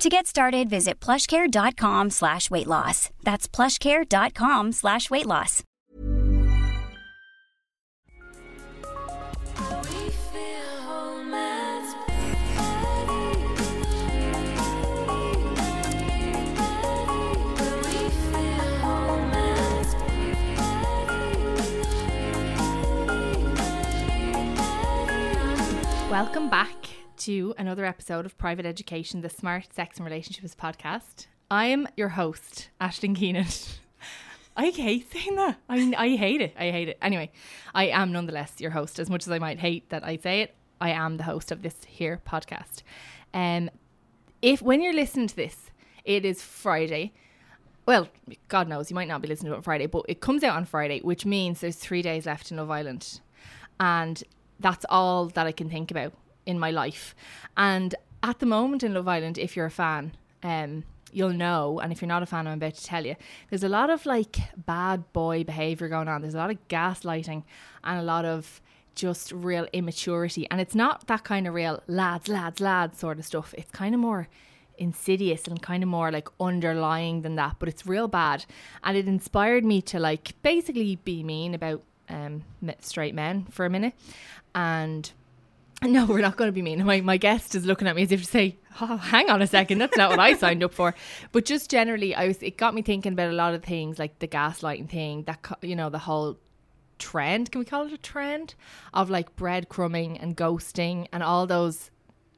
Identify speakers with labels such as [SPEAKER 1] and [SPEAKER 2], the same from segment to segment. [SPEAKER 1] To get started, visit plushcare.com slash weight loss. That's plushcare.com slash weight loss.
[SPEAKER 2] Welcome back to another episode of Private Education, the Smart Sex and Relationships podcast. I'm your host, Ashton Keenan. I hate saying that. I mean, I hate it. I hate it. Anyway, I am nonetheless your host. As much as I might hate that I say it, I am the host of this here podcast. Um, if when you're listening to this, it is Friday. Well, God knows you might not be listening to it on Friday, but it comes out on Friday, which means there's three days left in Love Island, and that's all that I can think about in my life. And at the moment in Love Island, if you're a fan, um, you'll know. And if you're not a fan, I'm about to tell you. There's a lot of like bad boy behavior going on. There's a lot of gaslighting and a lot of just real immaturity. And it's not that kind of real lads, lads, lads sort of stuff. It's kind of more insidious and kind of more like underlying than that, but it's real bad. And it inspired me to like basically be mean about um, me- straight men for a minute. And no, we're not going to be mean. My, my guest is looking at me as if to say, oh, hang on a second, that's not what I signed up for. But just generally, I was it got me thinking about a lot of things like the gaslighting thing, that co- you know, the whole trend, can we call it a trend of like breadcrumbing and ghosting and all those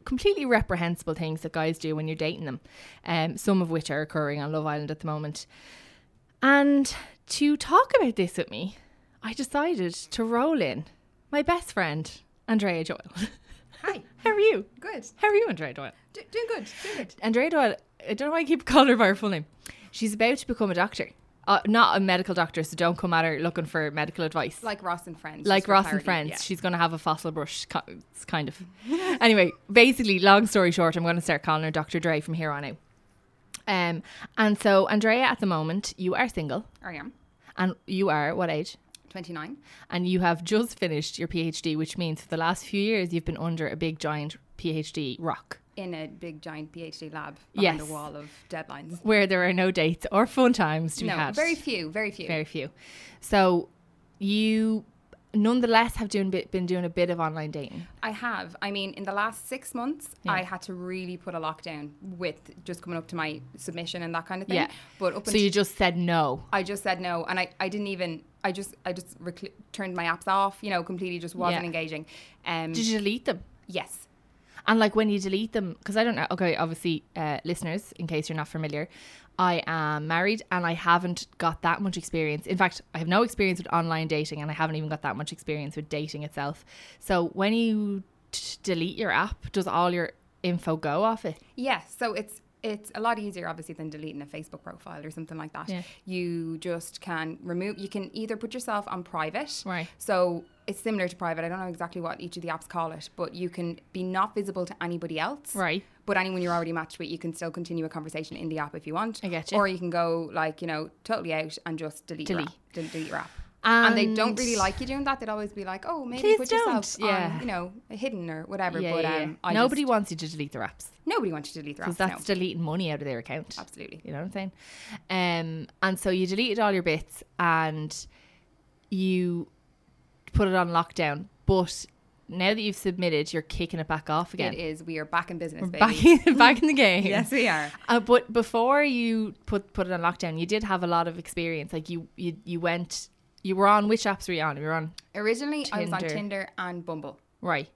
[SPEAKER 2] completely reprehensible things that guys do when you're dating them. Um, some of which are occurring on Love Island at the moment. And to talk about this with me, I decided to roll in my best friend, Andrea Doyle.
[SPEAKER 3] Hi.
[SPEAKER 2] How are you?
[SPEAKER 3] Good.
[SPEAKER 2] How are you, Andrea Doyle?
[SPEAKER 3] Do- doing good. Doing good.
[SPEAKER 2] Andrea Doyle, I don't know why I keep calling her by her full name. She's about to become a doctor. Uh, not a medical doctor, so don't come at her looking for medical advice.
[SPEAKER 3] Like Ross and Friends.
[SPEAKER 2] Like
[SPEAKER 3] just for
[SPEAKER 2] Ross and
[SPEAKER 3] clarity.
[SPEAKER 2] Friends,
[SPEAKER 3] Yeah.
[SPEAKER 2] she's going to have a fossil brush, ki- it's kind of. anyway, basically, long story short, I'm going to start calling her Dr. Dre from here on out. Um, and so, Andrea, at the moment, you are single,
[SPEAKER 3] I am.
[SPEAKER 2] and you are what age?
[SPEAKER 3] 29.
[SPEAKER 2] and you have just finished your PhD, which means for the last few years you've been under a big giant PhD rock
[SPEAKER 3] In a big giant PhD lab
[SPEAKER 2] Yes.
[SPEAKER 3] behind a wall of deadlines.
[SPEAKER 2] where there are no dates or fun times to
[SPEAKER 3] no,
[SPEAKER 2] be had.
[SPEAKER 3] very few. Very few.
[SPEAKER 2] very few. So you nonetheless have doing, bit- been doing a bit of online dating.
[SPEAKER 3] I have. I mean, in the last six months, I had to really put a lockdown with just coming up to my submission and that kind of thing.
[SPEAKER 2] Yeah.
[SPEAKER 3] But up
[SPEAKER 2] So
[SPEAKER 3] until
[SPEAKER 2] you just said no.
[SPEAKER 3] I just said no, and I, I didn't even. I just I just recl- turned my apps off. You know, completely just wasn't
[SPEAKER 2] Yeah.
[SPEAKER 3] engaging. Um,
[SPEAKER 2] Did you delete them?
[SPEAKER 3] yes.
[SPEAKER 2] And like when you delete them, because I don't know. Okay, obviously, uh, listeners, in case you're not familiar, I am married and I haven't got that much experience. In fact, I have no experience with online dating, and I haven't even got that much experience with dating itself. So when you t- delete your app, does all your info go off it?
[SPEAKER 3] Yeah, so it's it's a lot easier obviously than deleting a Facebook profile or something like that.
[SPEAKER 2] Yeah.
[SPEAKER 3] You just can remove you can either put yourself on private.
[SPEAKER 2] Right.
[SPEAKER 3] So it's similar to private. I don't know exactly what each of the apps call it, but you can be not visible to anybody else.
[SPEAKER 2] Right.
[SPEAKER 3] But anyone you're already matched with, you can still continue a conversation in the app if you want.
[SPEAKER 2] I get you.
[SPEAKER 3] Or you can go like, you know, totally out and just delete
[SPEAKER 2] Delete.
[SPEAKER 3] your app. Del- delete your app. And, they don't
[SPEAKER 2] And-
[SPEAKER 3] really like you doing that. They'd always be like, "Oh, maybe
[SPEAKER 2] Please
[SPEAKER 3] put yourself
[SPEAKER 2] don't. Yeah.
[SPEAKER 3] on, you know, hidden or whatever." but um, I
[SPEAKER 2] Nobody
[SPEAKER 3] just-
[SPEAKER 2] wants you to delete their apps
[SPEAKER 3] nobody wants you to delete their apps.
[SPEAKER 2] because
[SPEAKER 3] no.
[SPEAKER 2] that's deleting money out of their account.
[SPEAKER 3] Absolutely.
[SPEAKER 2] You know what I'm saying? Um, and so you deleted all your bits and you put it on lockdown. But now that you've submitted, you're kicking it back off again.
[SPEAKER 3] It is. We are back in business, baby.
[SPEAKER 2] Back in, back in the game.
[SPEAKER 3] yes, we are.
[SPEAKER 2] Uh, but before you put put it on lockdown, you did have a lot of experience. Like you you you went. You were on which apps were you on? You were on
[SPEAKER 3] Originally, I was on
[SPEAKER 2] Tinder.
[SPEAKER 3] Tinder and Bumble,
[SPEAKER 2] right,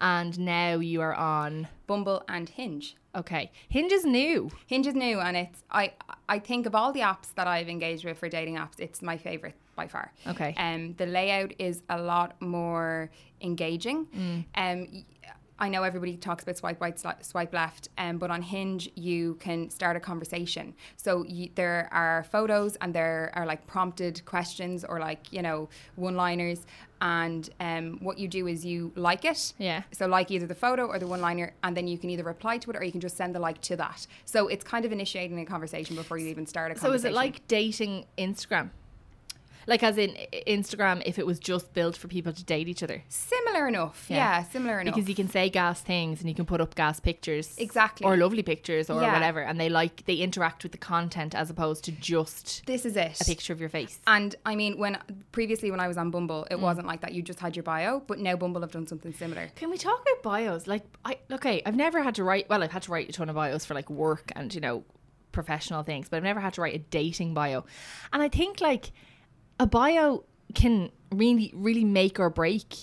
[SPEAKER 2] and now you are on.
[SPEAKER 3] Bumble and Hinge.
[SPEAKER 2] Okay, Hinge is new.
[SPEAKER 3] Hinge is new, and it's I. I think of all the apps that I've engaged with for dating apps, it's my favorite by far.
[SPEAKER 2] Okay. Mm.
[SPEAKER 3] Um, the layout is a lot more engaging. Um, y- I know everybody talks about swipe right, sli- swipe left, um, but on Hinge you can start a conversation. So you, there are photos and there are like prompted questions or like you know one-liners, and um, what you do is you like it.
[SPEAKER 2] Yeah.
[SPEAKER 3] So like either the photo or the one-liner, and then you can either reply to it or you can just send the like to that. So it's kind of initiating a conversation before you even start a
[SPEAKER 2] So is
[SPEAKER 3] conversation.
[SPEAKER 2] it like dating Instagram? Like as in I- Instagram, if it was just built for people to date each other,
[SPEAKER 3] similar enough?
[SPEAKER 2] Yeah.
[SPEAKER 3] Yeah, similar enough.
[SPEAKER 2] because you can say gas things and you can put up gas pictures,
[SPEAKER 3] Exactly.
[SPEAKER 2] or lovely pictures or
[SPEAKER 3] Yeah.
[SPEAKER 2] whatever, and they like they interact with the content as opposed to just
[SPEAKER 3] this is it.
[SPEAKER 2] a picture of your face.
[SPEAKER 3] And I mean, when previously when I was on Bumble,
[SPEAKER 2] Mm.
[SPEAKER 3] it wasn't like that. You just had your bio, but now Bumble have done something similar.
[SPEAKER 2] Can we talk about bios? Like, I okay, I've never had to write. Well, I've had to write a ton of bios for like work and you know professional things, but I've never had to write a dating bio. And I think like a bio can really, really make or break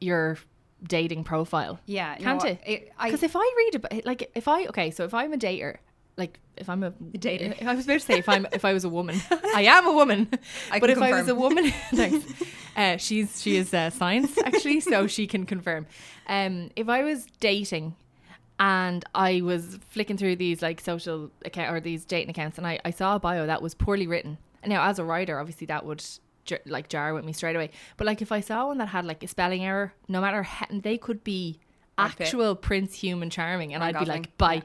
[SPEAKER 2] your dating profile.
[SPEAKER 3] Yeah, no,
[SPEAKER 2] can't
[SPEAKER 3] I-
[SPEAKER 2] it?
[SPEAKER 3] it- I-
[SPEAKER 2] Because if I read about like if I okay, so if I'm a dater. Like if I'm a,
[SPEAKER 3] dater.
[SPEAKER 2] I was about to say if I'm if I was a woman, I am a woman.
[SPEAKER 3] I
[SPEAKER 2] but if
[SPEAKER 3] can
[SPEAKER 2] I was a
[SPEAKER 3] confirm.
[SPEAKER 2] woman, thanks. Uh, she's she is uh, science actually, so she can confirm. Um, if I was dating, and I was flicking through these like social account or these dating accounts, and I, I saw a bio that was poorly written. And now, as a writer, obviously that would j- like jar with me straight away. But like if I saw one that had like a spelling error, no matter how, and they could be
[SPEAKER 3] Brad Pitt.
[SPEAKER 2] actual Prince Human Charming, and
[SPEAKER 3] Ryan
[SPEAKER 2] I'd be
[SPEAKER 3] Gosling.
[SPEAKER 2] like, bye.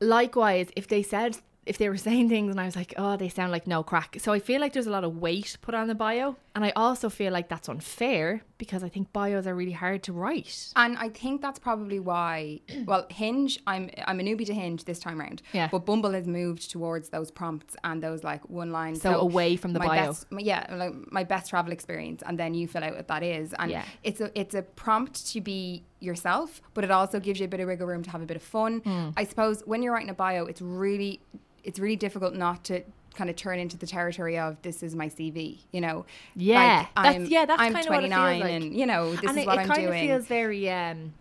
[SPEAKER 2] Likewise, if they said if they were saying things and I was like, oh, they sound like no crack. So I feel like there's a lot of weight put on the bio, and I also feel like that's unfair because I think bios are really hard to write.
[SPEAKER 3] And I think that's probably why. Well, Hinge, I'm I'm a newbie to Hinge this time round.
[SPEAKER 2] Yeah.
[SPEAKER 3] But Bumble has moved towards those prompts and those like one line.
[SPEAKER 2] So away from the
[SPEAKER 3] my
[SPEAKER 2] bio.
[SPEAKER 3] Best, my- yeah, like my best travel experience, and then you fill out what that is. And
[SPEAKER 2] Yeah.
[SPEAKER 3] it's a it's a prompt to be yourself, but it also gives you a bit of wiggle room to have a bit of fun.
[SPEAKER 2] Hmm.
[SPEAKER 3] I suppose when you're writing a bio, it's really it's really difficult not to kind of turn into the territory of this is my CV. You know.
[SPEAKER 2] Yeah,
[SPEAKER 3] Like,
[SPEAKER 2] that's
[SPEAKER 3] I'm,
[SPEAKER 2] yeah, that's
[SPEAKER 3] I'm
[SPEAKER 2] kind of what it
[SPEAKER 3] 29,
[SPEAKER 2] feels like.
[SPEAKER 3] and you know this
[SPEAKER 2] and
[SPEAKER 3] is
[SPEAKER 2] it,
[SPEAKER 3] what
[SPEAKER 2] it
[SPEAKER 3] I'm
[SPEAKER 2] kind
[SPEAKER 3] doing.
[SPEAKER 2] of feels very, um,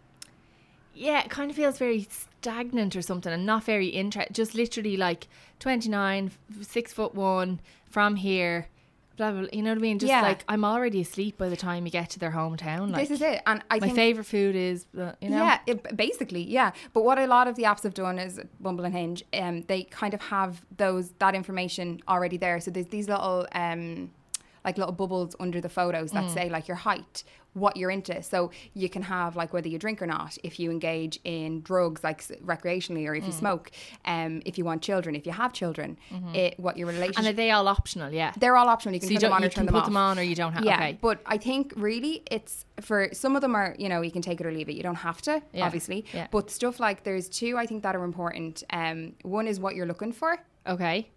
[SPEAKER 2] yeah, it kind of feels very stagnant or something, and not very interest. Just literally like twenty nine, six foot one, from here. Blah, blah, blah, you know what I mean? Just
[SPEAKER 3] Yeah.
[SPEAKER 2] like I'm already asleep by the time you get to their hometown. Like
[SPEAKER 3] this is it, and I
[SPEAKER 2] my
[SPEAKER 3] think
[SPEAKER 2] favorite food is, blah, you know.
[SPEAKER 3] Yeah, it, basically, yeah. But what a lot of the apps have done is Bumble and Hinge, um, they kind of have those that information already there. So there's these little um, like little bubbles under the photos
[SPEAKER 2] Mm.
[SPEAKER 3] that say like your height, what you're into. So you can have like whether you drink or not, if you engage in drugs like s- recreationally, or if
[SPEAKER 2] Mm.
[SPEAKER 3] you smoke, um, if you want children, if you have children, it, what your relationship.
[SPEAKER 2] Mm-hmm. And are they all optional? Yeah.
[SPEAKER 3] they're all optional. You can
[SPEAKER 2] so you
[SPEAKER 3] turn them
[SPEAKER 2] don't
[SPEAKER 3] on
[SPEAKER 2] you
[SPEAKER 3] or turn
[SPEAKER 2] can
[SPEAKER 3] them
[SPEAKER 2] put
[SPEAKER 3] off.
[SPEAKER 2] them on or you don't have.
[SPEAKER 3] Yeah,
[SPEAKER 2] okay.
[SPEAKER 3] but I think really it's for some of them are you know you can take it or leave it. You don't have to
[SPEAKER 2] Yeah,
[SPEAKER 3] obviously,
[SPEAKER 2] yeah.
[SPEAKER 3] but stuff like there's two I think that are important. Um, one is what you're looking for,
[SPEAKER 2] okay.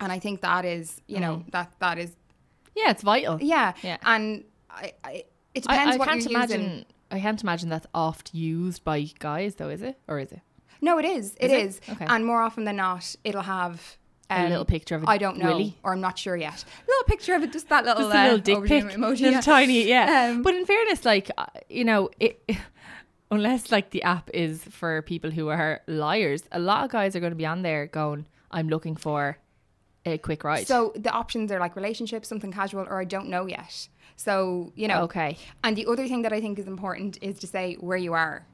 [SPEAKER 3] and I think that is you know that that is
[SPEAKER 2] Yeah, it's vital.
[SPEAKER 3] yeah,
[SPEAKER 2] Mm-hmm. Yeah.
[SPEAKER 3] and I, I it
[SPEAKER 2] I,
[SPEAKER 3] depends
[SPEAKER 2] I
[SPEAKER 3] what
[SPEAKER 2] can't
[SPEAKER 3] you're
[SPEAKER 2] imagine.
[SPEAKER 3] using.
[SPEAKER 2] I can't imagine that's oft used by guys, though, is it? Or is it?
[SPEAKER 3] No, it is,
[SPEAKER 2] Is
[SPEAKER 3] it
[SPEAKER 2] it?
[SPEAKER 3] is,
[SPEAKER 2] Okay.
[SPEAKER 3] and more often than not, it'll have. um,
[SPEAKER 2] A little picture of a
[SPEAKER 3] I don't know,
[SPEAKER 2] willy.
[SPEAKER 3] or I'm not sure yet. Little picture of it, just that little,
[SPEAKER 2] Just a little
[SPEAKER 3] uh,
[SPEAKER 2] dick
[SPEAKER 3] aubergine
[SPEAKER 2] pic,
[SPEAKER 3] emoji,
[SPEAKER 2] little
[SPEAKER 3] yeah.
[SPEAKER 2] tiny, yeah.
[SPEAKER 3] Um,
[SPEAKER 2] but in fairness, like uh, you know, it, unless like the app is for people who are liars, a lot of guys are going to be on there going, "I'm looking for a quick ride."
[SPEAKER 3] So the options are like relationships, something casual, or I don't know yet. So, you know.
[SPEAKER 2] Okay.
[SPEAKER 3] And the other thing that I think is important is to say where you are.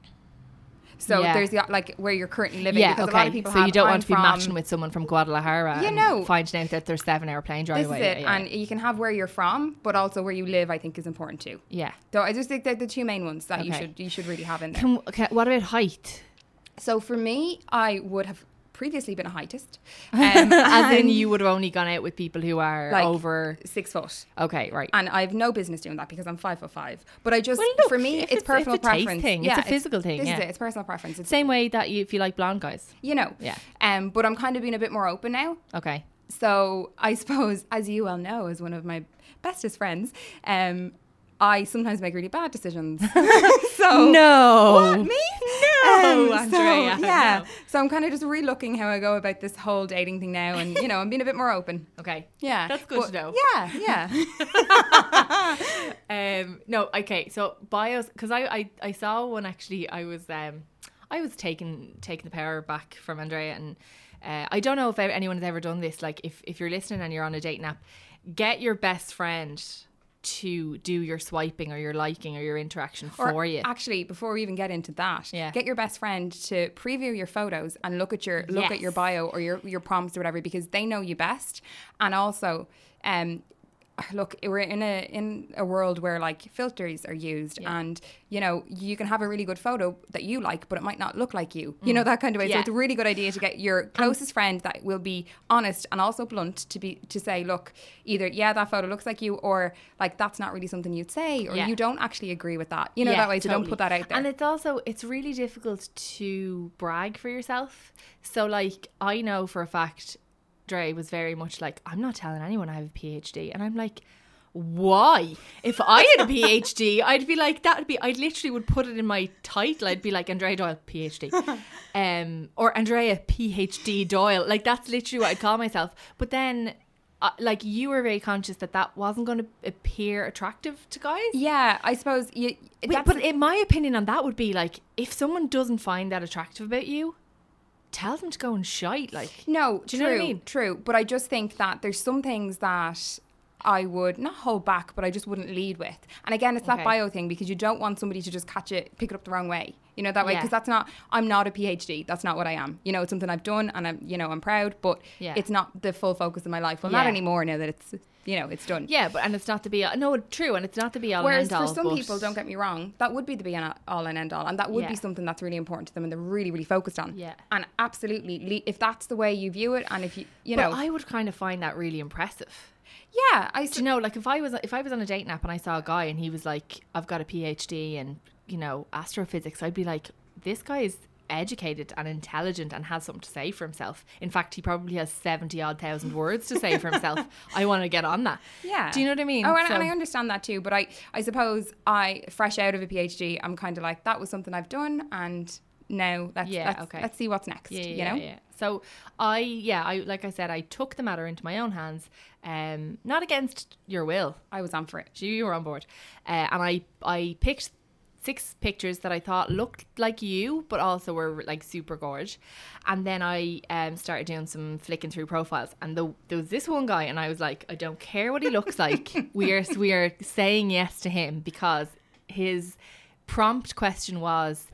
[SPEAKER 3] So
[SPEAKER 2] Yeah.
[SPEAKER 3] there's the, like where you're currently living.
[SPEAKER 2] yeah,
[SPEAKER 3] because
[SPEAKER 2] okay.
[SPEAKER 3] a lot of people
[SPEAKER 2] so
[SPEAKER 3] have,
[SPEAKER 2] you don't
[SPEAKER 3] "I'm
[SPEAKER 2] want to be
[SPEAKER 3] from-"
[SPEAKER 2] matching with someone from Guadalajara,
[SPEAKER 3] You
[SPEAKER 2] and
[SPEAKER 3] know.
[SPEAKER 2] finding out that they're seven hour plane drive
[SPEAKER 3] This is
[SPEAKER 2] away.
[SPEAKER 3] it.
[SPEAKER 2] Yeah, yeah,
[SPEAKER 3] And you can have where you're from, but also where you live, I think is important too.
[SPEAKER 2] yeah.
[SPEAKER 3] So I just think they're the two main ones that you
[SPEAKER 2] Okay.
[SPEAKER 3] should you should really have in there.
[SPEAKER 2] Can, okay, what about height?
[SPEAKER 3] So for me, I would have previously been a heightist. Um,
[SPEAKER 2] As in,
[SPEAKER 3] and
[SPEAKER 2] you would have only gone out with people who are
[SPEAKER 3] Like-
[SPEAKER 2] over.
[SPEAKER 3] six foot.
[SPEAKER 2] Okay, right.
[SPEAKER 3] and I've no business doing that because I'm five foot five. But I just
[SPEAKER 2] Well, look,
[SPEAKER 3] for me,
[SPEAKER 2] if
[SPEAKER 3] it's,
[SPEAKER 2] it's- it's
[SPEAKER 3] personal
[SPEAKER 2] a taste
[SPEAKER 3] preference.
[SPEAKER 2] thing. It's a physical thing,
[SPEAKER 3] This
[SPEAKER 2] yeah.
[SPEAKER 3] is it. It's personal preference. It's
[SPEAKER 2] Same way that you, if you like blonde guys.
[SPEAKER 3] you know.
[SPEAKER 2] Yeah.
[SPEAKER 3] Um, but I'm kind of being a bit more open now.
[SPEAKER 2] Okay.
[SPEAKER 3] So I suppose, as you well know, as one of my bestest friends, um, I sometimes make really bad decisions.
[SPEAKER 2] Oh.
[SPEAKER 3] so
[SPEAKER 2] No.
[SPEAKER 3] What, me?
[SPEAKER 2] No,
[SPEAKER 3] Um, so,
[SPEAKER 2] Andrea,
[SPEAKER 3] yeah.
[SPEAKER 2] no.
[SPEAKER 3] So I'm kind of just relooking how I go about this whole dating thing now, and you know, I'm being a bit more open.
[SPEAKER 2] Okay.
[SPEAKER 3] Yeah.
[SPEAKER 2] That's good
[SPEAKER 3] But-
[SPEAKER 2] to know.
[SPEAKER 3] Yeah. Yeah.
[SPEAKER 2] Um, no, okay. So bios, because I, I, I saw one actually. I was um, I was taking taking the power back from Andrea, and uh, I don't know if anyone has ever done this. Like, if if you're listening and you're on a dating app, get your best friend to do your swiping or your liking or your interaction
[SPEAKER 3] Or
[SPEAKER 2] for you.
[SPEAKER 3] Actually, before we even get into that,
[SPEAKER 2] Yeah.
[SPEAKER 3] get your best friend to preview your photos and look at your look at your
[SPEAKER 2] Yes.
[SPEAKER 3] bio or your your prompts or whatever because they know you best. And also, um, look, we're in a in a world where like filters are used, and you know you can have a really good photo that you like, but it might not look like you. You know that kind of way. So
[SPEAKER 2] Mm. Yeah. Um,
[SPEAKER 3] it's a really good idea to get your closest friend that will be honest and also blunt to be to say, look, either yeah, that photo looks like you, or like that's not really something you'd say, or
[SPEAKER 2] Yeah.
[SPEAKER 3] you don't actually agree with that. You know
[SPEAKER 2] Yeah,
[SPEAKER 3] that way. So don't
[SPEAKER 2] totally.
[SPEAKER 3] put that out there.
[SPEAKER 2] And it's also it's really difficult to brag for yourself. So like I know for a fact Dre was very much like, I'm not telling anyone I have a PhD and I'm like why? If I had a PhD, I'd be like that would be I'd literally would put it in my title. I'd be like Andrea Doyle PhD. Um or Andrea PhD Doyle. Like that's literally what I'd call myself. But then uh, like you were very conscious that that wasn't going to appear attractive to guys.
[SPEAKER 3] yeah, I suppose. You,
[SPEAKER 2] Wait,
[SPEAKER 3] that's-
[SPEAKER 2] but in my opinion on that would be like if someone doesn't find that attractive about you, tell them to go and shite. Like
[SPEAKER 3] No,
[SPEAKER 2] Do
[SPEAKER 3] true,
[SPEAKER 2] you know what I mean?
[SPEAKER 3] true. But I just think that there's some things that I would not hold back, but I just wouldn't lead with. And again, it's that
[SPEAKER 2] Okay.
[SPEAKER 3] bio thing because you don't want somebody to just catch it, pick it up the wrong way. You know that way
[SPEAKER 2] Yeah.
[SPEAKER 3] because that's not. I'm not a PhD. That's not what I am. You know, it's something I've done, and I'm, you know, I'm proud, but
[SPEAKER 2] Yeah.
[SPEAKER 3] it's not the full focus of my life. Well, not
[SPEAKER 2] Yeah.
[SPEAKER 3] anymore now that it's, you know, it's done.
[SPEAKER 2] yeah, but and it's not to be all, no true, and it's not to be all. and
[SPEAKER 3] Whereas
[SPEAKER 2] end all,
[SPEAKER 3] for some
[SPEAKER 2] but-
[SPEAKER 3] people, don't get me wrong, that would be the be an- all and end all, and that would be
[SPEAKER 2] Yeah.
[SPEAKER 3] something that's really important to them and they're really, really focused on.
[SPEAKER 2] Yeah.
[SPEAKER 3] And absolutely, le- if that's the way you view it, and if you, you
[SPEAKER 2] But
[SPEAKER 3] know,
[SPEAKER 2] I would kind of find that really impressive.
[SPEAKER 3] yeah, I. s-
[SPEAKER 2] Do you know, like if I was if I was on a dating app and I saw a guy and he was like, I've got a PhD and you know astrophysics, I'd be like, this guy is educated and intelligent and has something to say for himself. In fact, he probably has seventy odd thousand words to say for himself. I want to get on that.
[SPEAKER 3] Yeah.
[SPEAKER 2] Do you know what I mean?
[SPEAKER 3] Oh, and, and
[SPEAKER 2] So-
[SPEAKER 3] I understand that too. But I, I suppose I, fresh out of a PhD, I'm kind of like that was something I've done, and now let's
[SPEAKER 2] Yeah,
[SPEAKER 3] let's,
[SPEAKER 2] okay.
[SPEAKER 3] let's see what's next.
[SPEAKER 2] yeah,
[SPEAKER 3] you
[SPEAKER 2] yeah,
[SPEAKER 3] know.
[SPEAKER 2] yeah. So I, yeah, I like I said, I took the matter into my own hands, um, not against your will.
[SPEAKER 3] I was on for it.
[SPEAKER 2] You you were on board, uh, and I, I picked six pictures that I thought looked like you, but also were like super gorge, and then I um, started doing some flicking through profiles, and the, there was this one guy, and I was like, I don't care what he looks like. we are we are saying yes to him because his prompt question was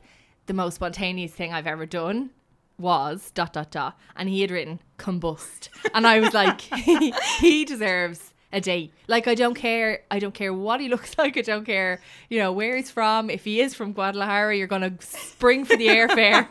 [SPEAKER 2] the most spontaneous thing I've ever done was dot dot dot and he had written combust and i was like he, he deserves a date like i don't care i don't care what he looks like i don't care you know where he's from if he is from guadalajara you're gonna spring for the airfare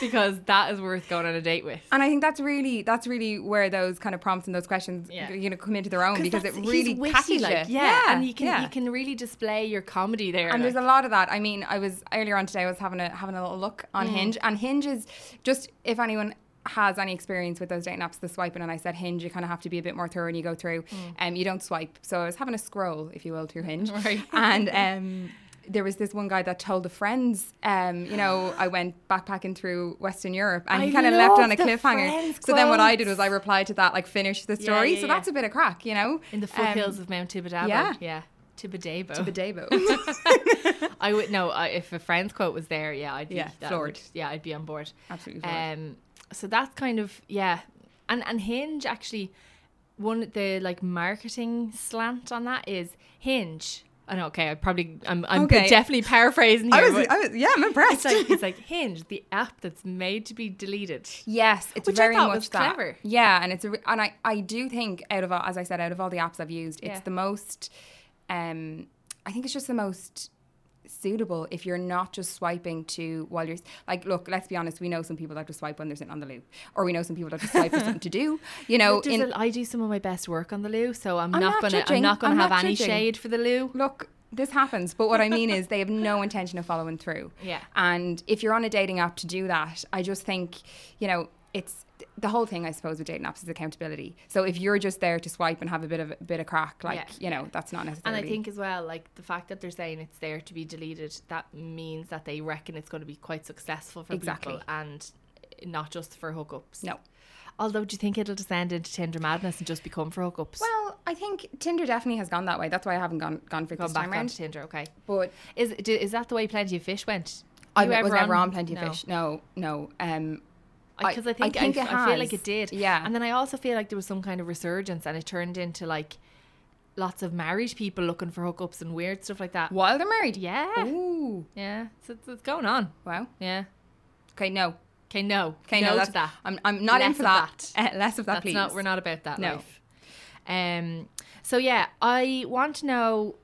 [SPEAKER 2] because that is worth going on a date with
[SPEAKER 3] And I think that's really that's really where those kind of prompts and those questions
[SPEAKER 2] Yeah.
[SPEAKER 3] you know come into their own because it
[SPEAKER 2] that's- he's
[SPEAKER 3] really
[SPEAKER 2] witty,
[SPEAKER 3] catches
[SPEAKER 2] like,
[SPEAKER 3] you.
[SPEAKER 2] yeah, and you can
[SPEAKER 3] yeah.
[SPEAKER 2] you can really display your comedy there
[SPEAKER 3] And there's
[SPEAKER 2] like.
[SPEAKER 3] a lot of that. I mean, I was earlier on today. I was having a having a little look on
[SPEAKER 2] Mm-hmm.
[SPEAKER 3] Hinge, and Hinge is just if anyone has any experience with those dating apps, the swiping. And I said Hinge, you kind of have to be a bit more thorough, and you go through,
[SPEAKER 2] Mm.
[SPEAKER 3] and um, you don't swipe. So I was having a scroll, if you will, through Hinge,
[SPEAKER 2] Right.
[SPEAKER 3] and um. There was this one guy that told the friends, um, you know, I went backpacking through Western Europe, and
[SPEAKER 2] I
[SPEAKER 3] he kind of left on a
[SPEAKER 2] love the
[SPEAKER 3] cliffhanger.
[SPEAKER 2] Friends
[SPEAKER 3] So then, what I
[SPEAKER 2] quotes.
[SPEAKER 3] did was I replied to that, like, finish the
[SPEAKER 2] Yeah,
[SPEAKER 3] story.
[SPEAKER 2] yeah,
[SPEAKER 3] so
[SPEAKER 2] yeah.
[SPEAKER 3] that's a bit of crack, you know.
[SPEAKER 2] in the
[SPEAKER 3] Um,
[SPEAKER 2] foothills of mount tibidabo
[SPEAKER 3] yeah.
[SPEAKER 2] yeah tibidabo
[SPEAKER 3] Um, Bedebo.
[SPEAKER 2] I would no. I if a friend's quote was there, yeah, I'd be
[SPEAKER 3] Yeah,
[SPEAKER 2] that
[SPEAKER 3] floored.
[SPEAKER 2] would- yeah, I'd be on board.
[SPEAKER 3] Absolutely floored.
[SPEAKER 2] Um, so that's kind of yeah, and and Hinge actually one of the like marketing slant on that is Hinge. I know. Okay, I probably I'm, I'm
[SPEAKER 3] Okay.
[SPEAKER 2] definitely paraphrasing here.
[SPEAKER 3] I was,
[SPEAKER 2] but
[SPEAKER 3] I was, yeah, I'm
[SPEAKER 2] it's
[SPEAKER 3] impressed.
[SPEAKER 2] like it's like Hinge, the app that's made to be deleted.
[SPEAKER 3] Yes, it's
[SPEAKER 2] Which I
[SPEAKER 3] very
[SPEAKER 2] thought
[SPEAKER 3] much
[SPEAKER 2] was
[SPEAKER 3] that.
[SPEAKER 2] clever.
[SPEAKER 3] Yeah, and it's a, re- and I I do think out of all, as I said out of all the apps I've used, it's
[SPEAKER 2] Yeah.
[SPEAKER 3] the most. Um, I think it's just the most suitable if you're not just swiping to while you're like look let's be honest we know some people that just swipe when they're sitting on the loo or we know some people that just swipe for something to do you know
[SPEAKER 2] Does
[SPEAKER 3] in,
[SPEAKER 2] it- I do some of my best work on the loo, so I'm,
[SPEAKER 3] I'm
[SPEAKER 2] not,
[SPEAKER 3] not
[SPEAKER 2] gonna
[SPEAKER 3] judging.
[SPEAKER 2] I'm not gonna
[SPEAKER 3] I'm
[SPEAKER 2] have
[SPEAKER 3] not
[SPEAKER 2] any
[SPEAKER 3] judging.
[SPEAKER 2] shade for the loo.
[SPEAKER 3] look this happens but what i mean is they have no intention of following through
[SPEAKER 2] Yeah.
[SPEAKER 3] and if you're on a dating app to do that i just think you know it's the whole thing i suppose with dating apps is accountability so if you're just there to swipe and have a bit of a bit of crack like
[SPEAKER 2] Yeah.
[SPEAKER 3] you know that's not
[SPEAKER 2] And
[SPEAKER 3] necessarily
[SPEAKER 2] I think as well, like the fact that they're saying it's there to be deleted, that means that they reckon it's going to be quite successful for
[SPEAKER 3] Exactly.
[SPEAKER 2] people and not just for hookups.
[SPEAKER 3] no
[SPEAKER 2] Although, do you think it'll descend into Tinder madness and just become for hookups?
[SPEAKER 3] well i think tinder definitely has gone that way that's why i haven't gone gone for it
[SPEAKER 2] Gone
[SPEAKER 3] this
[SPEAKER 2] back
[SPEAKER 3] time
[SPEAKER 2] onto
[SPEAKER 3] around
[SPEAKER 2] Tinder, okay.
[SPEAKER 3] but
[SPEAKER 2] Is do, is that the way Plenty of Fish went?
[SPEAKER 3] i
[SPEAKER 2] You
[SPEAKER 3] was
[SPEAKER 2] ever
[SPEAKER 3] never on plenty of
[SPEAKER 2] No.
[SPEAKER 3] fish no no um I-
[SPEAKER 2] because I,
[SPEAKER 3] I
[SPEAKER 2] think I,
[SPEAKER 3] think
[SPEAKER 2] f-
[SPEAKER 3] it
[SPEAKER 2] I feel
[SPEAKER 3] has.
[SPEAKER 2] like it did.
[SPEAKER 3] Yeah.
[SPEAKER 2] and then I also feel like there was some kind of resurgence, and it turned into like lots of married people looking for hookups and weird stuff like that.
[SPEAKER 3] While they're married.
[SPEAKER 2] Yeah.
[SPEAKER 3] Ooh.
[SPEAKER 2] Yeah. So it's, it's going on.
[SPEAKER 3] Wow.
[SPEAKER 2] Yeah.
[SPEAKER 3] Okay, no.
[SPEAKER 2] Okay, no.
[SPEAKER 3] Okay,
[SPEAKER 2] no,
[SPEAKER 3] no,
[SPEAKER 2] to
[SPEAKER 3] that's
[SPEAKER 2] that.
[SPEAKER 3] I'm, I'm not in
[SPEAKER 2] Less
[SPEAKER 3] for
[SPEAKER 2] of
[SPEAKER 3] that.
[SPEAKER 2] that.
[SPEAKER 3] Eh, less of that,
[SPEAKER 2] That's
[SPEAKER 3] please.
[SPEAKER 2] not we're not about that
[SPEAKER 3] No.
[SPEAKER 2] life. Um so yeah, I want to know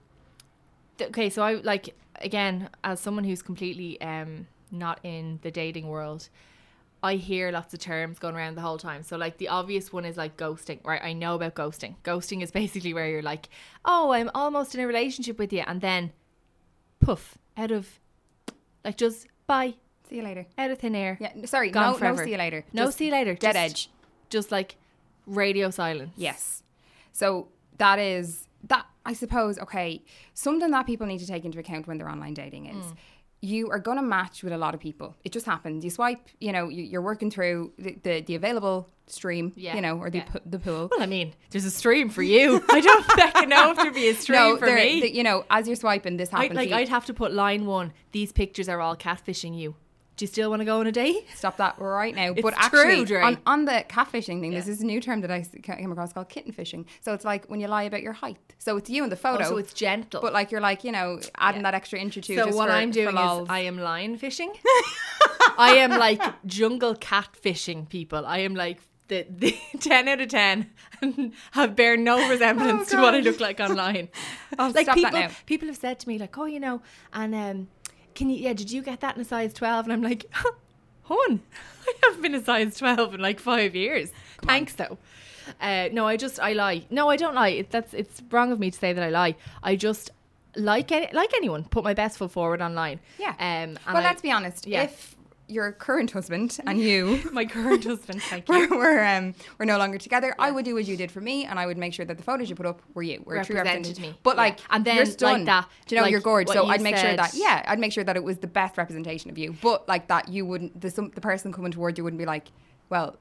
[SPEAKER 2] th- okay, so I like again, as someone who's completely um not in the dating world, I hear lots of terms going around the whole time. So like the obvious one is like ghosting, right? I know about ghosting. Ghosting is basically where you're like, "Oh, I'm almost in a relationship with you." And then poof, out of like just bye,
[SPEAKER 3] See you later.
[SPEAKER 2] out of thin air.
[SPEAKER 3] Yeah, n- sorry.
[SPEAKER 2] Gone
[SPEAKER 3] No, no,
[SPEAKER 2] forever.
[SPEAKER 3] see you later.
[SPEAKER 2] No,
[SPEAKER 3] Just
[SPEAKER 2] see you later.
[SPEAKER 3] Dead
[SPEAKER 2] Just-
[SPEAKER 3] edge.
[SPEAKER 2] Just like radio silence.
[SPEAKER 3] Yes. So that is that I suppose okay, something that people need to take into account when they're online dating is
[SPEAKER 2] Mm.
[SPEAKER 3] You are going to match with a lot of people. It just happens. You swipe, you know, you- you're working through the, the, the available stream,
[SPEAKER 2] Yeah,
[SPEAKER 3] you know, or the,
[SPEAKER 2] yeah.
[SPEAKER 3] p- the pool.
[SPEAKER 2] Well, I mean, there's a stream for you. I don't fucking know if there'd be a stream for
[SPEAKER 3] there-
[SPEAKER 2] me.
[SPEAKER 3] the- you know, as you're swiping, this
[SPEAKER 2] I'd,
[SPEAKER 3] happens.
[SPEAKER 2] like,
[SPEAKER 3] So you-
[SPEAKER 2] I'd have to put line one. These pictures are all catfishing you. Do you still want to go on a date?
[SPEAKER 3] Stop that right now. but
[SPEAKER 2] true,
[SPEAKER 3] actually,
[SPEAKER 2] Dre.
[SPEAKER 3] on, on the catfishing thing, this is a new term that I s- came across called kitten fishing. So it's like when you lie about your height. So it's you in the photo.
[SPEAKER 2] Oh, so it's gentle.
[SPEAKER 3] Oh, But like you're like, you know, adding that extra inch or two.
[SPEAKER 2] so
[SPEAKER 3] just
[SPEAKER 2] what
[SPEAKER 3] for-
[SPEAKER 2] I'm
[SPEAKER 3] for
[SPEAKER 2] doing is
[SPEAKER 3] lols.
[SPEAKER 2] I am lion fishing. I am like jungle catfishing people. I am like the, the ten out of ten and have bear no resemblance to what I
[SPEAKER 3] God.
[SPEAKER 2] look like online.
[SPEAKER 3] Oh,
[SPEAKER 2] like
[SPEAKER 3] stop that
[SPEAKER 2] people,
[SPEAKER 3] now.
[SPEAKER 2] people have said to me like, oh, you know, and um, can you? Yeah, did you get that in a size twelve? And I'm like, hon, I haven't been a size twelve in like five years. Thanks though. Uh, no, I just I lie. No, I don't lie. It, that's it's wrong of me to say that I lie. I just like any, like anyone put my best foot forward online.
[SPEAKER 3] Yeah.
[SPEAKER 2] Um. And
[SPEAKER 3] well,
[SPEAKER 2] I-
[SPEAKER 3] let's be honest.
[SPEAKER 2] yeah.
[SPEAKER 3] If your current husband and you
[SPEAKER 2] my current husband. Thank you.
[SPEAKER 3] were were, um, were no longer together, I would do as you did for me, and I would make sure that the photos you put up were you, were a true
[SPEAKER 2] Represented
[SPEAKER 3] representation.
[SPEAKER 2] me.
[SPEAKER 3] But
[SPEAKER 2] Yeah.
[SPEAKER 3] like,
[SPEAKER 2] And then,
[SPEAKER 3] you're
[SPEAKER 2] like
[SPEAKER 3] stunned.
[SPEAKER 2] that-
[SPEAKER 3] Do you know
[SPEAKER 2] like
[SPEAKER 3] you're gorgeous?
[SPEAKER 2] what
[SPEAKER 3] So
[SPEAKER 2] you
[SPEAKER 3] I'd make sure
[SPEAKER 2] said-
[SPEAKER 3] that yeah, I'd make sure that it was the best representation of you. But like that, you wouldn't. The some, the person coming toward you wouldn't be like, well,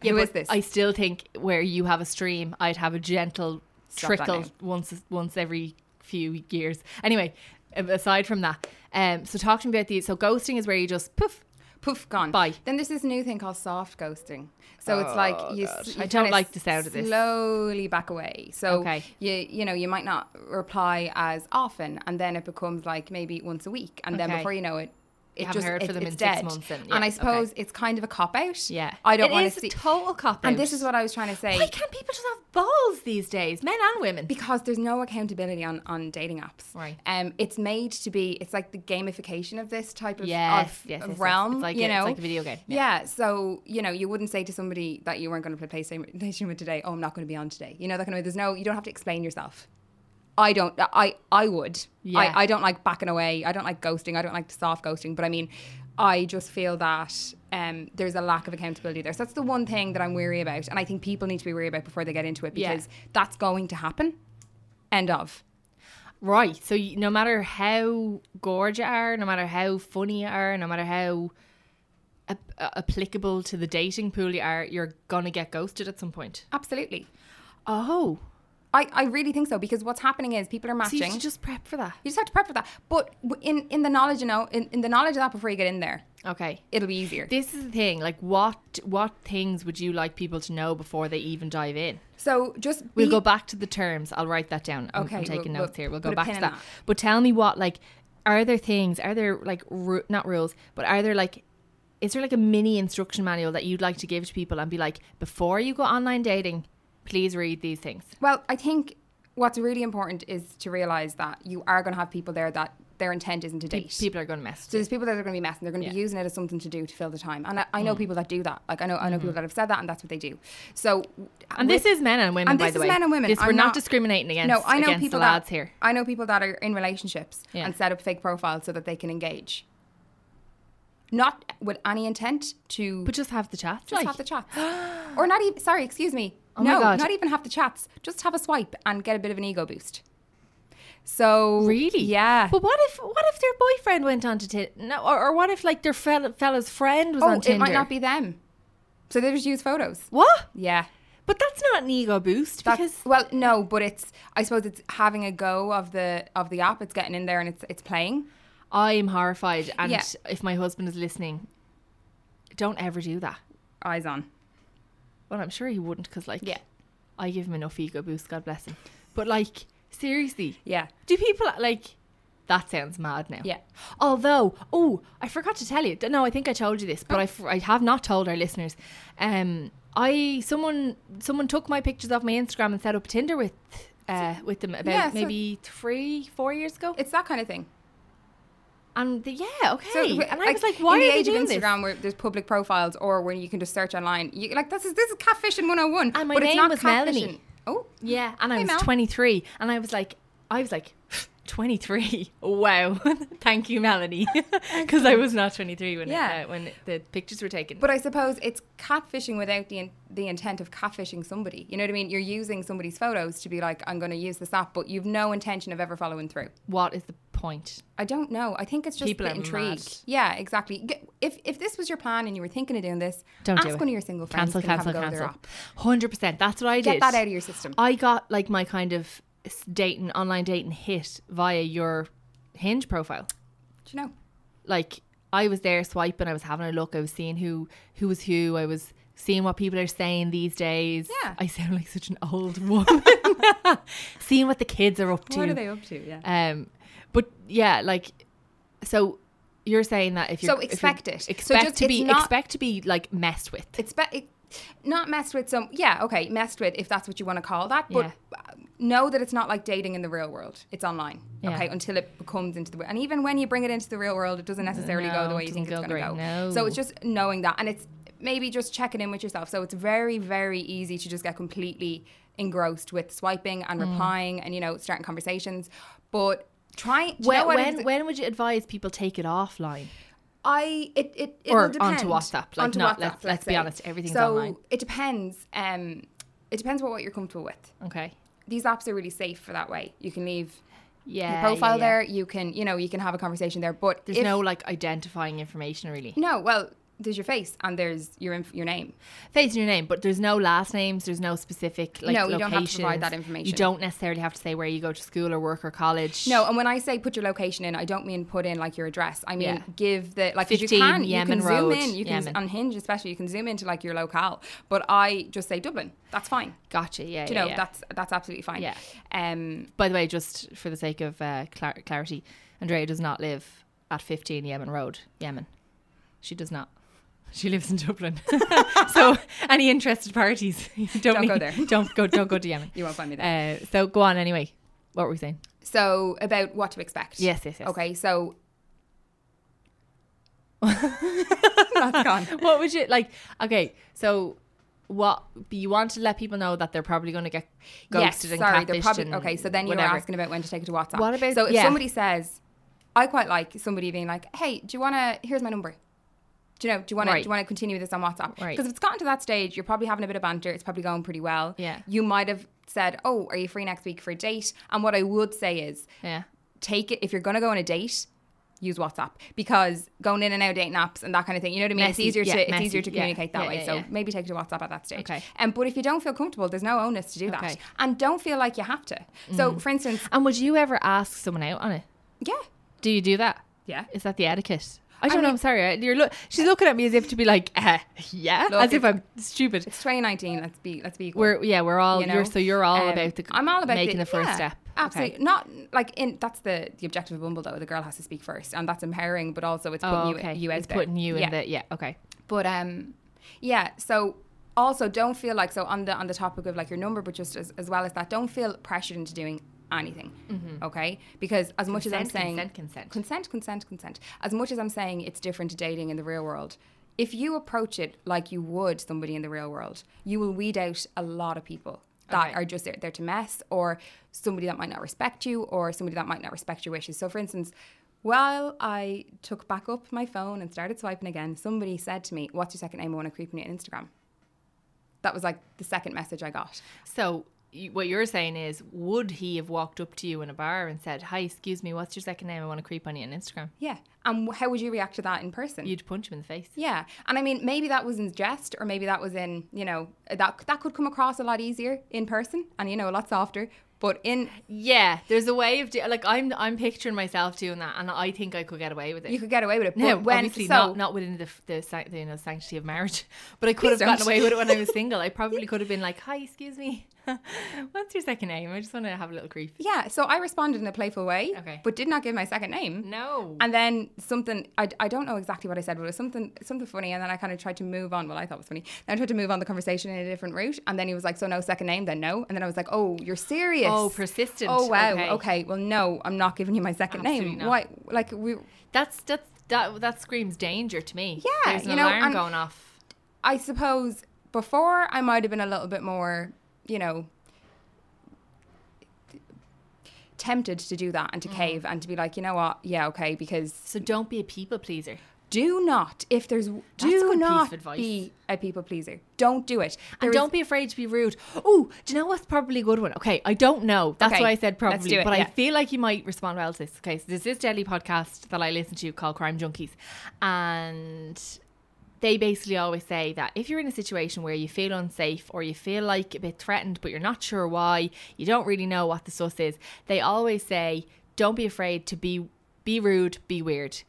[SPEAKER 2] Yeah,
[SPEAKER 3] who
[SPEAKER 2] but
[SPEAKER 3] is this?
[SPEAKER 2] I still think where you have a stream, I'd have a gentle
[SPEAKER 3] Stop that
[SPEAKER 2] trickle
[SPEAKER 3] now.
[SPEAKER 2] once once every few years. Anyway, um, aside from that, um, so talk to me about these. So ghosting is where you just poof.
[SPEAKER 3] poof gone.
[SPEAKER 2] Bye.
[SPEAKER 3] Then there's this new thing called soft ghosting. So it's like you, s- you
[SPEAKER 2] I don't
[SPEAKER 3] kinda
[SPEAKER 2] like the sound of this.
[SPEAKER 3] Slowly back away. So
[SPEAKER 2] Okay.
[SPEAKER 3] you you know you might not reply as often, and then it becomes like maybe once a week, and then
[SPEAKER 2] Okay.
[SPEAKER 3] before you know it. It
[SPEAKER 2] haven't
[SPEAKER 3] just,
[SPEAKER 2] heard
[SPEAKER 3] it-
[SPEAKER 2] from them
[SPEAKER 3] it's
[SPEAKER 2] in six
[SPEAKER 3] dead.
[SPEAKER 2] months then.
[SPEAKER 3] and
[SPEAKER 2] Yeah,
[SPEAKER 3] I
[SPEAKER 2] okay.
[SPEAKER 3] suppose it's kind of a cop out.
[SPEAKER 2] Yeah,
[SPEAKER 3] I don't
[SPEAKER 2] It
[SPEAKER 3] want
[SPEAKER 2] is a
[SPEAKER 3] to see.
[SPEAKER 2] total cop
[SPEAKER 3] and this is what I was trying to say
[SPEAKER 2] why can't people just have balls these days, men and women?
[SPEAKER 3] because there's no accountability on, on dating apps.
[SPEAKER 2] Right.
[SPEAKER 3] Um, it's made to be. It's like the gamification of this type of,
[SPEAKER 2] Yes,
[SPEAKER 3] of-
[SPEAKER 2] yes,
[SPEAKER 3] of
[SPEAKER 2] yes, yes.
[SPEAKER 3] realm.
[SPEAKER 2] It's like
[SPEAKER 3] you
[SPEAKER 2] a- it's
[SPEAKER 3] know,
[SPEAKER 2] like a video game.
[SPEAKER 3] Yeah. So you know, you wouldn't say to somebody that you weren't going to play PlayStation with today. Oh, I'm not going to be on today. You know that kind of. There's no. You don't have to explain yourself. I don't. I I would.
[SPEAKER 2] Yeah.
[SPEAKER 3] I, I don't like backing away. I don't like ghosting. I don't like soft ghosting. But I mean, I just feel that um, there's a lack of accountability there. So that's the one thing that I'm weary about, and I think people need to be weary about before they get into it
[SPEAKER 2] Yeah.
[SPEAKER 3] because that's going to happen. End of.
[SPEAKER 2] Right. So you, no matter how gorgeous you are, no matter how funny you are, no matter how ap- uh, applicable to the dating pool you are, you're gonna get ghosted at some point.
[SPEAKER 3] Absolutely.
[SPEAKER 2] Oh,
[SPEAKER 3] I, I really think so because what's happening is people are
[SPEAKER 2] so you
[SPEAKER 3] matching.
[SPEAKER 2] should just prep for that.
[SPEAKER 3] You just have to prep for that. But w- in in the knowledge, you know, in, in the knowledge of that before you get in there,
[SPEAKER 2] Okay.
[SPEAKER 3] it'll be easier.
[SPEAKER 2] This is the thing. Like, what what things would you like people to know before they even dive in?
[SPEAKER 3] so just be,
[SPEAKER 2] We'll go back to the terms. I'll write that down. I'm, I'm
[SPEAKER 3] Okay,
[SPEAKER 2] taking
[SPEAKER 3] we'll-
[SPEAKER 2] notes here. We'll go
[SPEAKER 3] put a
[SPEAKER 2] back
[SPEAKER 3] pin
[SPEAKER 2] to
[SPEAKER 3] in
[SPEAKER 2] that.
[SPEAKER 3] that.
[SPEAKER 2] But tell me what, like, are there things, are there, like, ru- not rules, but are there, like, is there, like, a mini instruction manual that you'd like to give to people and be like, before you go online dating, please read these things?
[SPEAKER 3] Well, I think what's really important is to realize that you are going to have people there that their intent isn't to date.
[SPEAKER 2] People are going to mess.
[SPEAKER 3] So there's people that are going to be messing. They're going to be
[SPEAKER 2] Yeah. Mm.
[SPEAKER 3] using it as something to do to fill the time. And I, I know people that do that. Like I know I know people that have said that, and that's what they do. So
[SPEAKER 2] Mm-hmm. And
[SPEAKER 3] with-
[SPEAKER 2] this is men and women,
[SPEAKER 3] and
[SPEAKER 2] by
[SPEAKER 3] this
[SPEAKER 2] the
[SPEAKER 3] is
[SPEAKER 2] way.
[SPEAKER 3] men and women.
[SPEAKER 2] This, we're
[SPEAKER 3] I'm
[SPEAKER 2] not,
[SPEAKER 3] not-
[SPEAKER 2] discriminating against,
[SPEAKER 3] no, I know
[SPEAKER 2] against
[SPEAKER 3] people
[SPEAKER 2] the lads
[SPEAKER 3] that,
[SPEAKER 2] here.
[SPEAKER 3] I know people that are in relationships
[SPEAKER 2] Yeah.
[SPEAKER 3] and set up fake profiles so that they can engage. Not with any intent to
[SPEAKER 2] But just have the chat.
[SPEAKER 3] just
[SPEAKER 2] like.
[SPEAKER 3] have the chats. or not even sorry, excuse me.
[SPEAKER 2] Oh my
[SPEAKER 3] no,
[SPEAKER 2] God.
[SPEAKER 3] not even have the chats. Just have a swipe and get a bit of an ego boost. So
[SPEAKER 2] Really?
[SPEAKER 3] Yeah.
[SPEAKER 2] But what if what if their boyfriend went on to Tinder? No, or, or what if like their fella, fella's friend was
[SPEAKER 3] oh,
[SPEAKER 2] on
[SPEAKER 3] it
[SPEAKER 2] Tinder?
[SPEAKER 3] might not be them. So they just use photos.
[SPEAKER 2] What?
[SPEAKER 3] Yeah.
[SPEAKER 2] But that's not an ego boost
[SPEAKER 3] That's,
[SPEAKER 2] because
[SPEAKER 3] well, no, but it's I suppose it's having a go of the of the app. It's getting in there and it's it's playing.
[SPEAKER 2] I'm horrified. And
[SPEAKER 3] Yeah.
[SPEAKER 2] if my husband is listening, don't ever do that.
[SPEAKER 3] Eyes on.
[SPEAKER 2] Well, I'm sure he wouldn't because like
[SPEAKER 3] Yeah.
[SPEAKER 2] I give him enough ego boost. God bless him. But like, seriously,
[SPEAKER 3] Yeah.
[SPEAKER 2] do people like? That sounds mad now.
[SPEAKER 3] Yeah.
[SPEAKER 2] Although, oh, I forgot to tell you. D- No, I think I told you this,
[SPEAKER 3] Oh.
[SPEAKER 2] but I f- I, have not told our listeners. Um, I someone someone took my pictures off my Instagram and set up Tinder with uh, with them about
[SPEAKER 3] Yeah, so-
[SPEAKER 2] maybe three four years ago.
[SPEAKER 3] It's that kind of thing.
[SPEAKER 2] And the, yeah, okay. and I was like,
[SPEAKER 3] in
[SPEAKER 2] why
[SPEAKER 3] the
[SPEAKER 2] are they
[SPEAKER 3] age
[SPEAKER 2] doing
[SPEAKER 3] of Instagram where there's public profiles or where you can just search online? You, like this is this is catfishing 101.
[SPEAKER 2] And my
[SPEAKER 3] but it's
[SPEAKER 2] name
[SPEAKER 3] not
[SPEAKER 2] was
[SPEAKER 3] catfishing.
[SPEAKER 2] Melanie.
[SPEAKER 3] Oh,
[SPEAKER 2] this? Yeah, and I
[SPEAKER 3] Hey,
[SPEAKER 2] was
[SPEAKER 3] Mel.
[SPEAKER 2] 23, and I was like, I was like, 23. Wow, thank you, Melanie, because I was not 23 when
[SPEAKER 3] Yeah.
[SPEAKER 2] it, uh, when the pictures were taken.
[SPEAKER 3] but I suppose it's catfishing without the in, the intent of catfishing somebody. You know what I mean? You're using somebody's photos to be like, I'm going to use this app, but you've no intention of ever following through.
[SPEAKER 2] what is the point?
[SPEAKER 3] I don't know. I think it's just
[SPEAKER 2] People
[SPEAKER 3] the
[SPEAKER 2] are
[SPEAKER 3] intrigue.
[SPEAKER 2] mad.
[SPEAKER 3] Yeah, exactly. G- If if this was your plan and you were thinking of doing this,
[SPEAKER 2] Don't
[SPEAKER 3] ask
[SPEAKER 2] do it.
[SPEAKER 3] one of your single friends.
[SPEAKER 2] Cancel,
[SPEAKER 3] can have a
[SPEAKER 2] cancel,
[SPEAKER 3] go at their
[SPEAKER 2] cancel.
[SPEAKER 3] app.
[SPEAKER 2] Hundred percent. That's what I
[SPEAKER 3] Get
[SPEAKER 2] did.
[SPEAKER 3] that out of your system.
[SPEAKER 2] I got like my kind of s- dating, online dating hit via your Hinge profile.
[SPEAKER 3] Do you know?
[SPEAKER 2] like I was there swiping, I was having a look, I was seeing who who was who, I was seeing what people are saying these days.
[SPEAKER 3] Yeah.
[SPEAKER 2] I sound like such an old woman. seeing what the kids are up to.
[SPEAKER 3] up to? Yeah.
[SPEAKER 2] Um but yeah, like so you're saying that if you
[SPEAKER 3] So expect it. So
[SPEAKER 2] Expect
[SPEAKER 3] just-
[SPEAKER 2] to be
[SPEAKER 3] it's not-
[SPEAKER 2] expect to be like messed with.
[SPEAKER 3] It's be- it, not messed with some. Yeah, okay, messed with if that's what you want to call that. But know that it's not like dating in the real world. It's online.
[SPEAKER 2] Yeah.
[SPEAKER 3] Okay, until it becomes into the and even when you bring it into the real world, it doesn't necessarily go
[SPEAKER 2] No,
[SPEAKER 3] the way
[SPEAKER 2] it
[SPEAKER 3] you think it's
[SPEAKER 2] doesn't
[SPEAKER 3] going
[SPEAKER 2] go
[SPEAKER 3] to go.
[SPEAKER 2] great,
[SPEAKER 3] So
[SPEAKER 2] no.
[SPEAKER 3] it's just knowing that, and it's maybe just checking in with yourself. So it's very very easy to just get completely engrossed with swiping and
[SPEAKER 2] Mm.
[SPEAKER 3] replying and you know starting conversations, but. Try do you
[SPEAKER 2] when
[SPEAKER 3] know what it
[SPEAKER 2] when,
[SPEAKER 3] is?
[SPEAKER 2] when would you advise people take it offline?
[SPEAKER 3] I it it it
[SPEAKER 2] Or
[SPEAKER 3] will depend.
[SPEAKER 2] onto WhatsApp, like,
[SPEAKER 3] Onto
[SPEAKER 2] not- let's- let's be
[SPEAKER 3] say.
[SPEAKER 2] honest, everything's
[SPEAKER 3] so
[SPEAKER 2] online.
[SPEAKER 3] it depends. Um, it depends what what you're comfortable with.
[SPEAKER 2] Okay.
[SPEAKER 3] These apps are really safe for that way. You can leave
[SPEAKER 2] Yeah.
[SPEAKER 3] your
[SPEAKER 2] yeah,
[SPEAKER 3] profile
[SPEAKER 2] yeah.
[SPEAKER 3] there. You can you know you can have a conversation there. But
[SPEAKER 2] There's
[SPEAKER 3] if-
[SPEAKER 2] no like identifying information really.
[SPEAKER 3] no well there's your face and there's your inf- your name.
[SPEAKER 2] Face in your name, but there's no last names. There's no specific like
[SPEAKER 3] No, you
[SPEAKER 2] locations.
[SPEAKER 3] don't have to provide that information.
[SPEAKER 2] You don't necessarily have to say where you go to school or work or college.
[SPEAKER 3] No, um, and when I say put your location in, I don't mean put in like your address. I mean
[SPEAKER 2] Yeah.
[SPEAKER 3] give the like 'cause
[SPEAKER 2] 15
[SPEAKER 3] you can
[SPEAKER 2] Yemen
[SPEAKER 3] you can
[SPEAKER 2] Road,
[SPEAKER 3] zoom in. You can
[SPEAKER 2] Yemen.
[SPEAKER 3] on Hinge especially you can zoom into like your locale. But I just say Dublin. That's fine.
[SPEAKER 2] gotcha. Yeah,
[SPEAKER 3] Do you
[SPEAKER 2] yeah,
[SPEAKER 3] know
[SPEAKER 2] yeah.
[SPEAKER 3] that's that's absolutely fine.
[SPEAKER 2] Yeah.
[SPEAKER 3] Um.
[SPEAKER 2] By the way, just for the sake of uh, clar- clarity, Andrea does not live at 15 Yemen Road, Yemen. She does not. She lives in Dublin. so any interested parties, you don't,
[SPEAKER 3] Don't go
[SPEAKER 2] need-
[SPEAKER 3] there.
[SPEAKER 2] Don't go. Don't go to Yemen.
[SPEAKER 3] You won't find me there.
[SPEAKER 2] Uh, so go on anyway. What were we saying?
[SPEAKER 3] So about what to expect.
[SPEAKER 2] Yes, yes, yes.
[SPEAKER 3] Okay, so that's gone.
[SPEAKER 2] what would you like? Okay, so what you want to let people know that they're probably going to get ghosted and
[SPEAKER 3] sorry, they're
[SPEAKER 2] catfished
[SPEAKER 3] probably
[SPEAKER 2] and
[SPEAKER 3] okay. So then you
[SPEAKER 2] whatever.
[SPEAKER 3] were asking about when to take it to WhatsApp.
[SPEAKER 2] What about-
[SPEAKER 3] so if
[SPEAKER 2] yeah.
[SPEAKER 3] somebody says, I quite like somebody being like, "Hey, do you want to? Here's my number." Do you know? Do you want to?
[SPEAKER 2] Right.
[SPEAKER 3] Do you want to continue this on WhatsApp? Because
[SPEAKER 2] Right.
[SPEAKER 3] if it's gotten to that stage, you're probably having a bit of banter. It's probably going pretty well.
[SPEAKER 2] Yeah.
[SPEAKER 3] You might have said, "Oh, are you free next week for a date?" And what I would say is,
[SPEAKER 2] Yeah.
[SPEAKER 3] take it if you're going to go on a date use WhatsApp because going in and out of dating apps and that kind of thing you know what I mean
[SPEAKER 2] Messy,
[SPEAKER 3] it's easier
[SPEAKER 2] yeah,
[SPEAKER 3] to it's
[SPEAKER 2] messy,
[SPEAKER 3] easier to
[SPEAKER 2] yeah,
[SPEAKER 3] communicate that
[SPEAKER 2] yeah,
[SPEAKER 3] way
[SPEAKER 2] yeah,
[SPEAKER 3] so
[SPEAKER 2] yeah.
[SPEAKER 3] maybe take it to WhatsApp at that stage
[SPEAKER 2] Okay.
[SPEAKER 3] um, but if you don't feel comfortable there's no onus to do that
[SPEAKER 2] Okay. Mm.
[SPEAKER 3] and don't feel like you have to so for instance
[SPEAKER 2] And would you ever ask someone out on it?
[SPEAKER 3] yeah
[SPEAKER 2] Do you do that?
[SPEAKER 3] yeah
[SPEAKER 2] Is that the etiquette? I don't know.
[SPEAKER 3] mean-
[SPEAKER 2] I'm sorry. I- You're look. She's looking at me as if to be like, uh, yeah,
[SPEAKER 3] Look,
[SPEAKER 2] as if I'm stupid.
[SPEAKER 3] it's 2019 let's be let's be equal.
[SPEAKER 2] We're yeah, we're all.
[SPEAKER 3] you
[SPEAKER 2] You
[SPEAKER 3] know?
[SPEAKER 2] are so you're all
[SPEAKER 3] Um,
[SPEAKER 2] about the.
[SPEAKER 3] I'm all about
[SPEAKER 2] making the, first
[SPEAKER 3] yeah,
[SPEAKER 2] step.
[SPEAKER 3] Absolutely,
[SPEAKER 2] Okay.
[SPEAKER 3] not like in that's the the objective of Bumble though. The girl has to speak first, and that's empowering, but also it's putting
[SPEAKER 2] Oh,
[SPEAKER 3] you
[SPEAKER 2] okay.
[SPEAKER 3] you out
[SPEAKER 2] it's
[SPEAKER 3] there.
[SPEAKER 2] putting you
[SPEAKER 3] Yeah.
[SPEAKER 2] in the yeah. Okay.
[SPEAKER 3] But um, yeah. So also, don't feel like so on the on the topic of like your number, but just as, as well as that, don't feel pressured into doing anything. Okay, because as much as I'm
[SPEAKER 2] Consent,
[SPEAKER 3] saying
[SPEAKER 2] Mm-hmm. consent, consent.
[SPEAKER 3] consent, consent, consent. As much as I'm saying it's different to dating in the real world. If you approach it like you would somebody in the real world, you will weed out a lot of people that
[SPEAKER 2] Okay.
[SPEAKER 3] are just there, there to mess, or somebody that might not respect you, or somebody that might not respect your wishes. So, for instance, while I took back up my phone and started swiping again, somebody said to me, "What's your second name? I want to creep on you on Instagram." That was like the second message I got.
[SPEAKER 2] So you, what you're saying is, would he have walked up to you in a bar and said, "Hi, excuse me, what's your second name? I want to creep on you on Instagram."
[SPEAKER 3] Yeah, and wh- how would you react to that in person?
[SPEAKER 2] You'd punch him in the face.
[SPEAKER 3] yeah, and I mean, maybe that was in jest, or maybe that was in you know that that could come across a lot easier in person, and you know a lot softer. But in
[SPEAKER 2] Yeah, there's a way of do- like I'm I'm picturing myself doing that, and I think I could get away with it.
[SPEAKER 3] you could get away with it.
[SPEAKER 2] no,
[SPEAKER 3] but when
[SPEAKER 2] obviously
[SPEAKER 3] so
[SPEAKER 2] not not within the f- the, sanct- you know sanctity of marriage, but I could
[SPEAKER 3] Please
[SPEAKER 2] have gotten
[SPEAKER 3] don't.
[SPEAKER 2] away with it when I was single. I probably could have been like, "Hi, excuse me, What's your second name? I just want to have a little grief.
[SPEAKER 3] Yeah, so I responded in a playful way,
[SPEAKER 2] Okay.
[SPEAKER 3] but did not give my second name.
[SPEAKER 2] No.
[SPEAKER 3] And then something I, I don't know exactly what I said, but it was something something funny. And then I kind of tried to move on. Well, I thought it was funny. Then I tried to move on the conversation in a different route. And then he was like, "So no second name, then no." And then I was like, "Oh, you're serious?
[SPEAKER 2] Oh, persistent.
[SPEAKER 3] Oh wow.
[SPEAKER 2] Okay.
[SPEAKER 3] Okay. Well, no, I'm not giving you my second name.
[SPEAKER 2] Absolutely not.
[SPEAKER 3] Why? Like we.
[SPEAKER 2] that's that's that that screams danger to me.
[SPEAKER 3] Yeah,
[SPEAKER 2] There's an
[SPEAKER 3] you know,
[SPEAKER 2] alarm
[SPEAKER 3] and-
[SPEAKER 2] going off.
[SPEAKER 3] I suppose before I might have been a little bit more, you know, tempted to do that and
[SPEAKER 2] Mm-hmm.
[SPEAKER 3] to cave and to be like, you know what? Yeah, okay, because
[SPEAKER 2] So don't be a people pleaser.
[SPEAKER 3] Do not, if there's,
[SPEAKER 2] a
[SPEAKER 3] do
[SPEAKER 2] good piece of
[SPEAKER 3] not
[SPEAKER 2] advice.
[SPEAKER 3] be a people pleaser. Don't do it.
[SPEAKER 2] And
[SPEAKER 3] There is-
[SPEAKER 2] don't be afraid to be rude. Oh, do you know what's probably a good one? Okay, I don't know. That's
[SPEAKER 3] Okay,
[SPEAKER 2] why I said
[SPEAKER 3] let's do
[SPEAKER 2] probably,
[SPEAKER 3] it,
[SPEAKER 2] but I
[SPEAKER 3] yeah.
[SPEAKER 2] feel like you might respond well to this. Okay, so there's this daily podcast that I listen to called Crime Junkies, and they basically always say that if you're in a situation where you feel unsafe or you feel like a bit threatened, but you're not sure why, you don't really know what the sus is, they always say, don't be afraid to be be rude, be weird.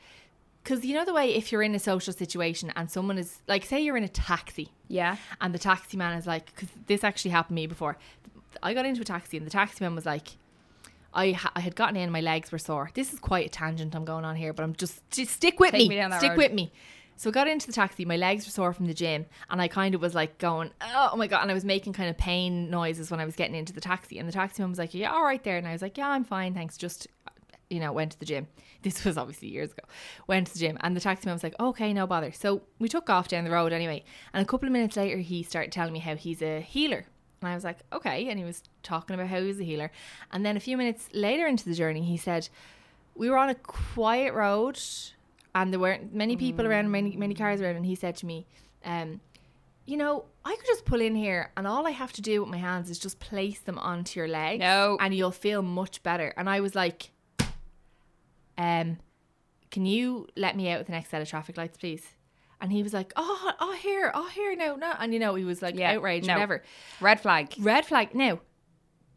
[SPEAKER 2] Because you know the way if you're in a social situation and someone is like, say you're in a taxi
[SPEAKER 3] Yeah.
[SPEAKER 2] and the taxi man is like, because this actually happened to me before. I got into a taxi and the taxi man was like, I, ha- I had gotten in, my legs were sore. This is quite a tangent I'm going on here, but I'm just, just stick with
[SPEAKER 3] Take
[SPEAKER 2] me.
[SPEAKER 3] me down that
[SPEAKER 2] stick
[SPEAKER 3] road.
[SPEAKER 2] with me. So I got into the taxi, my legs were sore from the gym, and I kind of was like going, oh my God. And I was making kind of pain noises when I was getting into the taxi. And the taxi man was like, yeah, all right there. And I was like, yeah, I'm fine, thanks. Just, you know, went to the gym. This was obviously years ago. Went to the gym, and the taxi man was like, okay, no bother. So we took off down the road anyway. And a couple of minutes later, he started telling me how he's a healer. And I was like, okay. And he was talking about how he was a healer. And then a few minutes later into the journey, he said, we were on a quiet road and there weren't many people
[SPEAKER 3] Mm.
[SPEAKER 2] around, many many cars around, and he said to me, um, you know, I could just pull in here and all I have to do with my hands is just place them onto your legs
[SPEAKER 3] No.
[SPEAKER 2] and you'll feel much better. And I was like, um, can you let me out at the next set of traffic lights, please? And he was like, oh, oh, here, oh, here, no, no. And, you know, he was like
[SPEAKER 3] Yeah,
[SPEAKER 2] outraged,
[SPEAKER 3] no.
[SPEAKER 2] whatever.
[SPEAKER 3] Red flag.
[SPEAKER 2] Red flag. Now,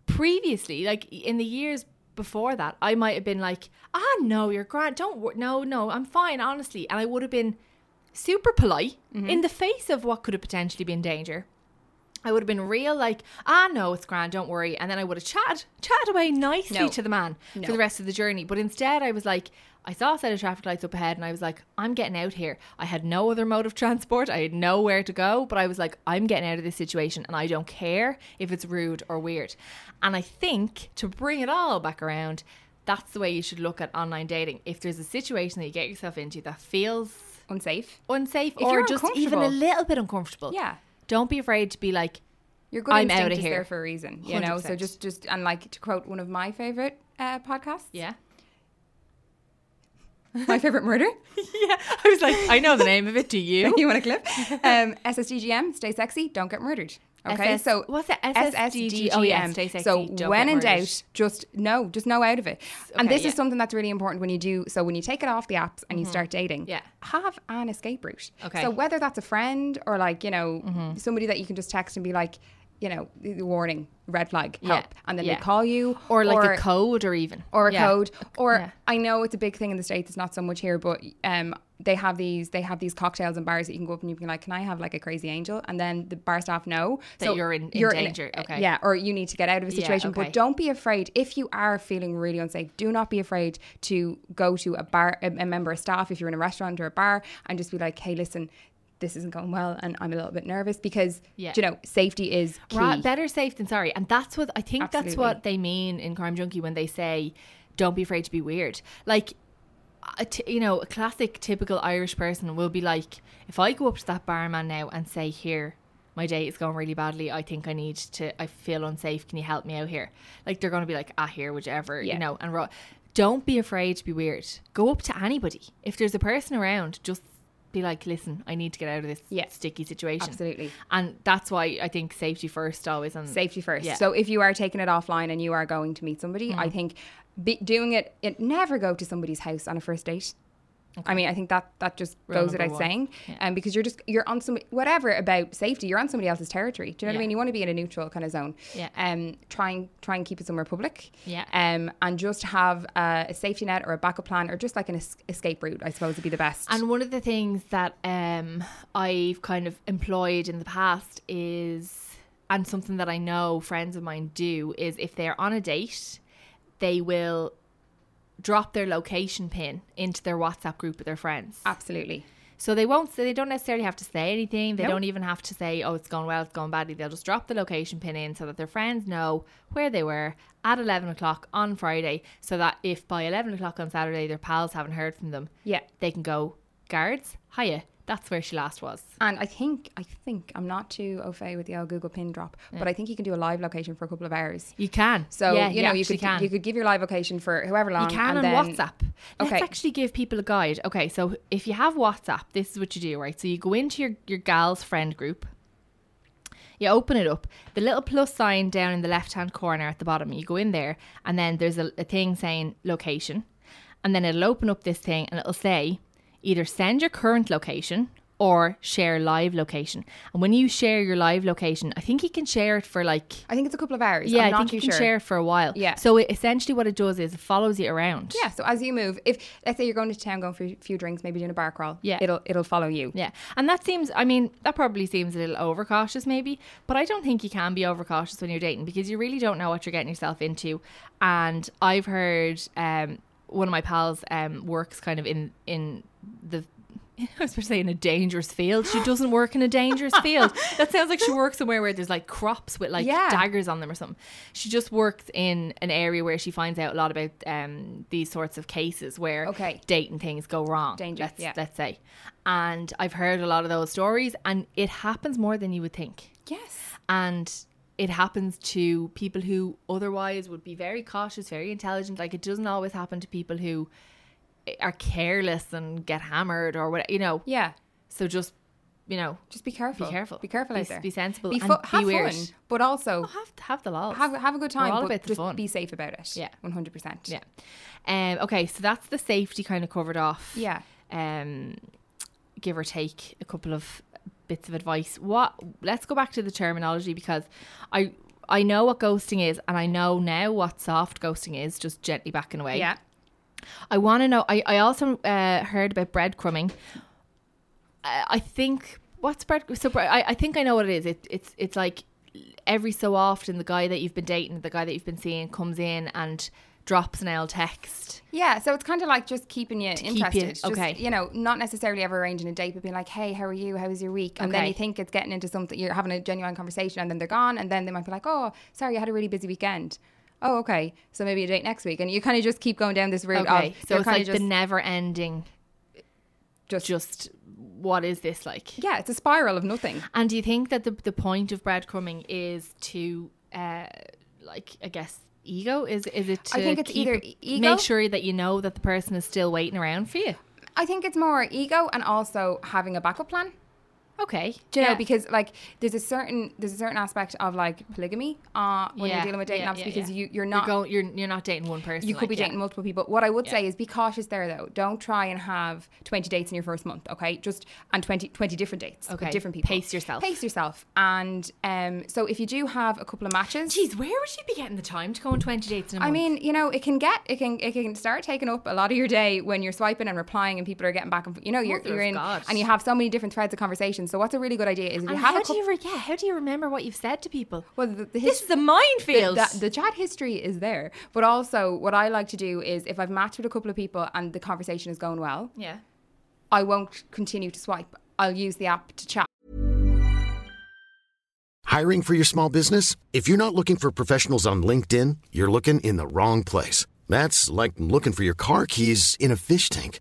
[SPEAKER 2] previously, like in the years before that, I might have been like, ah, no, you're grand. Don't wor- No, no, I'm fine, honestly. And I would have been super polite
[SPEAKER 3] Mm-hmm.
[SPEAKER 2] in the face of what could have potentially been danger. I would have been real, like, ah, no, it's grand, don't worry. And then I would have chatted, chatted away nicely
[SPEAKER 3] No.
[SPEAKER 2] to the man for the rest of the journey. But instead, I was like, I saw a set of traffic lights up ahead and I was like, I'm getting out here. I had no other mode of transport. I had nowhere to go. But I was like, I'm getting out of this situation and I don't care if it's rude or weird. And I think to bring it all back around, that's the way you should look at online dating. If there's a situation that you get yourself into that feels
[SPEAKER 3] Unsafe.
[SPEAKER 2] unsafe
[SPEAKER 3] If
[SPEAKER 2] or
[SPEAKER 3] you're
[SPEAKER 2] just even a
[SPEAKER 3] uncomfortable.
[SPEAKER 2] little bit uncomfortable.
[SPEAKER 3] Yeah.
[SPEAKER 2] Don't be afraid to be like,
[SPEAKER 3] Your good
[SPEAKER 2] I'm
[SPEAKER 3] instinct
[SPEAKER 2] outta
[SPEAKER 3] is
[SPEAKER 2] here.
[SPEAKER 3] there for a reason, you know? So
[SPEAKER 2] 100%.
[SPEAKER 3] just, just, and like to quote one of my favorite uh, podcasts,
[SPEAKER 2] yeah.
[SPEAKER 3] my favorite murder,
[SPEAKER 2] Yeah. I was like, I know the name of it. Do you?
[SPEAKER 3] you want a clip? Um, SSDGM, stay sexy, don't get murdered. Okay,
[SPEAKER 2] SS
[SPEAKER 3] so
[SPEAKER 2] what's it? SSDGM.
[SPEAKER 3] SSDGM.
[SPEAKER 2] Oh, yeah, stay sexy,
[SPEAKER 3] so
[SPEAKER 2] don't
[SPEAKER 3] when
[SPEAKER 2] get
[SPEAKER 3] in
[SPEAKER 2] murdered.
[SPEAKER 3] doubt, just no, just no out of it. and
[SPEAKER 2] Okay,
[SPEAKER 3] this
[SPEAKER 2] yeah. Mm-hmm.
[SPEAKER 3] is something that's really important when you do. So when you take it off the apps and you start dating,
[SPEAKER 2] Yeah.
[SPEAKER 3] have an escape route.
[SPEAKER 2] Okay. Mm-hmm.
[SPEAKER 3] So whether that's a friend or like you know somebody that you can just text and be like, you know, warning, red flag,
[SPEAKER 2] Yeah,
[SPEAKER 3] help, and then
[SPEAKER 2] yeah.
[SPEAKER 3] they call you
[SPEAKER 2] Or like a code or even.
[SPEAKER 3] or a
[SPEAKER 2] Yeah.
[SPEAKER 3] code or
[SPEAKER 2] yeah.
[SPEAKER 3] I know it's a big thing in the states it's not so much here but um they have these they have these cocktails and bars that you can go up and you can be like can I have like a crazy angel and then the bar staff know
[SPEAKER 2] That you're in- in danger, okay.
[SPEAKER 3] yeah or you need to get out of a
[SPEAKER 2] Yeah,
[SPEAKER 3] situation
[SPEAKER 2] okay.
[SPEAKER 3] but don't be afraid if you are feeling really unsafe do not be afraid to go to a bar a, a member of staff if you're in a restaurant or a bar and just be like hey listen this isn't going well and I'm a little bit nervous because
[SPEAKER 2] Yeah.
[SPEAKER 3] do you know safety is key
[SPEAKER 2] Right, better safe than sorry. And that's what I think that's
[SPEAKER 3] Absolutely.
[SPEAKER 2] what they mean in Crime Junkie when they say, don't be afraid to be weird. Like, a t- you know, a classic typical Irish person will be like, if I go up to that barman now and say, here, my day is going really badly. I think I need to, I feel unsafe. Can you help me out here? Like, they're going to be like, ah, here, whichever, you
[SPEAKER 3] Yeah.
[SPEAKER 2] know, and ro- don't be afraid to be weird. Go up to anybody. If there's a person around, just be like, listen, I need to get out of this
[SPEAKER 3] Yeah.
[SPEAKER 2] sticky situation.
[SPEAKER 3] Absolutely.
[SPEAKER 2] And that's why I think safety first always and
[SPEAKER 3] safety first.
[SPEAKER 2] Mm. Yeah. Mm.
[SPEAKER 3] So if you are taking it offline and you are going to meet somebody, I think be, doing it, it never go to somebody's house on a first date. I mean, I think that that just
[SPEAKER 2] Rule
[SPEAKER 3] goes
[SPEAKER 2] number
[SPEAKER 3] without
[SPEAKER 2] one.
[SPEAKER 3] saying,
[SPEAKER 2] Yeah.
[SPEAKER 3] um, because you're just you're on some whatever about safety. You're on somebody else's territory. Do you know what
[SPEAKER 2] Yeah.
[SPEAKER 3] I mean? You want to be in a neutral kind of zone.
[SPEAKER 2] Yeah.
[SPEAKER 3] Um, try and try and keep it somewhere public.
[SPEAKER 2] Yeah.
[SPEAKER 3] Um, and just have uh, a safety net or a backup plan or just like an es- escape route. I suppose would be the best.
[SPEAKER 2] And one of the things that um, I've kind of employed in the past is, and something that I know friends of mine do is if they're on a date, they will drop their location pin into their WhatsApp group with their friends.
[SPEAKER 3] Absolutely.
[SPEAKER 2] So they won't say they don't necessarily have to say anything. They
[SPEAKER 3] Nope.
[SPEAKER 2] don't even have to say, Oh, it's gone well, it's gone badly. They'll just drop the location pin in so that their friends know where they were at eleven o'clock on Friday so that if by eleven o'clock on Saturday their pals haven't heard from them,
[SPEAKER 3] Yeah.
[SPEAKER 2] they can go, Guards, hiya, that's where she last was.
[SPEAKER 3] And I think I think I'm not too au fait with the old Google pin drop, but I think you can do a live location for a couple of hours.
[SPEAKER 2] You can.
[SPEAKER 3] So
[SPEAKER 2] yeah,
[SPEAKER 3] you know you
[SPEAKER 2] actually
[SPEAKER 3] could you could give your live location for however long.
[SPEAKER 2] You can
[SPEAKER 3] and
[SPEAKER 2] on
[SPEAKER 3] then,
[SPEAKER 2] WhatsApp. Let's
[SPEAKER 3] Okay.
[SPEAKER 2] actually give people a guide. Okay, so if you have WhatsApp, this is what you do, right? So you go into your, your gal's friend group, you open it up, the little plus sign down in the left hand corner at the bottom, you go in there, and then there's a, a thing saying location. And then it'll open up this thing and it'll say either send your current location or share live location. And when you share your live location, I think you can share it for like
[SPEAKER 3] I think it's a couple of hours.
[SPEAKER 2] yeah,
[SPEAKER 3] I'm
[SPEAKER 2] i
[SPEAKER 3] not
[SPEAKER 2] think
[SPEAKER 3] too
[SPEAKER 2] you can
[SPEAKER 3] sure.
[SPEAKER 2] share it for a while.
[SPEAKER 3] Yeah.
[SPEAKER 2] So it, essentially, what it does is it follows you around.
[SPEAKER 3] Yeah, so as you move, if let's say you're going to town, going for a few drinks, maybe doing a bar crawl,
[SPEAKER 2] Yeah.
[SPEAKER 3] it'll it'll follow you.
[SPEAKER 2] Yeah. And that seems, I mean, that probably seems a little overcautious, maybe, but I don't think you can be overcautious when you're dating because you really don't know what you're getting yourself into. And I've heard um, one of my pals um, works kind of in, in the, I was going to say in a dangerous field. She doesn't work in a dangerous field. That sounds like she works somewhere where there's like crops with like
[SPEAKER 3] Yeah.
[SPEAKER 2] daggers on them or something. She just works in an area where she finds out a lot about um, these sorts of cases where
[SPEAKER 3] Okay.
[SPEAKER 2] dating things go wrong.
[SPEAKER 3] Danger,
[SPEAKER 2] Let's,
[SPEAKER 3] yeah.
[SPEAKER 2] let's say. And I've heard a lot of those stories, and it happens more than you would think.
[SPEAKER 3] Yes.
[SPEAKER 2] And it happens to people who otherwise would be very cautious, very intelligent. Like it doesn't always happen to people who are careless and get hammered or what you know.
[SPEAKER 3] Yeah.
[SPEAKER 2] So just you know,
[SPEAKER 3] Just be careful.
[SPEAKER 2] careful.
[SPEAKER 3] Be careful
[SPEAKER 2] Be-
[SPEAKER 3] out there.
[SPEAKER 2] be sensible and be
[SPEAKER 3] have
[SPEAKER 2] weird.
[SPEAKER 3] fun, but also
[SPEAKER 2] have have the laws.
[SPEAKER 3] have have a good
[SPEAKER 2] We're
[SPEAKER 3] time.
[SPEAKER 2] all
[SPEAKER 3] but
[SPEAKER 2] about the
[SPEAKER 3] just
[SPEAKER 2] fun.
[SPEAKER 3] be safe about it.
[SPEAKER 2] Yeah.
[SPEAKER 3] one hundred percent.
[SPEAKER 2] Yeah. Um, okay, so that's the safety kind of covered off.
[SPEAKER 3] Yeah.
[SPEAKER 2] Um, give or take a couple of bits of advice. What? Let's go back to the terminology because I I know what ghosting is, and I know now what soft ghosting is. Just gently backing away.
[SPEAKER 3] Yeah.
[SPEAKER 2] I want to know. I I also uh, heard about breadcrumbing. I, I think what's bread? So bre- I I think I know what it is. It, it's it's like every so often the guy that you've been dating, the guy that you've been seeing, comes in and drops an L text.
[SPEAKER 3] Yeah, so it's kind of like just keeping you
[SPEAKER 2] keep you-
[SPEAKER 3] interested. Just,
[SPEAKER 2] okay.
[SPEAKER 3] You know, not necessarily ever arranging a date, but being like, hey, how are you? How was your week? And then
[SPEAKER 2] Okay.
[SPEAKER 3] you think it's getting into something, you're having a genuine conversation, and then they're gone. And then they might be like, oh, sorry, I had a really busy weekend. Oh, okay. So maybe a date next week. And you kind of just keep going down this route
[SPEAKER 2] Okay,
[SPEAKER 3] of
[SPEAKER 2] so
[SPEAKER 3] you're
[SPEAKER 2] it's
[SPEAKER 3] kinda
[SPEAKER 2] like
[SPEAKER 3] just,
[SPEAKER 2] the never ending.
[SPEAKER 3] Just-
[SPEAKER 2] just what is this like?
[SPEAKER 3] yeah, it's a spiral of nothing.
[SPEAKER 2] And do you think that the the point of breadcrumbing is to, uh, like I guess ego is is it? To
[SPEAKER 3] I think it's
[SPEAKER 2] keep-
[SPEAKER 3] either e- ego-
[SPEAKER 2] Make sure that you know that the person is still waiting around for you.
[SPEAKER 3] I think it's more ego and also having a backup plan.
[SPEAKER 2] Okay,
[SPEAKER 3] Do you know because like there's a certain there's a certain aspect of like polygamy uh, when
[SPEAKER 2] Yeah,
[SPEAKER 3] you're dealing with dating
[SPEAKER 2] yeah,
[SPEAKER 3] apps
[SPEAKER 2] yeah,
[SPEAKER 3] because
[SPEAKER 2] yeah.
[SPEAKER 3] you you're
[SPEAKER 2] you're
[SPEAKER 3] not
[SPEAKER 2] going, you're you're not dating one person.
[SPEAKER 3] You could
[SPEAKER 2] like,
[SPEAKER 3] be
[SPEAKER 2] yeah.
[SPEAKER 3] dating multiple people. What I would say is be cautious there though. Don't try and have 20 dates in your first month, okay? Just and 20, 20 different dates
[SPEAKER 2] Okay.
[SPEAKER 3] with different people.
[SPEAKER 2] Pace yourself.
[SPEAKER 3] Pace yourself. And um, so if you do have a couple of matches,
[SPEAKER 2] Jeez, where would you be getting the time to go on twenty dates in a
[SPEAKER 3] I
[SPEAKER 2] month?
[SPEAKER 3] mean, you know, it can get it can it can start taking up a lot of your day when you're swiping and replying and people are getting back and f- you know you're,
[SPEAKER 2] Mother of
[SPEAKER 3] you're in
[SPEAKER 2] God.
[SPEAKER 3] and you have so many different threads of conversation. So what's a really good idea is if
[SPEAKER 2] and
[SPEAKER 3] you have
[SPEAKER 2] how
[SPEAKER 3] a couple
[SPEAKER 2] do you re- yeah? How do you remember what you've said to people?
[SPEAKER 3] well, the, the
[SPEAKER 2] This
[SPEAKER 3] his-
[SPEAKER 2] is a minefield.
[SPEAKER 3] the, the chat history is there, but also what I like to do is if I've matched with a couple of people and the conversation is going well,
[SPEAKER 2] yeah.
[SPEAKER 3] I won't continue to swipe. I'll use the app to chat.
[SPEAKER 4] Hiring for your small business? If you're not looking for professionals on LinkedIn, you're looking in the wrong place. That's like looking for your car keys in a fish tank.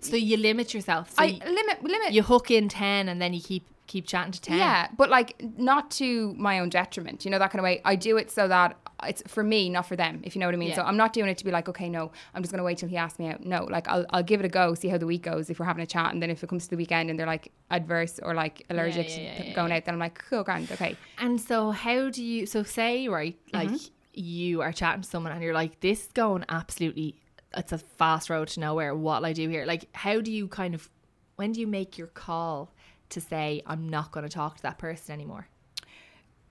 [SPEAKER 2] so you limit yourself. So
[SPEAKER 3] I
[SPEAKER 2] you,
[SPEAKER 3] limit limit.
[SPEAKER 2] you hook in ten, and then you keep keep chatting to ten.
[SPEAKER 3] Yeah, but like not to my own detriment, you know, that kind of way. I do it so that it's for me, not for them, if you know what I mean.
[SPEAKER 2] Yeah.
[SPEAKER 3] So I'm not doing it to be like, okay, no, I'm just going to wait till he asks me out. No, like I'll, I'll give it a go, see how the week goes if we're having a chat. And then if it comes to the weekend and they're like adverse or like allergic
[SPEAKER 2] yeah, yeah,
[SPEAKER 3] to
[SPEAKER 2] yeah,
[SPEAKER 3] going out, then I'm like, cool, grand, okay.
[SPEAKER 2] And so, how do you? So, say right, like you are chatting to someone, and you're like, "This is going absolutely. It's a fast road to nowhere. What'll I do here?" Like, how do you kind of? When do you make your call to say, "I'm not going to talk to that person anymore"?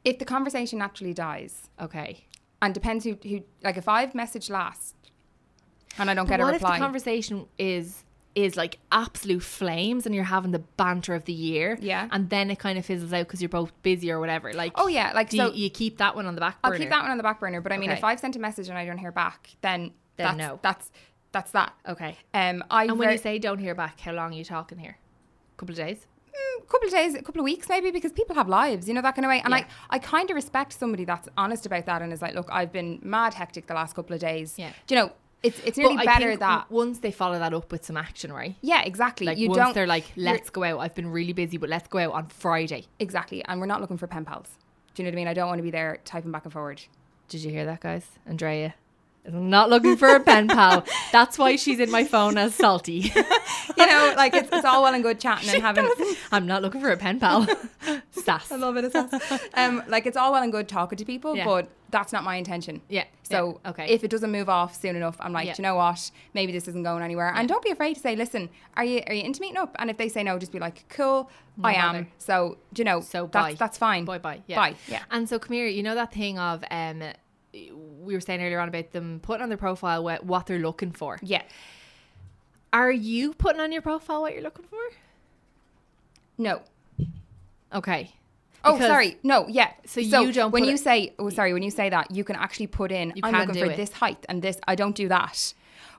[SPEAKER 3] If the conversation naturally dies,
[SPEAKER 2] Okay.
[SPEAKER 3] and depends who, who like if I've messaged last and I don't
[SPEAKER 2] But
[SPEAKER 3] get a
[SPEAKER 2] what if
[SPEAKER 3] reply.
[SPEAKER 2] the conversation is is like absolute flames, and you're having the banter of the year?
[SPEAKER 3] Yeah.
[SPEAKER 2] And then it kind of fizzles out because you're both busy or whatever. Like,
[SPEAKER 3] Oh, yeah, like,
[SPEAKER 2] do
[SPEAKER 3] so-
[SPEAKER 2] you, you keep that one on the back
[SPEAKER 3] I'll
[SPEAKER 2] burner.
[SPEAKER 3] keep that one on the back burner. But I mean,
[SPEAKER 2] Okay.
[SPEAKER 3] if I've sent a message and I don't hear back, then,
[SPEAKER 2] Then
[SPEAKER 3] that's,
[SPEAKER 2] no.
[SPEAKER 3] that's that's that.
[SPEAKER 2] Okay.
[SPEAKER 3] Um, I
[SPEAKER 2] And when
[SPEAKER 3] ver-
[SPEAKER 2] you say don't hear back, how long are you talking here? A couple of days.
[SPEAKER 3] a Mm, couple of days, a couple of weeks maybe, because people have lives, you know, that kind of way. And
[SPEAKER 2] Yeah.
[SPEAKER 3] I, I kind of respect somebody that's honest about that and is like, look, I've been mad hectic the last couple of days.
[SPEAKER 2] Yeah.
[SPEAKER 3] Do you know, it's it's really
[SPEAKER 2] But I
[SPEAKER 3] better
[SPEAKER 2] think
[SPEAKER 3] that.
[SPEAKER 2] w- once they follow that up with some action, right?
[SPEAKER 3] yeah, exactly.
[SPEAKER 2] Like
[SPEAKER 3] you
[SPEAKER 2] once
[SPEAKER 3] don't.
[SPEAKER 2] they're like,
[SPEAKER 3] you're-
[SPEAKER 2] "Let's go out. I've been really busy, but let's go out on Friday."
[SPEAKER 3] exactly, and we're not looking for pen pals. Do you know what I mean? I don't want to be there typing back and forward.
[SPEAKER 2] Did you hear that, guys? Andrea is not looking for a pen pal. That's why she's in my phone as salty.
[SPEAKER 3] You know, like it's, it's all well and good chatting and having.
[SPEAKER 2] I'm not looking for a pen pal. Sass.
[SPEAKER 3] I love it. It's um, like it's all well and good talking to people,
[SPEAKER 2] Yeah.
[SPEAKER 3] but that's not my intention.
[SPEAKER 2] Yeah,
[SPEAKER 3] So
[SPEAKER 2] yeah, okay.
[SPEAKER 3] if it doesn't move off soon enough, I'm like,
[SPEAKER 2] Yeah.
[SPEAKER 3] "Do you know what? Maybe this isn't going anywhere. And don't be afraid to say, listen, are you are you into meeting up? And if they say no, just be like, cool, I am.
[SPEAKER 2] bother.
[SPEAKER 3] So do you know?
[SPEAKER 2] So bye.
[SPEAKER 3] that's, that's fine.
[SPEAKER 2] Bye bye. Yeah.
[SPEAKER 3] Bye. Yeah.
[SPEAKER 2] And so come here, you know that thing of um we were saying earlier on about them putting on their profile what, what they're looking for.
[SPEAKER 3] Yeah.
[SPEAKER 2] Are you putting on your profile what you're looking for?
[SPEAKER 3] No.
[SPEAKER 2] Okay.
[SPEAKER 3] Oh,
[SPEAKER 2] Because-
[SPEAKER 3] sorry. No, yeah.
[SPEAKER 2] So you don't
[SPEAKER 3] When
[SPEAKER 2] put
[SPEAKER 3] you
[SPEAKER 2] it-
[SPEAKER 3] say, oh, sorry, when you say that, you can actually put in.
[SPEAKER 2] You
[SPEAKER 3] I'm
[SPEAKER 2] can
[SPEAKER 3] looking
[SPEAKER 2] do
[SPEAKER 3] for
[SPEAKER 2] it.
[SPEAKER 3] this height and this. I don't do that.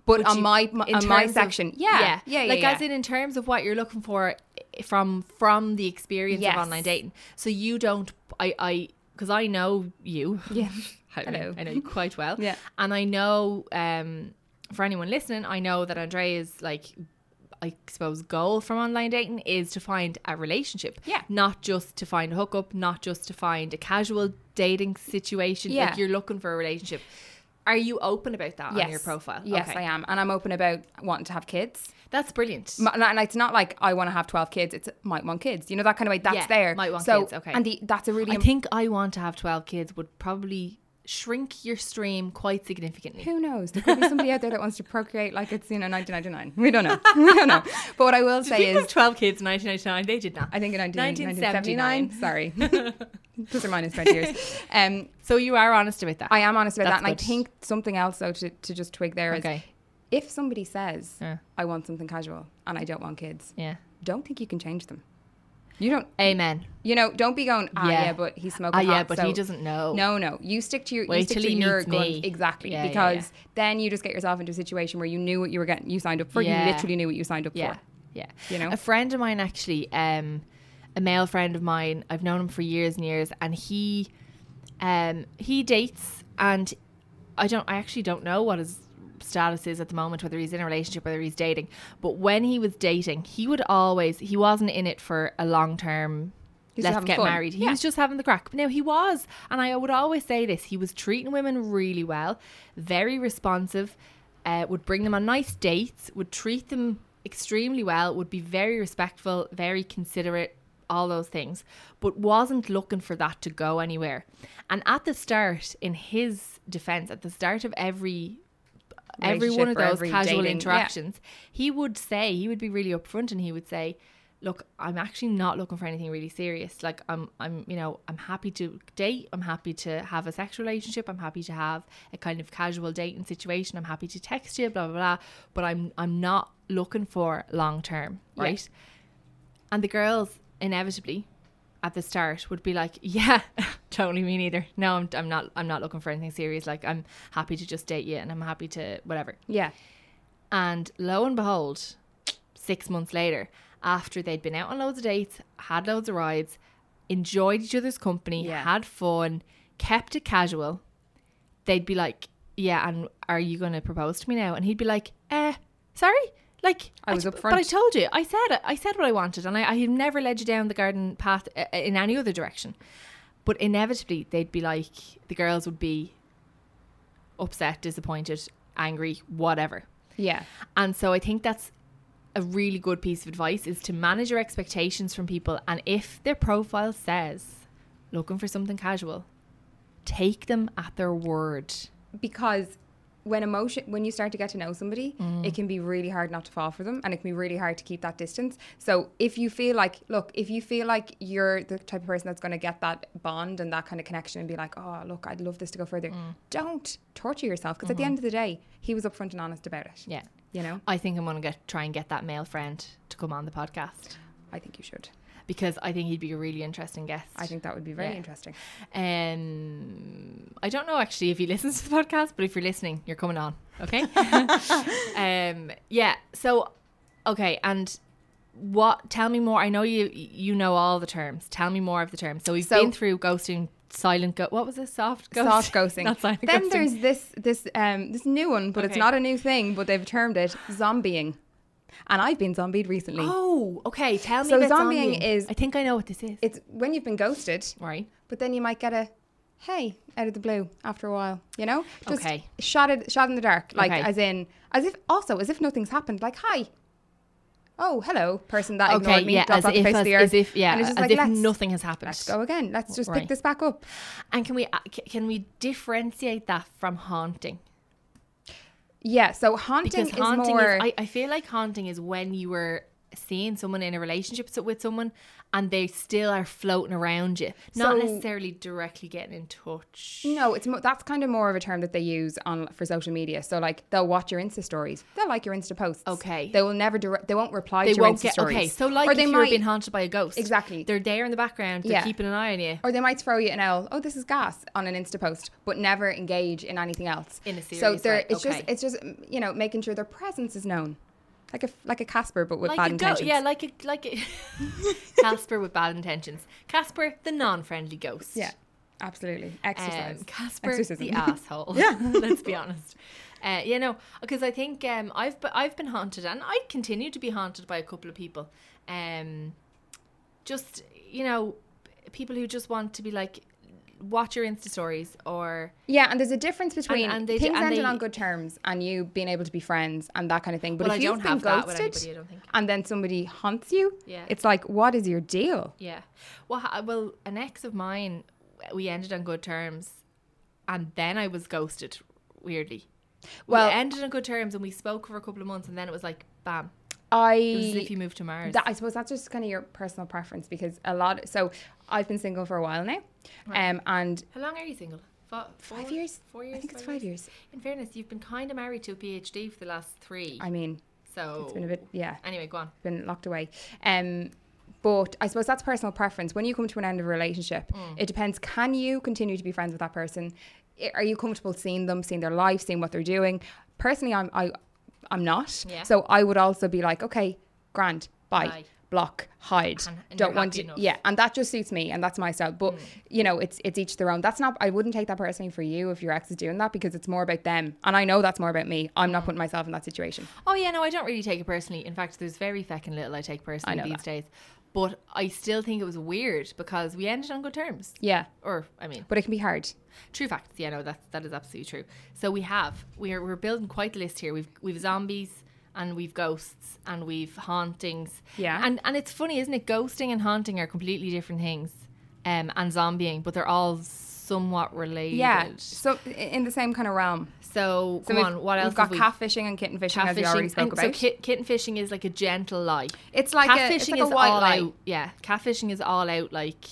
[SPEAKER 3] But, on
[SPEAKER 2] you-
[SPEAKER 3] my, my
[SPEAKER 2] in
[SPEAKER 3] on my
[SPEAKER 2] terms of-
[SPEAKER 3] section, yeah, yeah, yeah,
[SPEAKER 2] like
[SPEAKER 3] yeah.
[SPEAKER 2] as in in terms of what you're looking for i- from from the experience
[SPEAKER 3] Yes.
[SPEAKER 2] of online dating. So you don't, I, I, because I know you.
[SPEAKER 3] yeah.
[SPEAKER 2] I know-
[SPEAKER 3] Hello.
[SPEAKER 2] I know you quite well.
[SPEAKER 3] Yeah.
[SPEAKER 2] And I know, um, for anyone listening, I know that Andrea's like, I suppose, goal from online dating is to find a relationship.
[SPEAKER 3] Yeah.
[SPEAKER 2] Not just to find a hookup, not just to find a casual dating situation.
[SPEAKER 3] Yeah.
[SPEAKER 2] Like you're looking for a relationship. Are you open about that on your profile?
[SPEAKER 3] Yes, I am, and I'm open about wanting to have kids.
[SPEAKER 2] That's brilliant.
[SPEAKER 3] M- And and it's not like I want to have twelve kids. It's might want kids. You know that kind of way. That's
[SPEAKER 2] Yeah,
[SPEAKER 3] there.
[SPEAKER 2] might want
[SPEAKER 3] so,
[SPEAKER 2] kids, okay.
[SPEAKER 3] And the, that's a really.
[SPEAKER 2] I
[SPEAKER 3] im-
[SPEAKER 2] think I want to have 12 kids would probably shrink your stream quite significantly.
[SPEAKER 3] who knows? There could be somebody out there that wants to procreate like it's you know 1999. We don't know. We don't know. But what I will say
[SPEAKER 2] People
[SPEAKER 3] is,
[SPEAKER 2] have 12 kids in 1999, they did not.
[SPEAKER 3] I think in 19,
[SPEAKER 2] 1979.
[SPEAKER 3] 1979. Sorry, plus or minus 20 years. Um,
[SPEAKER 2] So you are honest about that.
[SPEAKER 3] I am honest about
[SPEAKER 2] That's
[SPEAKER 3] that, and
[SPEAKER 2] good.
[SPEAKER 3] I think something else though to, to just twig there is
[SPEAKER 2] Okay.
[SPEAKER 3] if somebody says
[SPEAKER 2] Yeah.
[SPEAKER 3] I want something casual and I don't want kids,
[SPEAKER 2] Yeah.
[SPEAKER 3] don't think you can change them. You don't.
[SPEAKER 2] Amen.
[SPEAKER 3] You know, don't be going, ah,
[SPEAKER 2] Yeah.
[SPEAKER 3] yeah, but he's smoking
[SPEAKER 2] Ah, yeah,
[SPEAKER 3] hot,
[SPEAKER 2] but
[SPEAKER 3] so-
[SPEAKER 2] he doesn't know.
[SPEAKER 3] No, no. You stick to your, you
[SPEAKER 2] Wait
[SPEAKER 3] stick
[SPEAKER 2] till
[SPEAKER 3] to
[SPEAKER 2] he
[SPEAKER 3] your
[SPEAKER 2] meets
[SPEAKER 3] guns.
[SPEAKER 2] me.
[SPEAKER 3] Exactly.
[SPEAKER 2] Yeah, yeah,
[SPEAKER 3] because
[SPEAKER 2] yeah.
[SPEAKER 3] then you just get yourself into a situation where you knew what you were getting, you signed up for.
[SPEAKER 2] Yeah.
[SPEAKER 3] You literally knew what you signed up
[SPEAKER 2] Yeah.
[SPEAKER 3] for.
[SPEAKER 2] Yeah.
[SPEAKER 3] You know?
[SPEAKER 2] a friend of mine actually, um, a male friend of mine, I've known him for years and years, and he, um, he dates, and I don't, I actually don't know what his status is at the moment, whether he's in a relationship, whether he's dating. But when he was dating, he would always, he wasn't in it for a long term.
[SPEAKER 3] He's
[SPEAKER 2] Let's
[SPEAKER 3] just having
[SPEAKER 2] get
[SPEAKER 3] fun.
[SPEAKER 2] married. He
[SPEAKER 3] Yeah.
[SPEAKER 2] was just having the crack. Now he was, and I would always say this: he was treating women really well, very responsive, uh, would bring them on nice dates, would treat them extremely well, would be very respectful, very considerate, all those things, but wasn't looking for that to go anywhere. And at the start, in his defense, at the start of every every one of
[SPEAKER 3] Relationship or
[SPEAKER 2] those
[SPEAKER 3] every
[SPEAKER 2] casual
[SPEAKER 3] dating- yeah.
[SPEAKER 2] interactions, he would say he would be really upfront and he would say, "Look, I'm actually not looking for anything really serious. Like I'm, I'm, you know, I'm happy to date. I'm happy to have a sexual relationship. I'm happy to have a kind of casual dating situation. I'm happy to text you, blah blah blah. But I'm, I'm not looking for long term,
[SPEAKER 3] Yeah.
[SPEAKER 2] right? And the girls inevitably at the start would be like, yeah, totally me neither. No, I'm, I'm not I'm not looking for anything serious. Like I'm happy to just date you and I'm happy to whatever.
[SPEAKER 3] Yeah.
[SPEAKER 2] And lo and behold, six months later, after they'd been out on loads of dates, had loads of rides, enjoyed each other's company,
[SPEAKER 3] Yeah.
[SPEAKER 2] had fun, kept it casual, they'd be like, Yeah, and are you going to propose to me now? And he'd be like, Eh, Sorry? Like
[SPEAKER 3] I was
[SPEAKER 2] t-
[SPEAKER 3] upfront.
[SPEAKER 2] but I told you. I said I said what I wanted, and I, I had never led you down the garden path uh, in any other direction. But inevitably, they'd be like the girls would be upset, disappointed, angry, whatever.
[SPEAKER 3] Yeah.
[SPEAKER 2] And so I think that's a really good piece of advice is to manage your expectations from people and if their profile says looking for something casual, take them at their word.
[SPEAKER 3] Because when emotion when you start to get to know somebody,
[SPEAKER 2] Mm.
[SPEAKER 3] it can be really hard not to fall for them and it can be really hard to keep that distance. So if you feel like look, if you feel like you're the type of person that's gonna get that bond and that kind of connection and be like, Oh look, I'd love this to go further,
[SPEAKER 2] Mm.
[SPEAKER 3] don't torture yourself because at the end of the day, he was upfront and honest about it.
[SPEAKER 2] Mm-hmm. Yeah. Uh,
[SPEAKER 3] You know?
[SPEAKER 2] I think I'm going to get try and get that male friend to come on the podcast
[SPEAKER 3] I think you should.
[SPEAKER 2] because I think he'd be a really interesting guest.
[SPEAKER 3] I think that would be very
[SPEAKER 2] Yeah.
[SPEAKER 3] interesting.
[SPEAKER 2] Um, I don't know actually if he listens to the podcast, but if you're listening, you're coming on. Okay. um, yeah. So, okay. And what? Tell me more. I know you you know all the terms. Tell me more of the terms. So we've
[SPEAKER 3] So-
[SPEAKER 2] been through ghosting, silent go. What was it? Soft ghosting.
[SPEAKER 3] soft ghosting.
[SPEAKER 2] Not silent
[SPEAKER 3] then
[SPEAKER 2] ghosting.
[SPEAKER 3] there's this this um this new one, but it's
[SPEAKER 2] Okay.
[SPEAKER 3] not a new thing, but they've termed it zombieing. And I've been zombied recently.
[SPEAKER 2] Oh, okay. Tell me
[SPEAKER 3] So
[SPEAKER 2] about
[SPEAKER 3] zombieing is-
[SPEAKER 2] I think I know what this is.
[SPEAKER 3] It's when you've been ghosted,
[SPEAKER 2] right.
[SPEAKER 3] but then you might get a hey out of the blue after a while, you know? Just
[SPEAKER 2] Okay.
[SPEAKER 3] shot it shot in the dark, like
[SPEAKER 2] Okay.
[SPEAKER 3] as in as if also as if nothing's happened, like hi. Oh, hello, person that
[SPEAKER 2] Okay.
[SPEAKER 3] ignored me,
[SPEAKER 2] Yeah.
[SPEAKER 3] dropped
[SPEAKER 2] As
[SPEAKER 3] off the
[SPEAKER 2] if,
[SPEAKER 3] face
[SPEAKER 2] as,
[SPEAKER 3] of the earth.
[SPEAKER 2] as if yeah.
[SPEAKER 3] and it's just
[SPEAKER 2] as
[SPEAKER 3] like
[SPEAKER 2] if
[SPEAKER 3] let's,
[SPEAKER 2] nothing has happened.
[SPEAKER 3] let's go again. Let's just
[SPEAKER 2] Right.
[SPEAKER 3] pick this back up.
[SPEAKER 2] And can we uh, c- can we differentiate that from haunting?
[SPEAKER 3] Yeah, so haunting,
[SPEAKER 2] because haunting
[SPEAKER 3] is more
[SPEAKER 2] I, I feel like haunting is when you were seeing someone in a relationship so- with someone and they still are floating around you not
[SPEAKER 3] So-
[SPEAKER 2] necessarily directly getting in touch
[SPEAKER 3] No, it's mo- that's kind of more of a term that they use on for social media. So like they'll watch your Insta stories, they'll like your Insta posts.
[SPEAKER 2] Okay.
[SPEAKER 3] They will never dire- they won't reply
[SPEAKER 2] they
[SPEAKER 3] to your
[SPEAKER 2] won't
[SPEAKER 3] Insta
[SPEAKER 2] get
[SPEAKER 3] stories.
[SPEAKER 2] okay so like
[SPEAKER 3] or
[SPEAKER 2] if
[SPEAKER 3] they
[SPEAKER 2] you were
[SPEAKER 3] might
[SPEAKER 2] being haunted by a ghost
[SPEAKER 3] Exactly.
[SPEAKER 2] they're there in the background they're
[SPEAKER 3] Yeah.
[SPEAKER 2] keeping an eye on you
[SPEAKER 3] or they might throw you an L. Oh, this is gas on an Insta post, but never engage in anything else.
[SPEAKER 2] In a
[SPEAKER 3] so
[SPEAKER 2] serious
[SPEAKER 3] they're
[SPEAKER 2] way,
[SPEAKER 3] it's
[SPEAKER 2] okay.
[SPEAKER 3] just it's just you know making sure their presence is known, like a like a Casper but with
[SPEAKER 2] like
[SPEAKER 3] bad
[SPEAKER 2] a
[SPEAKER 3] intentions.
[SPEAKER 2] ghost yeah like a like a casper with bad intentions casper the non-friendly ghost
[SPEAKER 3] yeah, absolutely. Exercise.
[SPEAKER 2] um, Casper
[SPEAKER 3] Exorcism.
[SPEAKER 2] the asshole. Yeah, let's be honest. Uh, you know, because I think um, I've be- I've been haunted, and I continue to be haunted by a couple of people. Um, just you know, people who just want to be like, watch your Insta stories or
[SPEAKER 3] Yeah, and there's a difference between
[SPEAKER 2] and they do-
[SPEAKER 3] things
[SPEAKER 2] and
[SPEAKER 3] ending
[SPEAKER 2] they-
[SPEAKER 3] on good terms and you being able to be friends and that kind of thing. But
[SPEAKER 2] Well,
[SPEAKER 3] if
[SPEAKER 2] I
[SPEAKER 3] you've
[SPEAKER 2] don't
[SPEAKER 3] been
[SPEAKER 2] have that
[SPEAKER 3] ghosted
[SPEAKER 2] with anybody, I don't think.
[SPEAKER 3] and then somebody haunts you,
[SPEAKER 2] Yeah.
[SPEAKER 3] it's like, what is your deal?
[SPEAKER 2] yeah. Well, ha- well, an ex of mine, we ended on good terms, and then I was ghosted. Weirdly,
[SPEAKER 3] Well-
[SPEAKER 2] we ended on good terms, and we spoke for a couple of months, and then it was like, bam.
[SPEAKER 3] I
[SPEAKER 2] It was as
[SPEAKER 3] E
[SPEAKER 2] if you moved to Mars.
[SPEAKER 3] That, I suppose that's just kind of your personal preference because a lot. So I've been single for a while now, um, and
[SPEAKER 2] How long are you single? Four,
[SPEAKER 3] five years.
[SPEAKER 2] Four years.
[SPEAKER 3] I think it's five years.
[SPEAKER 2] In fairness, you've been kind of married to a PhD for the last three.
[SPEAKER 3] I mean,
[SPEAKER 2] so
[SPEAKER 3] it's been a bit. Yeah,
[SPEAKER 2] Anyway, go on.
[SPEAKER 3] been locked away. Um, but I suppose that's personal preference. When you come to an end of a relationship,
[SPEAKER 2] Mm.
[SPEAKER 3] it depends. Can you continue to be friends with that person? I- Are you comfortable seeing them, seeing their life, seeing what they're doing? Personally, I'm I, I'm not.
[SPEAKER 2] Yeah.
[SPEAKER 3] So I would also be like, okay, grand, bye,
[SPEAKER 2] Bye.
[SPEAKER 3] block, hide,
[SPEAKER 2] And- and
[SPEAKER 3] don't
[SPEAKER 2] you're
[SPEAKER 3] want
[SPEAKER 2] happy
[SPEAKER 3] to.
[SPEAKER 2] enough. Mm.
[SPEAKER 3] Yeah, and that just suits me, and that's my style. But you know, it's it's each their own. That's not. I wouldn't take that personally for you if your ex is doing that because it's more about them, and I know that's more about me. I'm
[SPEAKER 2] Mm.
[SPEAKER 3] not putting myself in that situation.
[SPEAKER 2] Oh yeah, no, I don't really take it personally. In fact, there's very feckin' little I take personally
[SPEAKER 3] know
[SPEAKER 2] these
[SPEAKER 3] that.
[SPEAKER 2] days. But I still think it was weird because we ended on good terms.
[SPEAKER 3] Yeah,
[SPEAKER 2] Or I mean,
[SPEAKER 3] but it can be hard.
[SPEAKER 2] true facts. Yeah, no, that's that is absolutely true. So we have we are we're building quite the list here. We've we've zombies and we've ghosts and we've hauntings.
[SPEAKER 3] Yeah.
[SPEAKER 2] And and it's funny, isn't it? Ghosting and haunting are completely different things. Um, and zombieing, but they're all somewhat related.
[SPEAKER 3] Yeah. So i- in the same kind of realm.
[SPEAKER 2] So,
[SPEAKER 3] So
[SPEAKER 2] come
[SPEAKER 3] we've-
[SPEAKER 2] on, what
[SPEAKER 3] we've
[SPEAKER 2] else?
[SPEAKER 3] got
[SPEAKER 2] have we?
[SPEAKER 3] cat fishing and kitten fishing, as we already spoke
[SPEAKER 2] and
[SPEAKER 3] about.
[SPEAKER 2] So kit, kitten fishing is like a gentle lie.
[SPEAKER 3] It's like a- it's
[SPEAKER 2] catfishing
[SPEAKER 3] like a
[SPEAKER 2] is
[SPEAKER 3] white
[SPEAKER 2] all
[SPEAKER 3] lie.
[SPEAKER 2] out. Yeah, catfishing is all out. Like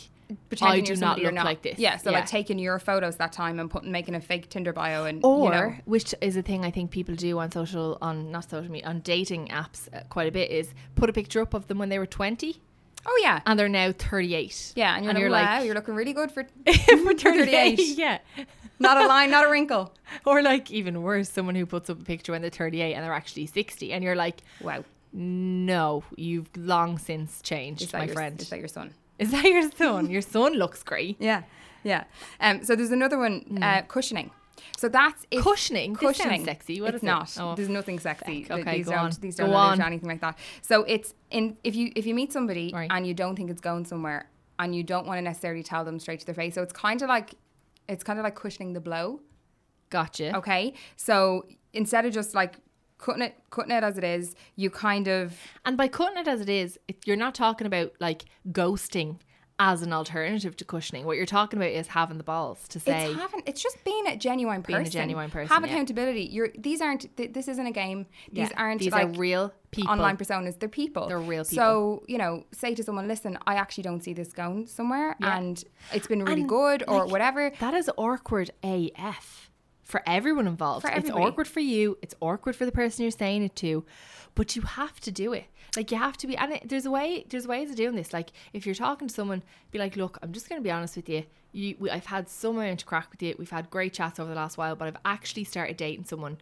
[SPEAKER 2] I
[SPEAKER 3] Pretending
[SPEAKER 2] do
[SPEAKER 3] you're
[SPEAKER 2] not
[SPEAKER 3] somebody you're
[SPEAKER 2] look like this.
[SPEAKER 3] Yeah. So like taking your photos that time and putting making a fake Tinder bio and
[SPEAKER 2] or
[SPEAKER 3] you know,
[SPEAKER 2] which is a thing I think people do on social on not social media on dating apps uh, quite a bit is put a picture up of them when they were twenty
[SPEAKER 3] oh yeah,
[SPEAKER 2] and they're now thirty eight.
[SPEAKER 3] yeah, and you're, like, wow, you're looking really good for, for
[SPEAKER 2] 38.
[SPEAKER 3] 38.
[SPEAKER 2] yeah.
[SPEAKER 3] not a line, not a wrinkle.
[SPEAKER 2] Or like even worse, someone who puts up a picture when they're 38 and they're actually 60 and you're like,
[SPEAKER 3] Wow.
[SPEAKER 2] "No, you've long since changed,
[SPEAKER 3] Is that
[SPEAKER 2] my
[SPEAKER 3] your,
[SPEAKER 2] friend."
[SPEAKER 3] Is that your son?
[SPEAKER 2] Is that your son? Your son looks great.
[SPEAKER 3] Yeah. Yeah. Um, so there's another one, uh, cushioning. So that's if
[SPEAKER 2] Hmm. Cushioning? This sounds sexy. What
[SPEAKER 3] it's
[SPEAKER 2] is it?
[SPEAKER 3] not.
[SPEAKER 2] Oh.
[SPEAKER 3] There's nothing sexy.
[SPEAKER 2] Heck, okay,
[SPEAKER 3] these
[SPEAKER 2] go
[SPEAKER 3] don't
[SPEAKER 2] on.
[SPEAKER 3] these
[SPEAKER 2] Go
[SPEAKER 3] don't allude to
[SPEAKER 2] on.
[SPEAKER 3] anything like that. So it's in if you if you meet somebody
[SPEAKER 2] Right.
[SPEAKER 3] and you don't think it's going somewhere and you don't want to necessarily tell them straight to their face. So it's kind of like it's kind of like cushioning the blow.
[SPEAKER 2] Gotcha.
[SPEAKER 3] Okay, so instead of just like cutting it cutting it as it is, you kind of
[SPEAKER 2] And by cutting it as it is, it, you're not talking about like ghosting as an alternative to cushioning. What you're talking about is having the balls to say,
[SPEAKER 3] It's having. It's just being a genuine person.
[SPEAKER 2] a genuine person,
[SPEAKER 3] Have
[SPEAKER 2] yeah.
[SPEAKER 3] accountability. You're. These aren't. Th- this isn't a game. These
[SPEAKER 2] Yeah,
[SPEAKER 3] aren't.
[SPEAKER 2] these are
[SPEAKER 3] like
[SPEAKER 2] real people.
[SPEAKER 3] Online personas. They're people.
[SPEAKER 2] They're real
[SPEAKER 3] So you know, say to someone, "Listen, I actually don't see this going somewhere,
[SPEAKER 2] Yeah.
[SPEAKER 3] and it's been really
[SPEAKER 2] And,
[SPEAKER 3] good, or
[SPEAKER 2] like,
[SPEAKER 3] whatever."
[SPEAKER 2] That is awkward AF for everyone involved.
[SPEAKER 3] For
[SPEAKER 2] it's
[SPEAKER 3] everybody.
[SPEAKER 2] awkward for you. It's awkward for the person you're saying it to, but you have to do it. Like you have to be. And it, there's a way. There's ways of doing this. Like if you're talking to someone, be like, look, I'm just going to be honest with you. You, we, I've had some amount of crack with you. We've had great chats over the last while, but I've actually started dating someone,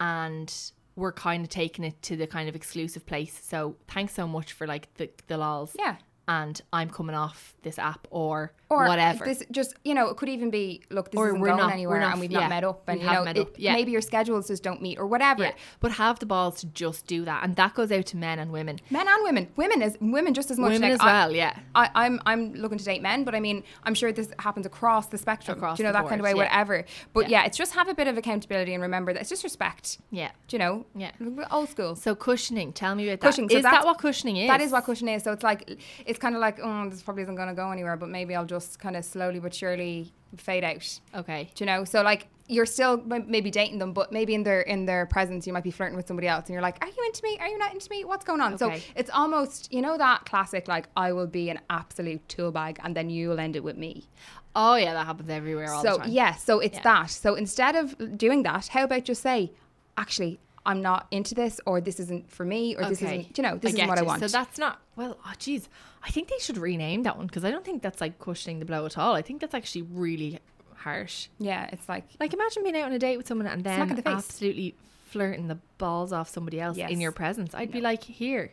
[SPEAKER 2] and we're kind of taking it to the kind of exclusive place. So thanks so much for like the the lols.
[SPEAKER 3] Yeah.
[SPEAKER 2] And I'm coming off this app or,
[SPEAKER 3] Or
[SPEAKER 2] whatever.
[SPEAKER 3] This just you know, it could even be look, this
[SPEAKER 2] Or
[SPEAKER 3] isn't
[SPEAKER 2] we're
[SPEAKER 3] going
[SPEAKER 2] not-
[SPEAKER 3] anywhere,
[SPEAKER 2] we're not-
[SPEAKER 3] and we've
[SPEAKER 2] yeah,
[SPEAKER 3] not met up, and
[SPEAKER 2] we
[SPEAKER 3] you
[SPEAKER 2] have
[SPEAKER 3] know,
[SPEAKER 2] met
[SPEAKER 3] it-
[SPEAKER 2] up, yeah.
[SPEAKER 3] maybe your schedules just don't meet, or whatever.
[SPEAKER 2] Yeah, but have the balls to just do that, and that goes out to men and women.
[SPEAKER 3] Men and women, women is women just as much.
[SPEAKER 2] Women as
[SPEAKER 3] like, I-
[SPEAKER 2] well, yeah.
[SPEAKER 3] I, I'm I'm looking to date men, but I mean, I'm sure this happens across the spectrum.
[SPEAKER 2] Across
[SPEAKER 3] do you know
[SPEAKER 2] the
[SPEAKER 3] that kind of way,
[SPEAKER 2] board, yeah.
[SPEAKER 3] whatever. But yeah. it's just have a bit of accountability and remember that it's just respect.
[SPEAKER 2] Yeah.
[SPEAKER 3] Do you know?
[SPEAKER 2] Yeah.
[SPEAKER 3] Old school.
[SPEAKER 2] So cushioning, tell me about that. Is
[SPEAKER 3] Cushioning. So
[SPEAKER 2] that
[SPEAKER 3] that's-
[SPEAKER 2] what cushioning is?
[SPEAKER 3] That is what cushioning is. So it's like it's kind of like oh, this probably isn't going to go anywhere, but maybe I'll just kind of slowly but surely fade out.
[SPEAKER 2] Okay.
[SPEAKER 3] Do you know? So like you're still m- maybe dating them, but maybe in their in their presence you might be flirting with somebody else, and you're like, "Are you into me? Are you not into me? What's going on?"
[SPEAKER 2] Okay.
[SPEAKER 3] So it's almost you know that classic like I will be an absolute tool bag, and then you'll end it with me.
[SPEAKER 2] Oh yeah, that happens everywhere all
[SPEAKER 3] so
[SPEAKER 2] the time.
[SPEAKER 3] yeah, so it's that. So instead of doing that, how about just say, "Actually, I'm not into this, or this isn't for me, or this
[SPEAKER 2] Okay.
[SPEAKER 3] isn't you know this
[SPEAKER 2] get
[SPEAKER 3] isn't what I
[SPEAKER 2] you.
[SPEAKER 3] want."
[SPEAKER 2] So that's not well. Oh jeez, I think they should rename that one because I don't think that's like cushioning the blow at all. I think that's actually really harsh.
[SPEAKER 3] yeah, it's like
[SPEAKER 2] Like imagine being out on a date with someone and
[SPEAKER 3] Smack in
[SPEAKER 2] then
[SPEAKER 3] the face.
[SPEAKER 2] absolutely flirting the balls off somebody else
[SPEAKER 3] Yes.
[SPEAKER 2] in your presence. I'd be like, here,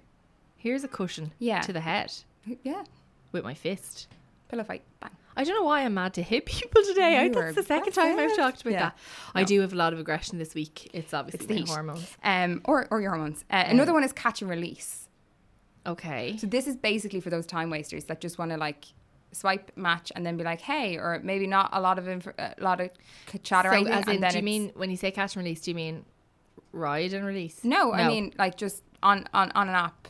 [SPEAKER 2] here's a cushion
[SPEAKER 3] Yeah.
[SPEAKER 2] to the head
[SPEAKER 3] yeah,
[SPEAKER 2] with my fist.
[SPEAKER 3] pillow fight, bang.
[SPEAKER 2] I don't know why I'm mad to hit people today. I,
[SPEAKER 3] You
[SPEAKER 2] that's
[SPEAKER 3] are
[SPEAKER 2] the second time I've
[SPEAKER 3] aggressive.
[SPEAKER 2] talked about
[SPEAKER 3] Yeah.
[SPEAKER 2] that. I do have a lot of aggression this week. It's obviously the
[SPEAKER 3] heat.
[SPEAKER 2] hormones.
[SPEAKER 3] Um, or or your hormones. Uh, another one is catch and release.
[SPEAKER 2] Okay.
[SPEAKER 3] So this is basically for those time wasters that just want to like swipe match and then be like, hey, or maybe not a lot of inf- a lot of c- chat
[SPEAKER 2] So,
[SPEAKER 3] or anything.
[SPEAKER 2] as
[SPEAKER 3] and
[SPEAKER 2] in,
[SPEAKER 3] then
[SPEAKER 2] do you
[SPEAKER 3] it's-
[SPEAKER 2] mean when you say catch and release? Do you mean ride and release?
[SPEAKER 3] no, I mean like just on on on an app,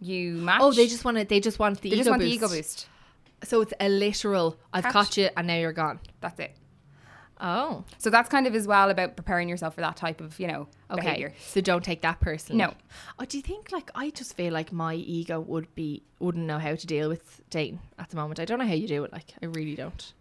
[SPEAKER 3] you match.
[SPEAKER 2] Oh, they just want it. They just want the ego
[SPEAKER 3] they just want
[SPEAKER 2] boost.
[SPEAKER 3] the ego boost.
[SPEAKER 2] So it's a literal. I've
[SPEAKER 3] Catch-
[SPEAKER 2] caught you, and now you're gone.
[SPEAKER 3] That's it.
[SPEAKER 2] Oh,
[SPEAKER 3] So that's kind of as well about preparing yourself for that type of you know
[SPEAKER 2] okay.
[SPEAKER 3] behavior.
[SPEAKER 2] So don't take that personally.
[SPEAKER 3] No.
[SPEAKER 2] Oh, do you think like I just feel like my ego would be wouldn't know how to deal with dating at the moment. I don't know how you do it. Like I really don't.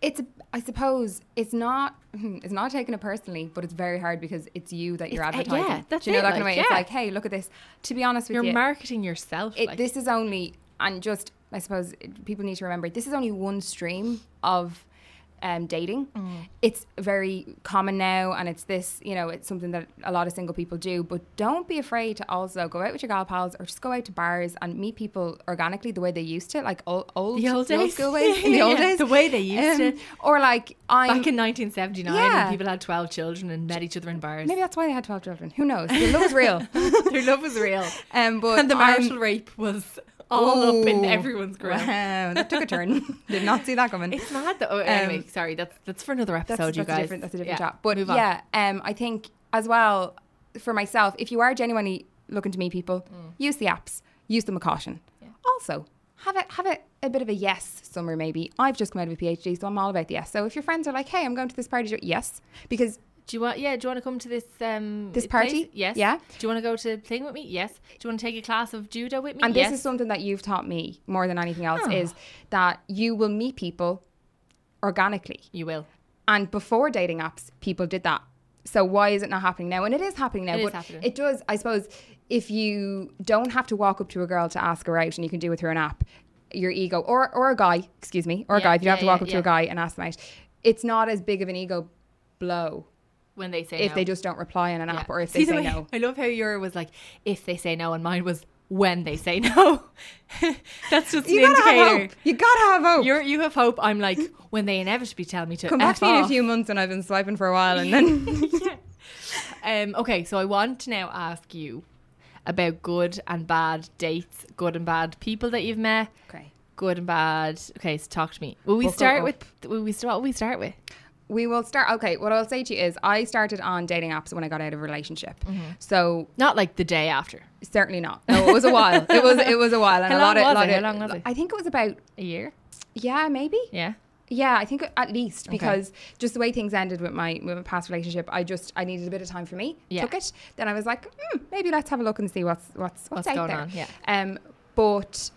[SPEAKER 3] It's I suppose it's not hmm, it's not taking it personally, but it's very hard because it's eh, you that you're
[SPEAKER 2] It's- uh, yeah,
[SPEAKER 3] advertising.
[SPEAKER 2] that's
[SPEAKER 3] Do you know
[SPEAKER 2] it,
[SPEAKER 3] that kind of
[SPEAKER 2] like,
[SPEAKER 3] way? It's
[SPEAKER 2] yeah.
[SPEAKER 3] like, hey, look at this. To be honest with
[SPEAKER 2] You're
[SPEAKER 3] you,
[SPEAKER 2] marketing yourself.
[SPEAKER 3] it,
[SPEAKER 2] like.
[SPEAKER 3] this is only and just I suppose it- people need to remember this is only one stream of um, dating.
[SPEAKER 2] Mm.
[SPEAKER 3] It's very common now, and it's this you know it's something that a lot of single people do. But don't be afraid to also go out with your gal pals or just go out to bars and meet people organically the way they used to, like old old,
[SPEAKER 2] The old days.
[SPEAKER 3] school ways, in the old
[SPEAKER 2] Yeah,
[SPEAKER 3] days, Um,
[SPEAKER 2] the way they used to.
[SPEAKER 3] or like I'm.
[SPEAKER 2] Back in 1979,
[SPEAKER 3] Yeah.
[SPEAKER 2] when people had 12 children and met each other in bars.
[SPEAKER 3] Maybe that's why they had 12 children. Who knows? The love is real.
[SPEAKER 2] their love was real.
[SPEAKER 3] Um, but
[SPEAKER 2] and the
[SPEAKER 3] I'm-
[SPEAKER 2] marital rape was all up in
[SPEAKER 3] Oh,
[SPEAKER 2] everyone's grill.
[SPEAKER 3] Wow, that took a turn. Did not see that coming.
[SPEAKER 2] It's mad though. Oh, anyway, sorry. That's that's for another episode,
[SPEAKER 3] that's,
[SPEAKER 2] you
[SPEAKER 3] that's
[SPEAKER 2] guys.
[SPEAKER 3] A different, that's a different
[SPEAKER 2] Yeah,
[SPEAKER 3] chat. But
[SPEAKER 2] move on.
[SPEAKER 3] yeah, um, I think as well for myself, if you are genuinely looking to meet people,
[SPEAKER 2] Mm.
[SPEAKER 3] use the apps, use them with caution. Also, have a have a, a bit of a yes summer maybe. I've just come out of a PhD, so I'm all about the yes. So if your friends are like, "Hey, I'm going to this party," yes, because
[SPEAKER 2] Do you want? Yeah. Do you want to come to this um
[SPEAKER 3] This
[SPEAKER 2] place?
[SPEAKER 3] party?
[SPEAKER 2] Yes.
[SPEAKER 3] Yeah.
[SPEAKER 2] Do you want to go to the thing with me? Yes. Do you want to take a class of judo with me?
[SPEAKER 3] and this
[SPEAKER 2] yes.
[SPEAKER 3] is something that you've taught me more than anything else
[SPEAKER 2] Oh.
[SPEAKER 3] is that you will meet people organically.
[SPEAKER 2] you will.
[SPEAKER 3] And before dating apps, people did that. So why is it not happening now? And it is happening now,
[SPEAKER 2] It is
[SPEAKER 3] but
[SPEAKER 2] happening.
[SPEAKER 3] it does, I suppose, if you don't have to walk up to a girl to ask her out and you can do it through an app, your ego or or a guy, excuse me, or a
[SPEAKER 2] Yeah,
[SPEAKER 3] guy, if you don't have to
[SPEAKER 2] yeah,
[SPEAKER 3] walk
[SPEAKER 2] yeah,
[SPEAKER 3] up to
[SPEAKER 2] yeah.
[SPEAKER 3] a guy and ask them out, it's not as big of an ego blow
[SPEAKER 2] When they say
[SPEAKER 3] if
[SPEAKER 2] no.
[SPEAKER 3] they just don't reply on an
[SPEAKER 2] Yeah.
[SPEAKER 3] app or if
[SPEAKER 2] See
[SPEAKER 3] they
[SPEAKER 2] the
[SPEAKER 3] say
[SPEAKER 2] way-
[SPEAKER 3] no.
[SPEAKER 2] I love how your was like if they say no, and mine was when they say no. That's just
[SPEAKER 3] You
[SPEAKER 2] an
[SPEAKER 3] gotta have
[SPEAKER 2] indicator.
[SPEAKER 3] hope. You gotta have hope.
[SPEAKER 2] You're, you have hope. I'm like, when they inevitably tell me to
[SPEAKER 3] Come back
[SPEAKER 2] F
[SPEAKER 3] to me in a
[SPEAKER 2] off.
[SPEAKER 3] few months, and I've been swiping for a while, and then
[SPEAKER 2] Um, okay, so I want to now ask you about good and bad dates, good and bad people that you've met,
[SPEAKER 3] okay,
[SPEAKER 2] good and bad. Okay, so talk to me. Will we
[SPEAKER 3] Buckle
[SPEAKER 2] start
[SPEAKER 3] up.
[SPEAKER 2] with? Will we start? What will we start with?
[SPEAKER 3] we will start. Okay, what I'll say to you is, I started on dating apps when I got out of a relationship,
[SPEAKER 2] Mm-hmm.
[SPEAKER 3] so
[SPEAKER 2] Not like the day after.
[SPEAKER 3] certainly not. No, it was a while. it was it was a while, and
[SPEAKER 2] How
[SPEAKER 3] a lot
[SPEAKER 2] long
[SPEAKER 3] of
[SPEAKER 2] was
[SPEAKER 3] lot
[SPEAKER 2] it?
[SPEAKER 3] of-
[SPEAKER 2] How long was it?
[SPEAKER 3] I think it was about
[SPEAKER 2] A year.
[SPEAKER 3] yeah, maybe
[SPEAKER 2] Yeah.
[SPEAKER 3] Yeah, I think at least because just the way things ended with my with my past relationship, I just I needed a bit of time for me.
[SPEAKER 2] Yeah.
[SPEAKER 3] Took it. Then I was like, hmm, maybe let's have a look and see what's what's what's,
[SPEAKER 2] What's
[SPEAKER 3] out
[SPEAKER 2] going
[SPEAKER 3] there.
[SPEAKER 2] on, yeah.
[SPEAKER 3] Um, but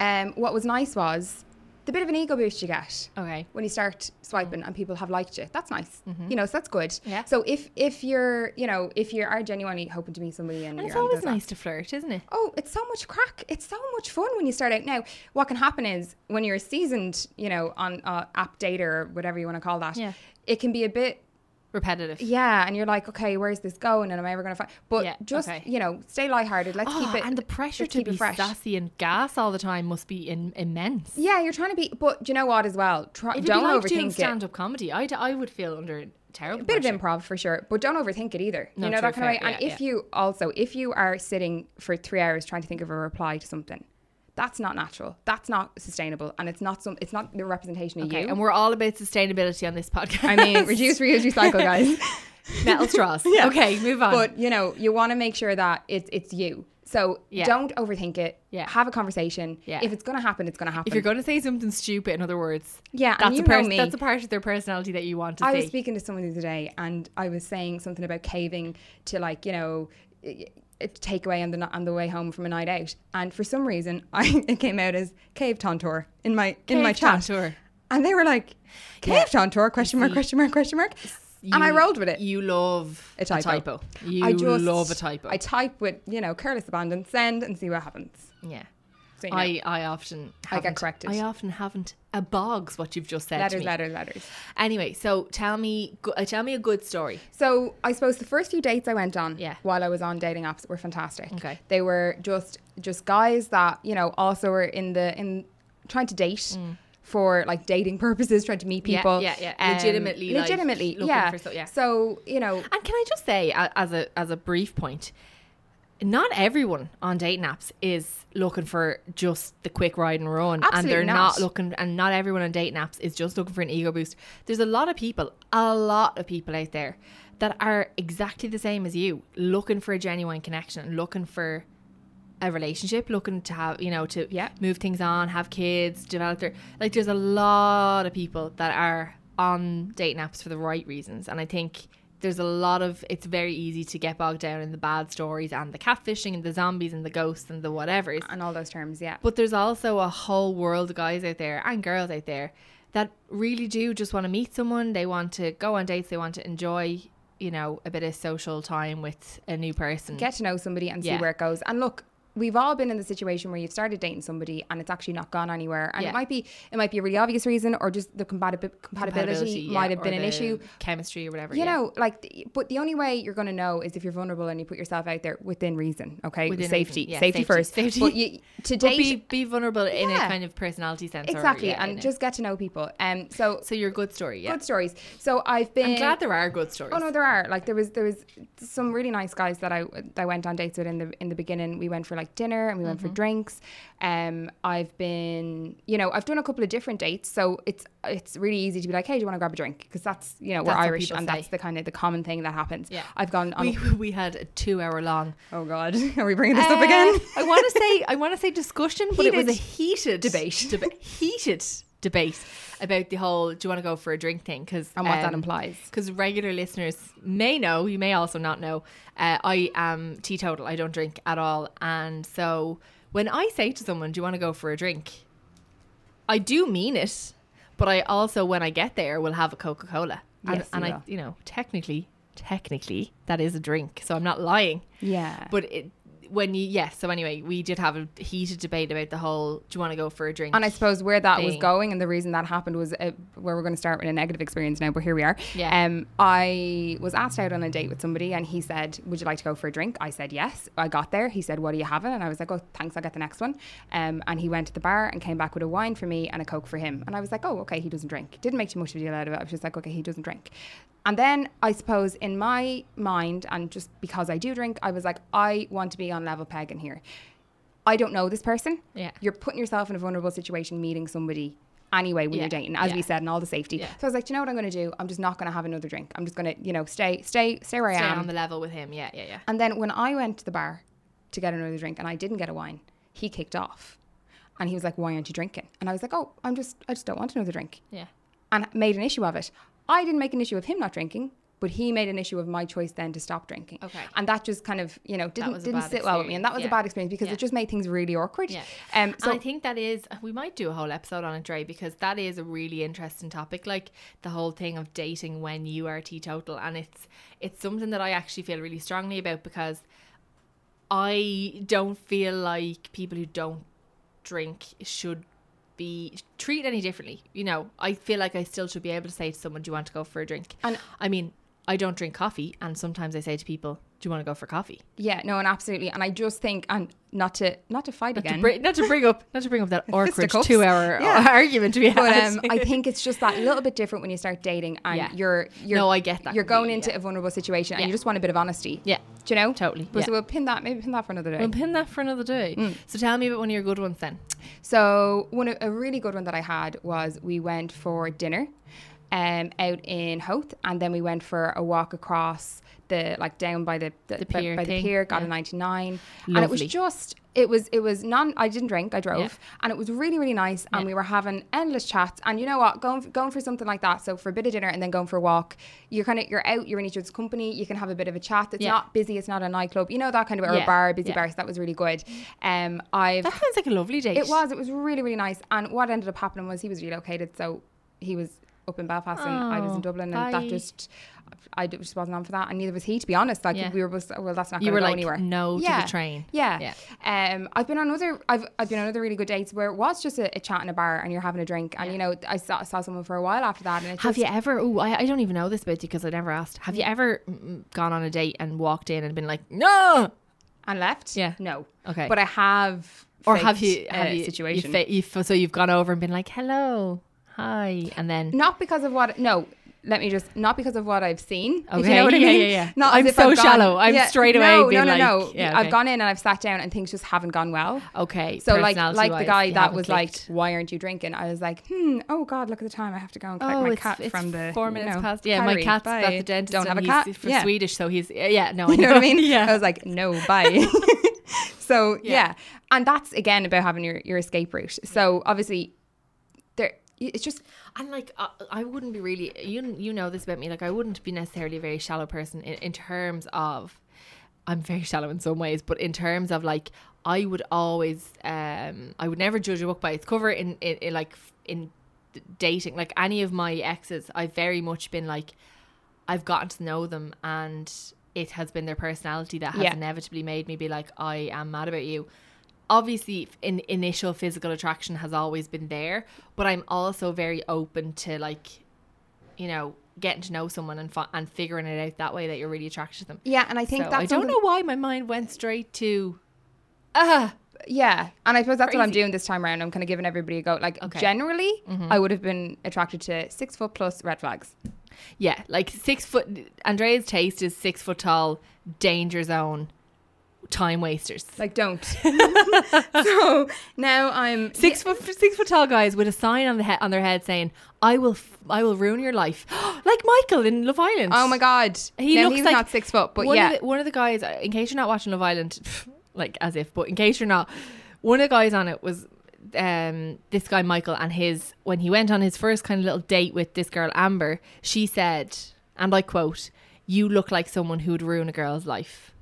[SPEAKER 3] um, what was nice was the bit of an ego boost you get
[SPEAKER 2] Okay. Mm-hmm.
[SPEAKER 3] when you start swiping and people have liked you. That's nice. You know, so that's good.
[SPEAKER 2] Yeah.
[SPEAKER 3] So if if you're you know if you are genuinely hoping to meet somebody and,
[SPEAKER 2] And it's
[SPEAKER 3] you're on
[SPEAKER 2] always
[SPEAKER 3] those
[SPEAKER 2] nice to flirt, isn't it?
[SPEAKER 3] Oh, it's so much crack. It's so much fun when you start out. Now, what can happen is when you're a seasoned, you know, on uh, app dater or whatever you want to call that,
[SPEAKER 2] Yeah.
[SPEAKER 3] it can be a bit,
[SPEAKER 2] Repetitive.
[SPEAKER 3] yeah, and you're like, okay, where's this going and am I ever going to find? But
[SPEAKER 2] Yeah,
[SPEAKER 3] just,
[SPEAKER 2] okay.
[SPEAKER 3] you know, stay lighthearted. Let's
[SPEAKER 2] Oh,
[SPEAKER 3] keep it.
[SPEAKER 2] and the pressure
[SPEAKER 3] let's
[SPEAKER 2] to
[SPEAKER 3] keep it
[SPEAKER 2] be sassy and gas all the time must be in, immense.
[SPEAKER 3] Yeah, you're trying to be, but do you know what as well? Try,
[SPEAKER 2] It'd
[SPEAKER 3] don't
[SPEAKER 2] be like doing
[SPEAKER 3] overthink it.
[SPEAKER 2] stand-up comedy. I, I would feel under terrible.
[SPEAKER 3] A bit
[SPEAKER 2] pressure.
[SPEAKER 3] of improv for sure, but don't overthink it either.
[SPEAKER 2] No,
[SPEAKER 3] you know that
[SPEAKER 2] true,
[SPEAKER 3] kind of way.
[SPEAKER 2] fair,
[SPEAKER 3] And
[SPEAKER 2] yeah,
[SPEAKER 3] if
[SPEAKER 2] yeah.
[SPEAKER 3] you also, if you are sitting for three hours trying to think of a reply to something, that's not natural. That's not sustainable, and it's not some. It's not the representation of
[SPEAKER 2] Okay,
[SPEAKER 3] you.
[SPEAKER 2] and we're all about sustainability on this podcast.
[SPEAKER 3] I mean, reduce, reuse, recycle, guys.
[SPEAKER 2] metal straws. Okay, move on.
[SPEAKER 3] but you know, you want to make sure that it's it's you. So
[SPEAKER 2] Yeah.
[SPEAKER 3] don't overthink it.
[SPEAKER 2] Yeah.
[SPEAKER 3] Have a conversation.
[SPEAKER 2] Yeah.
[SPEAKER 3] If it's gonna happen, it's gonna happen.
[SPEAKER 2] if you're going to say something stupid, in other words,
[SPEAKER 3] Yeah, and
[SPEAKER 2] that's
[SPEAKER 3] you
[SPEAKER 2] a
[SPEAKER 3] know
[SPEAKER 2] person.
[SPEAKER 3] me.
[SPEAKER 2] That's a part of their personality that you want to
[SPEAKER 3] I
[SPEAKER 2] see.
[SPEAKER 3] was speaking to someone the other day, and I was saying something about caving to like you know. i- i- Takeaway on the n- on the way home from a night out, and for some reason, I it came out as cave tontor in my in my
[SPEAKER 2] Cave
[SPEAKER 3] chat,
[SPEAKER 2] tontour.
[SPEAKER 3] and they were like, cave tontor question mark question mark question mark, and I
[SPEAKER 2] You-
[SPEAKER 3] rolled with it.
[SPEAKER 2] You love
[SPEAKER 3] a typo.
[SPEAKER 2] You
[SPEAKER 3] I just,
[SPEAKER 2] love a typo.
[SPEAKER 3] I type with you know careless abandon, send, and see what happens.
[SPEAKER 2] yeah.
[SPEAKER 3] So, you know,
[SPEAKER 2] I, I often
[SPEAKER 3] I get
[SPEAKER 2] haven't-
[SPEAKER 3] corrected.
[SPEAKER 2] I often haven't a bogs what you've just said to
[SPEAKER 3] letters,
[SPEAKER 2] me.
[SPEAKER 3] letters, letters.
[SPEAKER 2] Anyway, so tell me, go- uh, tell me a good story.
[SPEAKER 3] So I suppose the first few dates I went on
[SPEAKER 2] Yeah.
[SPEAKER 3] while I was on dating apps were fantastic.
[SPEAKER 2] Okay.
[SPEAKER 3] They were just just guys that, you know, also were in the in trying to date for like dating purposes, trying to meet
[SPEAKER 2] Mm. Yeah,
[SPEAKER 3] people. Um,
[SPEAKER 2] yeah, yeah. Legitimately, like,
[SPEAKER 3] legitimately.
[SPEAKER 2] looking
[SPEAKER 3] yeah.
[SPEAKER 2] for so- yeah.
[SPEAKER 3] So, you know,
[SPEAKER 2] And can I just say, a- as a as a brief point, not everyone on dating apps is looking for just the quick ride and run, and
[SPEAKER 3] Absolutely
[SPEAKER 2] they're
[SPEAKER 3] not.
[SPEAKER 2] looking. And not everyone on dating apps is just looking for an ego boost. There's a lot of people, a lot of people out there that are exactly the same as you, looking for a genuine connection and looking for a relationship, looking to have, you know, to
[SPEAKER 3] Yeah.
[SPEAKER 2] move things on, have kids, develop their like. There's a lot of people that are on dating apps for the right reasons, and I think there's a lot of. It's very easy to get bogged down in the bad stories and the catfishing and the zombies and the ghosts and the whatever.
[SPEAKER 3] and all those terms, yeah.
[SPEAKER 2] But there's also a whole world of guys out there and girls out there that really do just want to meet someone. They want to go on dates. They want to enjoy, you know, a bit of social time with a new person.
[SPEAKER 3] get to know somebody and
[SPEAKER 2] Yeah.
[SPEAKER 3] see where it goes. And look, we've all been in the situation where you've started dating somebody and it's actually not gone anywhere. And
[SPEAKER 2] Yeah.
[SPEAKER 3] it might be it might be a really obvious reason or just the compatibi- compatibility,
[SPEAKER 2] yeah,
[SPEAKER 3] might have
[SPEAKER 2] or
[SPEAKER 3] been an
[SPEAKER 2] the
[SPEAKER 3] issue.
[SPEAKER 2] chemistry or whatever.
[SPEAKER 3] You
[SPEAKER 2] yeah.
[SPEAKER 3] know, like, th- but the only way you're going to know is if you're vulnerable and you put yourself out there within reason. Okay,
[SPEAKER 2] Within
[SPEAKER 3] safety,
[SPEAKER 2] reason. Yeah,
[SPEAKER 3] safety,
[SPEAKER 2] safety,
[SPEAKER 3] first.
[SPEAKER 2] safety.
[SPEAKER 3] But you, to
[SPEAKER 2] But
[SPEAKER 3] date,
[SPEAKER 2] be, be vulnerable in a
[SPEAKER 3] Yeah.
[SPEAKER 2] kind of personality sense. or-
[SPEAKER 3] exactly,
[SPEAKER 2] yeah, in
[SPEAKER 3] and
[SPEAKER 2] a-
[SPEAKER 3] just get to know people. Um, so,
[SPEAKER 2] so your good story. Yeah,
[SPEAKER 3] good stories. So I've been.
[SPEAKER 2] I'm glad there are good stories.
[SPEAKER 3] Oh no, there are. Like there was there was some really nice guys that I that I went on dates with in the in the beginning. We went for like dinner and we
[SPEAKER 2] Mm-hmm.
[SPEAKER 3] went for drinks. Um, I've been you know I've done a couple of different dates, so it's it's really easy to be like, hey, do you want to grab a drink? Because that's you know we're
[SPEAKER 2] That's what
[SPEAKER 3] Irish
[SPEAKER 2] people
[SPEAKER 3] and
[SPEAKER 2] say.
[SPEAKER 3] that's the kind of the common thing that happens.
[SPEAKER 2] Yeah.
[SPEAKER 3] I've gone on.
[SPEAKER 2] we, Um, we had a two hour long.
[SPEAKER 3] oh God, are we bringing this up again?
[SPEAKER 2] Uh, I want to say I want to say discussion, but it was a heated
[SPEAKER 3] debate.
[SPEAKER 2] deba- heated debate about the whole do you want to go for a drink thing because
[SPEAKER 3] And what that implies.
[SPEAKER 2] Because regular listeners may know, you may also not know. Uh, I am teetotal. I don't drink at all, and so when I say to someone, "Do you want to go for a drink?" I do mean it, but I also, when I get there, will have a Coca Cola. And,
[SPEAKER 3] Yes, you
[SPEAKER 2] and I,
[SPEAKER 3] will.
[SPEAKER 2] you know, technically, technically, that is a drink, so I'm not lying
[SPEAKER 3] Yeah.
[SPEAKER 2] but it when you yes. so anyway, we did have a heated debate about the whole. Do you want to go for a drink?
[SPEAKER 3] And I suppose where that was
[SPEAKER 2] thing.
[SPEAKER 3] going and the reason that happened was uh, where we're going to start with a negative experience now, but here we are.
[SPEAKER 2] Yeah.
[SPEAKER 3] Um, I was asked out on a date with somebody and he said, Would you like to go for a drink? I said, Yes. I got there. He said, What are you having? And I was like, Oh, thanks. I'll get the next one. Um, and he went to the bar and came back with a wine for me and a Coke for him. And I was like, Oh, okay. He doesn't drink. Didn't make too much of a deal out of it. I was just like, Okay, he doesn't drink. And then I suppose in my mind, and just because I do drink, I was like, I want to be on level peg in here. I don't know this person.
[SPEAKER 2] Yeah.
[SPEAKER 3] You're putting yourself in a vulnerable situation meeting somebody anyway when
[SPEAKER 2] Yeah,
[SPEAKER 3] you're dating, as
[SPEAKER 2] yeah.
[SPEAKER 3] we said, and all the safety.
[SPEAKER 2] Yeah.
[SPEAKER 3] So I was like, "Do you know what I'm going to do? I'm just not going to have another drink. I'm just going to, you know, stay, stay, stay where
[SPEAKER 2] Stay
[SPEAKER 3] I am.
[SPEAKER 2] on the level with him. Yeah, yeah, yeah.
[SPEAKER 3] and then when I went to the bar to get another drink and I didn't get a wine, he kicked off. And he was like, why aren't you drinking? And I was like, oh, I'm just, I just don't want another drink.
[SPEAKER 2] Yeah.
[SPEAKER 3] And made an issue of it. I didn't make an issue of him not drinking, but he made an issue of my choice then to stop drinking.
[SPEAKER 2] Okay.
[SPEAKER 3] And that just kind of, you know, didn't,
[SPEAKER 2] was a
[SPEAKER 3] didn't
[SPEAKER 2] bad
[SPEAKER 3] sit well with me.
[SPEAKER 2] experience.
[SPEAKER 3] And that was
[SPEAKER 2] Yeah.
[SPEAKER 3] a bad experience because
[SPEAKER 2] Yeah.
[SPEAKER 3] it just made things really awkward.
[SPEAKER 2] Yeah.
[SPEAKER 3] Um, so
[SPEAKER 2] and I think that is we might do a whole episode on it, Dre, because that is a really interesting topic. Like the whole thing of dating when you are teetotal, and it's it's something that I actually feel really strongly about because I don't feel like people who don't drink should be treated any differently. You know, I feel like I still should be able to say to someone, "Do you want to go for a drink?"
[SPEAKER 3] And-
[SPEAKER 2] I mean, I don't drink coffee, and sometimes I say to people, "Do you want to go for coffee?"
[SPEAKER 3] Yeah, no, and absolutely, and I just think, and not to not to fight
[SPEAKER 2] to
[SPEAKER 3] again,
[SPEAKER 2] bri- not to bring up not to bring up that awkward
[SPEAKER 3] Fisticuffs.
[SPEAKER 2] two hour
[SPEAKER 3] Yeah.
[SPEAKER 2] argument we
[SPEAKER 3] but
[SPEAKER 2] had.
[SPEAKER 3] um, I think it's just that little bit different when you start dating, and
[SPEAKER 2] Yeah.
[SPEAKER 3] you're you're
[SPEAKER 2] No, I get that
[SPEAKER 3] you're going
[SPEAKER 2] completely,
[SPEAKER 3] into
[SPEAKER 2] yeah.
[SPEAKER 3] a vulnerable situation,
[SPEAKER 2] Yeah.
[SPEAKER 3] and you just want a bit of honesty.
[SPEAKER 2] Yeah.
[SPEAKER 3] do you know?
[SPEAKER 2] Totally,
[SPEAKER 3] But
[SPEAKER 2] yeah.
[SPEAKER 3] so we'll pin that, maybe pin that for another day.
[SPEAKER 2] we'll pin that for another day. So tell me about one of your good ones then.
[SPEAKER 3] So one of- a really good one that I had was we went for dinner um, out in Hoth, and then we went for a walk across the like down by the, the, by-
[SPEAKER 2] pier
[SPEAKER 3] by, the
[SPEAKER 2] thing,
[SPEAKER 3] pier. Got
[SPEAKER 2] yeah.
[SPEAKER 3] a ninety nine, and it was
[SPEAKER 2] Lovely.
[SPEAKER 3] just it was it was non. I didn't drink. I drove,
[SPEAKER 2] Yeah.
[SPEAKER 3] and it was really really nice. And we were having endless chats. And you know what, going f- going for something like that. So for a bit of dinner and then going for a walk, you're kind of you're out. You're in each other's company. You can have a bit of a chat. It's
[SPEAKER 2] Yeah.
[SPEAKER 3] not busy. It's not a nightclub. You know that kind of or
[SPEAKER 2] Yeah,
[SPEAKER 3] a bar, a busy
[SPEAKER 2] yeah.
[SPEAKER 3] bar. So that was really good. Um, I've
[SPEAKER 2] That sounds like a lovely date.
[SPEAKER 3] it was. It was really, really nice. And what ended up happening was he was relocated, so he was up in Belfast and I was
[SPEAKER 2] Oh,
[SPEAKER 3] in Dublin, and
[SPEAKER 2] bye.
[SPEAKER 3] that just I d- just wasn't on for that, and neither was he, to be honest. Like
[SPEAKER 2] Yeah.
[SPEAKER 3] we were both. Well, that's not.
[SPEAKER 2] You
[SPEAKER 3] gonna
[SPEAKER 2] were
[SPEAKER 3] go
[SPEAKER 2] like,
[SPEAKER 3] anywhere.
[SPEAKER 2] "No to the train."
[SPEAKER 3] Yeah. Um, I've been on other. I've I've been on other really good dates where it was just a, a chat in a bar, and you're having a drink, and you know I saw, saw someone for a while after that, and it
[SPEAKER 2] Have
[SPEAKER 3] just,
[SPEAKER 2] you ever? Oh, I, I don't even know this about you because I never asked. Have you ever mm, gone on a date and walked in and been like, no?
[SPEAKER 3] and left.
[SPEAKER 2] Yeah.
[SPEAKER 3] No.
[SPEAKER 2] Okay.
[SPEAKER 3] But I have.
[SPEAKER 2] Or have
[SPEAKER 3] faked
[SPEAKER 2] you?
[SPEAKER 3] a
[SPEAKER 2] Have you?
[SPEAKER 3] situation?
[SPEAKER 2] You fa- you fa- so you've gone over and been like, hello, hi, and then
[SPEAKER 3] not because of what no let me just not because of what I've seen. If
[SPEAKER 2] Okay,
[SPEAKER 3] you know what I
[SPEAKER 2] yeah,
[SPEAKER 3] mean?
[SPEAKER 2] yeah, yeah.
[SPEAKER 3] Not
[SPEAKER 2] I'm
[SPEAKER 3] as if
[SPEAKER 2] so
[SPEAKER 3] I've gone-
[SPEAKER 2] shallow. I'm straight away
[SPEAKER 3] No,
[SPEAKER 2] being
[SPEAKER 3] no, no,
[SPEAKER 2] like-
[SPEAKER 3] no.
[SPEAKER 2] yeah, okay. Oh,
[SPEAKER 3] I've gone in and I've sat down and things just haven't gone well.
[SPEAKER 2] okay.
[SPEAKER 3] So like like the
[SPEAKER 2] personality-wise,
[SPEAKER 3] guy
[SPEAKER 2] you
[SPEAKER 3] that
[SPEAKER 2] haven't
[SPEAKER 3] was
[SPEAKER 2] clicked.
[SPEAKER 3] like, why aren't you drinking? I was like, hmm, oh god, look at the time. I have to go and collect
[SPEAKER 2] Oh,
[SPEAKER 3] my
[SPEAKER 2] it's,
[SPEAKER 3] cat
[SPEAKER 2] it's
[SPEAKER 3] from the
[SPEAKER 2] four minutes
[SPEAKER 3] you know,
[SPEAKER 2] past. Yeah, my
[SPEAKER 3] pottery.
[SPEAKER 2] cat's
[SPEAKER 3] Bye.
[SPEAKER 2] at the dentist.
[SPEAKER 3] Don't have
[SPEAKER 2] and
[SPEAKER 3] a
[SPEAKER 2] he's
[SPEAKER 3] cat
[SPEAKER 2] from
[SPEAKER 3] yeah.
[SPEAKER 2] Swedish, so he's yeah. No, I
[SPEAKER 3] You know what I mean?
[SPEAKER 2] yeah,
[SPEAKER 3] I was like, no, bye. so yeah. and that's again about having your your escape route. So obviously, there it's just
[SPEAKER 2] And like I, I wouldn't be really you you know this about me like I wouldn't be necessarily a very shallow person in, in terms of I'm very shallow in some ways but in terms of like I would always um I would never judge a book by its cover in, in, in like in dating like any of my exes I've very much been like I've gotten to know them and it has been their personality that has
[SPEAKER 3] Yeah.
[SPEAKER 2] inevitably made me be like I am mad about you. Obviously, f- in initial physical attraction has always been there, but I'm also very open to like, you know, getting to know someone and fi- and figuring it out that way that you're really attracted to them.
[SPEAKER 3] yeah. And I think
[SPEAKER 2] So
[SPEAKER 3] that's
[SPEAKER 2] I don't
[SPEAKER 3] something-
[SPEAKER 2] know why my mind went straight to, ah,
[SPEAKER 3] Yeah, and I suppose that's what I'm
[SPEAKER 2] Crazy.
[SPEAKER 3] doing this time around. I'm kind of giving everybody a go. Like
[SPEAKER 2] Okay. Mm-hmm.
[SPEAKER 3] generally, I would have been attracted to six foot plus red flags.
[SPEAKER 2] Yeah, like six foot. Andrea's taste is six foot tall, danger zone, time wasters.
[SPEAKER 3] Like don't. so now I'm
[SPEAKER 2] Six foot, six foot tall guys with a sign on the he- on their head saying, "I will, f- I will ruin your life," like Michael in Love Island.
[SPEAKER 3] Oh my god,
[SPEAKER 2] He
[SPEAKER 3] now,
[SPEAKER 2] looks
[SPEAKER 3] he's
[SPEAKER 2] like
[SPEAKER 3] not six foot, but
[SPEAKER 2] one
[SPEAKER 3] yeah,
[SPEAKER 2] of the, one of the guys. uh, In case you're not watching Love Island, like as if, but in case you're not, one of the guys on it was um this guy Michael and his when he went on his first kind of little date with this girl Amber. She said, and I quote, "You look like someone who would ruin a girl's life."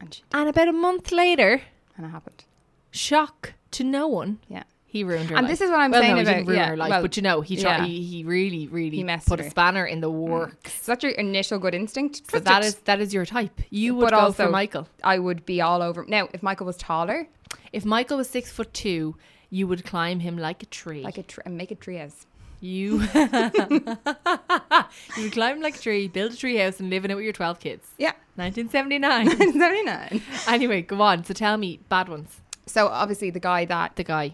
[SPEAKER 3] and, she,
[SPEAKER 2] And about a month later,
[SPEAKER 3] and it happened.
[SPEAKER 2] shock to no one,
[SPEAKER 3] Yeah,
[SPEAKER 2] He ruined her
[SPEAKER 3] And
[SPEAKER 2] life.
[SPEAKER 3] this is what I'm
[SPEAKER 2] well,
[SPEAKER 3] saying
[SPEAKER 2] no,
[SPEAKER 3] about-
[SPEAKER 2] he didn't ruin
[SPEAKER 3] yeah,
[SPEAKER 2] her life,
[SPEAKER 3] well,
[SPEAKER 2] but you know, he tried.
[SPEAKER 3] yeah.
[SPEAKER 2] He, he really, really
[SPEAKER 3] He messed Mm.
[SPEAKER 2] put
[SPEAKER 3] her.
[SPEAKER 2] a spanner in the works.
[SPEAKER 3] So that's your initial good instinct.
[SPEAKER 2] So that is that is your type. You would
[SPEAKER 3] But
[SPEAKER 2] go
[SPEAKER 3] also,
[SPEAKER 2] for Michael.
[SPEAKER 3] I would be all over. Now, if Michael was taller,
[SPEAKER 2] If Michael was six foot two, you would climb him like a tree.
[SPEAKER 3] like a tr- and make a treehouse.
[SPEAKER 2] you, you would climb him like a tree, build a tree house, and live in it with your twelve kids.
[SPEAKER 3] Yeah,
[SPEAKER 2] 1979.
[SPEAKER 3] Very nice.
[SPEAKER 2] anyway, go on. So tell me bad ones.
[SPEAKER 3] So obviously, the guy that
[SPEAKER 2] The guy.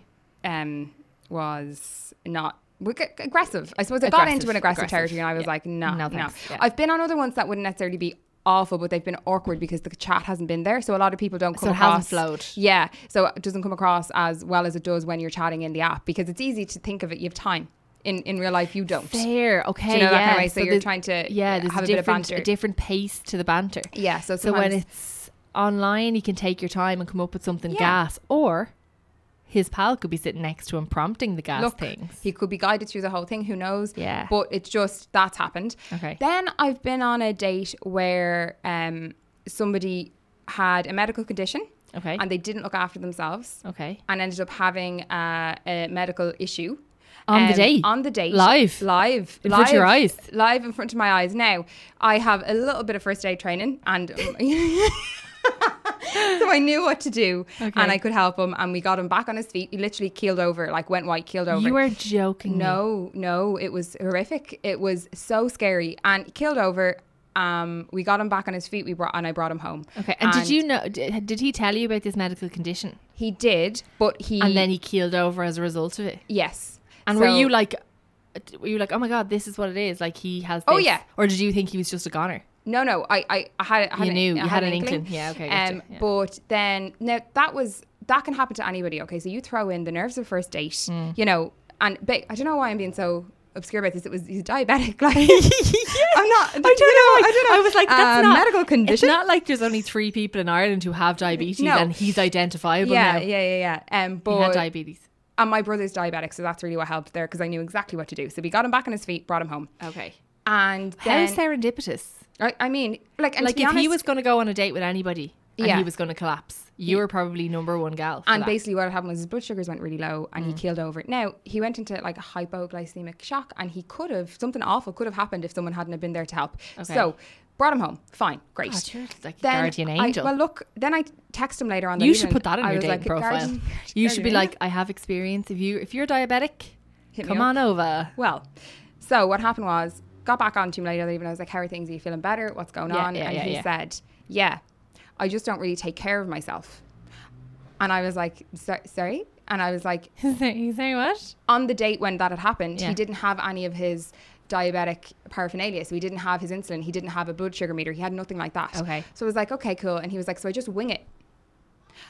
[SPEAKER 3] um was not w- g- aggressive. I suppose I got
[SPEAKER 2] Aggressive,
[SPEAKER 3] into an aggressive,
[SPEAKER 2] aggressive,
[SPEAKER 3] territory, and I was
[SPEAKER 2] yeah.
[SPEAKER 3] like, nah,
[SPEAKER 2] No
[SPEAKER 3] no,
[SPEAKER 2] thanks, yeah.
[SPEAKER 3] I've been on other ones that wouldn't necessarily be awful, but they've been awkward because the chat hasn't been there. So a lot of people don't
[SPEAKER 2] So
[SPEAKER 3] come
[SPEAKER 2] it hasn't
[SPEAKER 3] across.
[SPEAKER 2] flowed.
[SPEAKER 3] Yeah, so it doesn't come across as well as it does when you're chatting in the app because it's easy to think of it. You have time. In in real life, you don't.
[SPEAKER 2] Fair, okay.
[SPEAKER 3] Do you know
[SPEAKER 2] yeah.
[SPEAKER 3] that kind of way? So you're
[SPEAKER 2] there's-
[SPEAKER 3] trying to,
[SPEAKER 2] yeah,
[SPEAKER 3] uh,
[SPEAKER 2] there's a
[SPEAKER 3] have a bit of
[SPEAKER 2] different-
[SPEAKER 3] banter.
[SPEAKER 2] a different pace to the banter.
[SPEAKER 3] Yeah, so
[SPEAKER 2] So when
[SPEAKER 3] sometimes-
[SPEAKER 2] it's online, you can take your time and come up with something
[SPEAKER 3] Yeah.
[SPEAKER 2] gas, or his pal could be sitting next to him prompting the gas
[SPEAKER 3] Look,
[SPEAKER 2] things.
[SPEAKER 3] he could be guided through the whole thing. Who knows?
[SPEAKER 2] Yeah.
[SPEAKER 3] But it's just that's happened.
[SPEAKER 2] Okay.
[SPEAKER 3] Then I've been on a date where um, somebody had a medical condition.
[SPEAKER 2] Okay.
[SPEAKER 3] And they didn't look after themselves.
[SPEAKER 2] Okay.
[SPEAKER 3] And ended up having uh, a medical issue. Um,
[SPEAKER 2] On the date?
[SPEAKER 3] On the date.
[SPEAKER 2] Live?
[SPEAKER 3] Live.
[SPEAKER 2] In front of your
[SPEAKER 3] live,
[SPEAKER 2] eyes?
[SPEAKER 3] Live in front of my eyes. Now, I have a little bit of first aid training and. So I knew what to do and I could help him and we got him back on his feet. He literally keeled over, like went white, keeled over.
[SPEAKER 2] You are joking. me.
[SPEAKER 3] No, no, it was horrific. It was so scary and he killed over. Um, we got him back on his feet. We brought and I brought him home.
[SPEAKER 2] Okay. And, did you know? Did, did he tell you about this medical condition?
[SPEAKER 3] He did, but he
[SPEAKER 2] And then he keeled over as a result of it.
[SPEAKER 3] yes.
[SPEAKER 2] And were
[SPEAKER 3] So-
[SPEAKER 2] you like, were you like, oh my god, this is what it is? Like he has.
[SPEAKER 3] Oh,
[SPEAKER 2] this.
[SPEAKER 3] yeah.
[SPEAKER 2] Or did you think he was just a goner?
[SPEAKER 3] No, no. I, I, I had. I had
[SPEAKER 2] You
[SPEAKER 3] an-
[SPEAKER 2] knew,
[SPEAKER 3] I
[SPEAKER 2] you had an inkling. Yeah, okay, gotcha, yeah.
[SPEAKER 3] But then now that was that can happen to anybody. Okay, so you throw in the nerves of first date.
[SPEAKER 2] Mm.
[SPEAKER 3] You know, and but I don't know why I'm being so obscure about this. It was he's diabetic. Like I'm not.
[SPEAKER 2] I don't know. I,
[SPEAKER 3] I don't know.
[SPEAKER 2] I was like,
[SPEAKER 3] Uh,
[SPEAKER 2] that's not
[SPEAKER 3] medical
[SPEAKER 2] It's
[SPEAKER 3] condition.
[SPEAKER 2] not like there's only three people in Ireland who have diabetes,
[SPEAKER 3] No.
[SPEAKER 2] and he's identifiable
[SPEAKER 3] yeah,
[SPEAKER 2] now.
[SPEAKER 3] yeah, yeah, yeah. Um,
[SPEAKER 2] He had
[SPEAKER 3] but
[SPEAKER 2] diabetes.
[SPEAKER 3] And my brother's diabetic, so that's really what helped there because I knew exactly what to do. So we got him back on his feet, brought him home.
[SPEAKER 2] Okay.
[SPEAKER 3] And
[SPEAKER 2] How
[SPEAKER 3] then,
[SPEAKER 2] serendipitous.
[SPEAKER 3] I, I mean, like, and to
[SPEAKER 2] Like
[SPEAKER 3] be
[SPEAKER 2] if he
[SPEAKER 3] honest-
[SPEAKER 2] was going to go on a date with anybody, and
[SPEAKER 3] Yeah.
[SPEAKER 2] he was going to collapse, you were probably number one gal. for
[SPEAKER 3] and
[SPEAKER 2] that.
[SPEAKER 3] basically what had happened was his blood sugars went really low and
[SPEAKER 2] Mm.
[SPEAKER 3] he keeled over. Now, he went into like a hypoglycemic shock and he could have, something awful could have happened if someone hadn't have been there to help. So brought him home. Fine, great.
[SPEAKER 2] God, Oh, you're like a
[SPEAKER 3] Then
[SPEAKER 2] guardian
[SPEAKER 3] I-
[SPEAKER 2] angel.
[SPEAKER 3] well, look, then I text him later on. that
[SPEAKER 2] you should
[SPEAKER 3] evening.
[SPEAKER 2] put that in
[SPEAKER 3] I
[SPEAKER 2] your
[SPEAKER 3] was
[SPEAKER 2] dating
[SPEAKER 3] like,
[SPEAKER 2] profile.
[SPEAKER 3] "Guardian-
[SPEAKER 2] you should be
[SPEAKER 3] guardian
[SPEAKER 2] like, I have experience. If you if you're diabetic,
[SPEAKER 3] Hit me
[SPEAKER 2] come
[SPEAKER 3] up.
[SPEAKER 2] on over.
[SPEAKER 3] Well, so what happened was, got back on to him later that evening. I was like, "How are things? Are you feeling better? What's going
[SPEAKER 2] Yeah,
[SPEAKER 3] on?"
[SPEAKER 2] yeah,
[SPEAKER 3] and
[SPEAKER 2] yeah,
[SPEAKER 3] he
[SPEAKER 2] yeah.
[SPEAKER 3] said, "Yeah, I just don't really take care of myself." And I was like, "Sor- "Sorry." And I was like,
[SPEAKER 2] you say what?
[SPEAKER 3] on the date when that had happened,
[SPEAKER 2] Yeah.
[SPEAKER 3] he didn't have any of his diabetic paraphernalia. So he didn't have his insulin. He didn't have a blood sugar meter. He had nothing like that.
[SPEAKER 2] Okay.
[SPEAKER 3] So I was like, "Okay, cool." And he was like, "So I just wing it."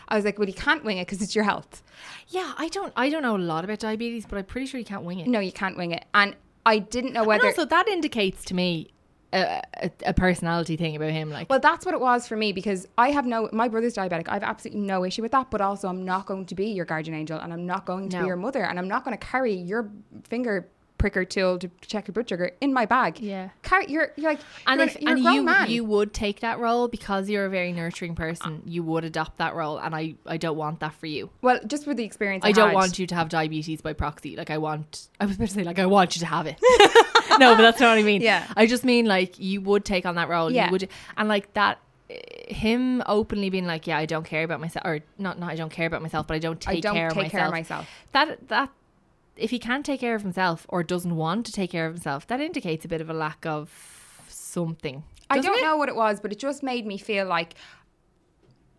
[SPEAKER 3] I was like, "Well, you can't wing it because it's your health."
[SPEAKER 2] Yeah, I don't I don't know a lot about diabetes, but I'm pretty sure you can't wing it.
[SPEAKER 3] No, you can't wing it. And I didn't know
[SPEAKER 2] And
[SPEAKER 3] whether
[SPEAKER 2] also, that indicates to me a, a, a personality thing about him. Like,
[SPEAKER 3] Well, that's what it was for me because I have no, my brother's diabetic. I have absolutely no issue with that. But also, I'm not going to be your guardian angel and I'm not going to
[SPEAKER 2] No.
[SPEAKER 3] be your mother and I'm not going to carry your finger pricker tool to check your blood sugar in my bag.
[SPEAKER 2] Yeah.
[SPEAKER 3] Carry, you're, you're like,
[SPEAKER 2] and
[SPEAKER 3] you're,
[SPEAKER 2] if
[SPEAKER 3] you're a
[SPEAKER 2] and
[SPEAKER 3] grown
[SPEAKER 2] you
[SPEAKER 3] man.
[SPEAKER 2] you would take that role because you're a very nurturing person, you would adopt that role, and I I don't want that for you.
[SPEAKER 3] well, just with the experience I,
[SPEAKER 2] I don't
[SPEAKER 3] had,
[SPEAKER 2] want you to have diabetes by proxy. Like I want, I was about to say, like I want you to have it. no, but that's not what I mean.
[SPEAKER 3] Yeah.
[SPEAKER 2] I just mean like you would take on that role.
[SPEAKER 3] Yeah.
[SPEAKER 2] You would, and like that, eh, him openly being like, yeah, I don't care about myself, or not, not I don't care about myself, but I don't take
[SPEAKER 3] I don't
[SPEAKER 2] care of
[SPEAKER 3] take
[SPEAKER 2] myself.
[SPEAKER 3] care of myself.
[SPEAKER 2] That that if he can't take care of himself or doesn't want to take care of himself, that indicates a bit of a lack of something.
[SPEAKER 3] I
[SPEAKER 2] doesn't
[SPEAKER 3] don't
[SPEAKER 2] it?
[SPEAKER 3] know what it was, but it just made me feel like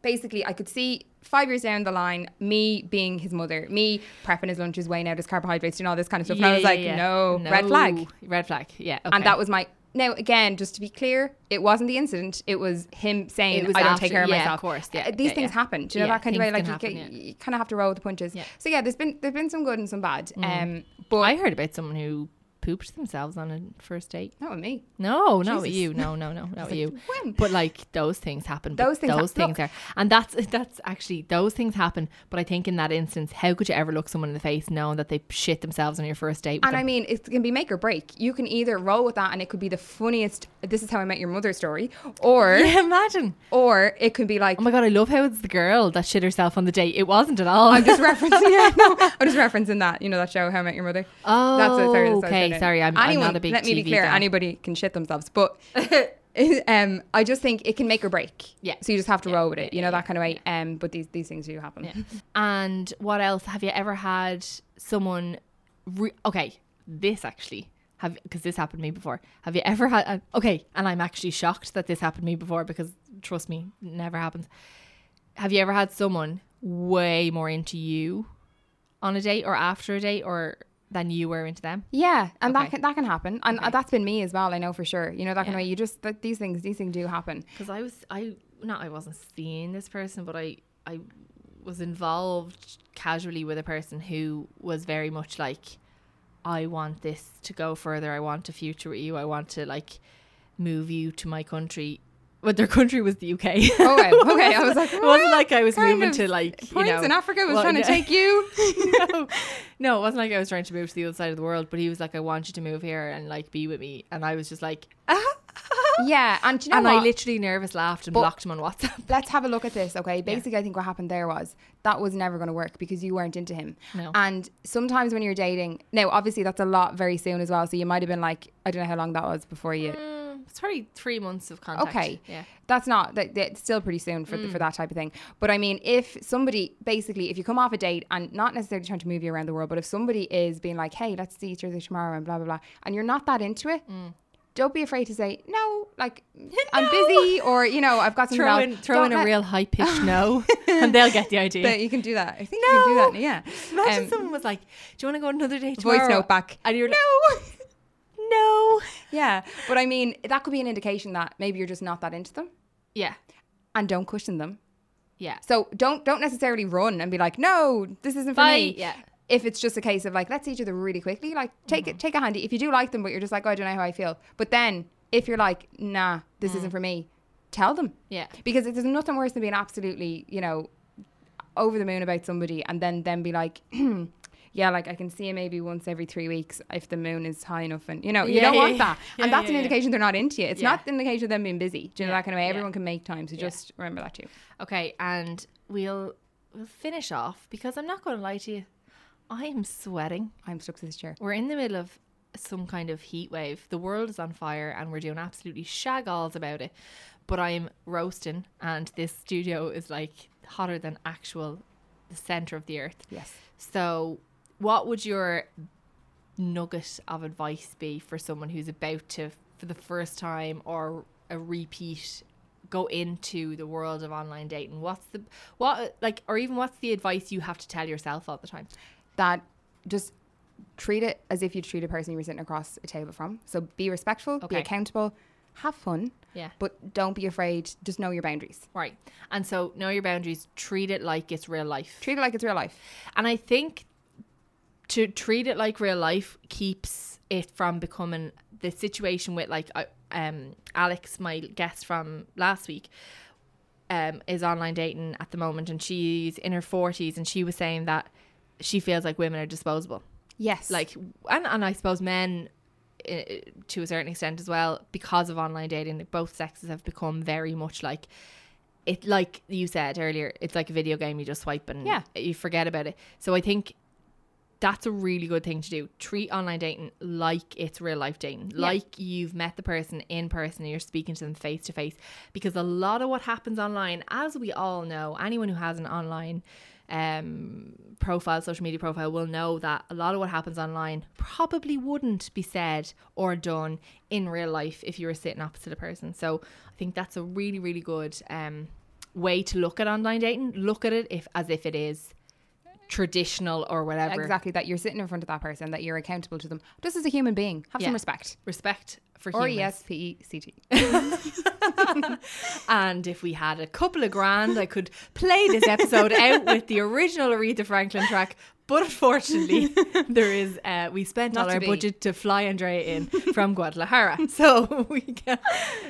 [SPEAKER 3] basically I could see five years down the line me being his mother, me prepping his lunches, weighing out his carbohydrates, doing all this kind of stuff. and I was
[SPEAKER 2] Yeah,
[SPEAKER 3] like,
[SPEAKER 2] yeah, yeah.
[SPEAKER 3] no, red flag.
[SPEAKER 2] red flag. Yeah,
[SPEAKER 3] And that was my. Now, again, just to be clear, it wasn't the incident. It was him saying,
[SPEAKER 2] It was
[SPEAKER 3] I don't
[SPEAKER 2] after-
[SPEAKER 3] take care of
[SPEAKER 2] yeah, of
[SPEAKER 3] myself.
[SPEAKER 2] course, yeah,
[SPEAKER 3] Uh, These
[SPEAKER 2] yeah,
[SPEAKER 3] things
[SPEAKER 2] yeah.
[SPEAKER 3] happen. Do you know
[SPEAKER 2] Yeah,
[SPEAKER 3] that kind of
[SPEAKER 2] things
[SPEAKER 3] way? Like,
[SPEAKER 2] can
[SPEAKER 3] you,
[SPEAKER 2] happen,
[SPEAKER 3] ca-
[SPEAKER 2] yeah.
[SPEAKER 3] you
[SPEAKER 2] Mm.
[SPEAKER 3] kind of have to roll with the punches. So, yeah, there's been there's been some good and some bad. Um, but
[SPEAKER 2] I heard about someone who pooped themselves on a first date.
[SPEAKER 3] Not with me.
[SPEAKER 2] No, not with
[SPEAKER 3] Jesus.
[SPEAKER 2] you. No, no, no, not with you.
[SPEAKER 3] when?
[SPEAKER 2] But like those things happen. Those
[SPEAKER 3] Those things
[SPEAKER 2] things.
[SPEAKER 3] hap-
[SPEAKER 2] Those things
[SPEAKER 3] look.
[SPEAKER 2] are, and that's that's actually those things happen. But I think in that instance, how could you ever look someone in the face knowing that they shit themselves on your first date? With
[SPEAKER 3] And I
[SPEAKER 2] them?
[SPEAKER 3] mean, it can be make or break. You can either roll with that, and it could be the funniest. This is how I met your mother story, or
[SPEAKER 2] yeah, imagine.
[SPEAKER 3] or it could be like
[SPEAKER 2] Oh my god, I love how it's the girl that shit herself on the date. It wasn't at all.
[SPEAKER 3] I'm just referencing. Yeah, no, I'm just referencing that. You know that show, How I Met Your Mother.
[SPEAKER 2] Oh,
[SPEAKER 3] what I
[SPEAKER 2] okay,
[SPEAKER 3] said.
[SPEAKER 2] sorry, I'm- I'm
[SPEAKER 3] Anyone,
[SPEAKER 2] not a big
[SPEAKER 3] Let me be
[SPEAKER 2] TV
[SPEAKER 3] clear.
[SPEAKER 2] gal.
[SPEAKER 3] Anybody can shit themselves, but um, I just think it can make or break.
[SPEAKER 2] Yeah.
[SPEAKER 3] So you just have to roll with it. You know that kind of way. Um, but these these things do happen.
[SPEAKER 2] And what else? Have you ever had someone? Re- okay, this actually have because this happened to me before. Have you ever had? uh, okay, and I'm actually shocked that this happened to me before because trust me, it never happens. Have you ever had someone way more into you on a date or after a date or than you were into them?
[SPEAKER 3] Yeah, and that
[SPEAKER 2] Okay.
[SPEAKER 3] can, that can happen, and uh that's been me as well. I know for sure. You know that kind of way. You just that these things these things do happen.
[SPEAKER 2] because I was I not I wasn't seeing this person, but I I was involved casually with a person who was very much like, I want this to go further. I want a future with you. I want to like move you to my country. But their country was the UK.
[SPEAKER 3] Oh, wow. okay. I was like,
[SPEAKER 2] it wasn't like I was
[SPEAKER 3] kind
[SPEAKER 2] moving
[SPEAKER 3] of
[SPEAKER 2] to like you
[SPEAKER 3] points
[SPEAKER 2] know,
[SPEAKER 3] in Africa was
[SPEAKER 2] well,
[SPEAKER 3] trying to
[SPEAKER 2] no.
[SPEAKER 3] take you.
[SPEAKER 2] no, no, it wasn't like I was trying to move to the other side of the world. But he was like, I want you to move here and like be with me. And I was just like,
[SPEAKER 3] yeah, and do you know
[SPEAKER 2] and
[SPEAKER 3] what?
[SPEAKER 2] I literally nervous laughed and blocked him on WhatsApp.
[SPEAKER 3] let's have a look at this, okay? Basically, I think what happened there was that was never going to work because you weren't into him.
[SPEAKER 2] No.
[SPEAKER 3] And sometimes when you're dating, now obviously that's a lot very soon as well. So you might have been like, I don't know how long that was before you.
[SPEAKER 2] It's probably three months of contact.
[SPEAKER 3] Okay,
[SPEAKER 2] Yeah. Mm.
[SPEAKER 3] that's not that. That's still pretty soon for for that type of thing. But I mean, if somebody basically, if you come off a date and not necessarily trying to move you around the world, but if somebody is being like, "Hey, let's see each other tomorrow," and blah blah blah, and you're not that into it.
[SPEAKER 2] Mm.
[SPEAKER 3] Don't be afraid to say no. Like I'm busy, or you know, I've got something
[SPEAKER 2] Throw
[SPEAKER 3] else.
[SPEAKER 2] in, throw
[SPEAKER 3] Don't
[SPEAKER 2] in a
[SPEAKER 3] let-
[SPEAKER 2] real high pitched no, and they'll get the idea.
[SPEAKER 3] that you can do that. I think you can do that. Yeah.
[SPEAKER 2] Imagine
[SPEAKER 3] Um,
[SPEAKER 2] someone was like, "Do you want to go on another day
[SPEAKER 3] voice
[SPEAKER 2] tomorrow?"
[SPEAKER 3] note back.
[SPEAKER 2] and you're like,
[SPEAKER 3] no.
[SPEAKER 2] "No."
[SPEAKER 3] yeah, but I mean, that could be an indication that maybe you're just not that into them,
[SPEAKER 2] Yeah,
[SPEAKER 3] and don't cushion them.
[SPEAKER 2] yeah.
[SPEAKER 3] So don't don't necessarily run and be like, no, this isn't for
[SPEAKER 2] Bye.
[SPEAKER 3] me.
[SPEAKER 2] Yeah.
[SPEAKER 3] If it's just a case of like, let's see each other really quickly, like take it, take a handy. If you do like them, but you're just like, oh, I don't know how I feel. But then if you're like, nah, this isn't for me, tell them.
[SPEAKER 2] Mm. Yeah.
[SPEAKER 3] Because there's nothing worse than being absolutely, you know, over the moon about somebody and then then be like, yeah, like I can see him maybe once every three weeks if the moon is high enough, and you know, you
[SPEAKER 2] Yeah,
[SPEAKER 3] don't
[SPEAKER 2] yeah,
[SPEAKER 3] want
[SPEAKER 2] yeah.
[SPEAKER 3] that.
[SPEAKER 2] Yeah,
[SPEAKER 3] and that's
[SPEAKER 2] yeah,
[SPEAKER 3] an
[SPEAKER 2] yeah.
[SPEAKER 3] indication they're not into you. It's
[SPEAKER 2] Yeah.
[SPEAKER 3] not the indication of them being busy. Do you know
[SPEAKER 2] Yeah,
[SPEAKER 3] that kind of way?
[SPEAKER 2] yeah.
[SPEAKER 3] Everyone can make time, so just remember that too.
[SPEAKER 2] Okay, and we'll we'll finish off because I'm not going to lie to you. I am sweating.
[SPEAKER 3] I'm stuck to this chair.
[SPEAKER 2] We're in the middle of some kind of heat wave. The world is on fire and we're doing absolutely shag alls about it. But I'm roasting and this studio is like hotter than actual the center of the earth.
[SPEAKER 3] Yes.
[SPEAKER 2] So what would your nugget of advice be for someone who's about to for the first time or a repeat go into the world of online dating? What's the what like or even what's the advice you have to tell yourself all the time?
[SPEAKER 3] that just treat it as if you treat a person you were sitting across a table from. So be respectful, be
[SPEAKER 2] Okay.
[SPEAKER 3] accountable, have fun,
[SPEAKER 2] Yeah.
[SPEAKER 3] but don't be afraid. Just know your boundaries.
[SPEAKER 2] Right. And so know your boundaries, treat it like it's real life.
[SPEAKER 3] Treat it like it's real life.
[SPEAKER 2] And I think to treat it like real life keeps it from becoming the situation with like I- um Alex, my guest from last week, um, is online dating at the moment and she's in her forties and she was saying that she feels like women are disposable
[SPEAKER 3] Yes.
[SPEAKER 2] like and, and i suppose men uh, to a certain extent as well because of online dating like, both sexes have become very much like it like you said earlier it's like a video game you just swipe and
[SPEAKER 3] Yeah.
[SPEAKER 2] you forget about it so i think that's a really good thing to do treat online dating like it's real life dating like you've met the person in person and you're speaking to them face to face because a lot of what happens online as we all know anyone who has an online um profile, social media profile, will know that a lot of what happens online probably wouldn't be said or done in real life if you were sitting opposite a person. So I think that's a really, really good um, way to look at online dating. Look at it if as if it is traditional or whatever.
[SPEAKER 3] exactly that you're sitting in front of that person, that you're accountable to them. Just as a human being, have some
[SPEAKER 2] Yeah.
[SPEAKER 3] respect.
[SPEAKER 2] Respect for
[SPEAKER 3] Or
[SPEAKER 2] humans.
[SPEAKER 3] yes, P E C T.
[SPEAKER 2] And if we had a couple of grand, I could play this episode out with the original Aretha Franklin track. But unfortunately, there is. Uh, we spent
[SPEAKER 3] Not
[SPEAKER 2] all
[SPEAKER 3] to
[SPEAKER 2] our
[SPEAKER 3] be.
[SPEAKER 2] budget to fly Andrea in from Guadalajara, so we can.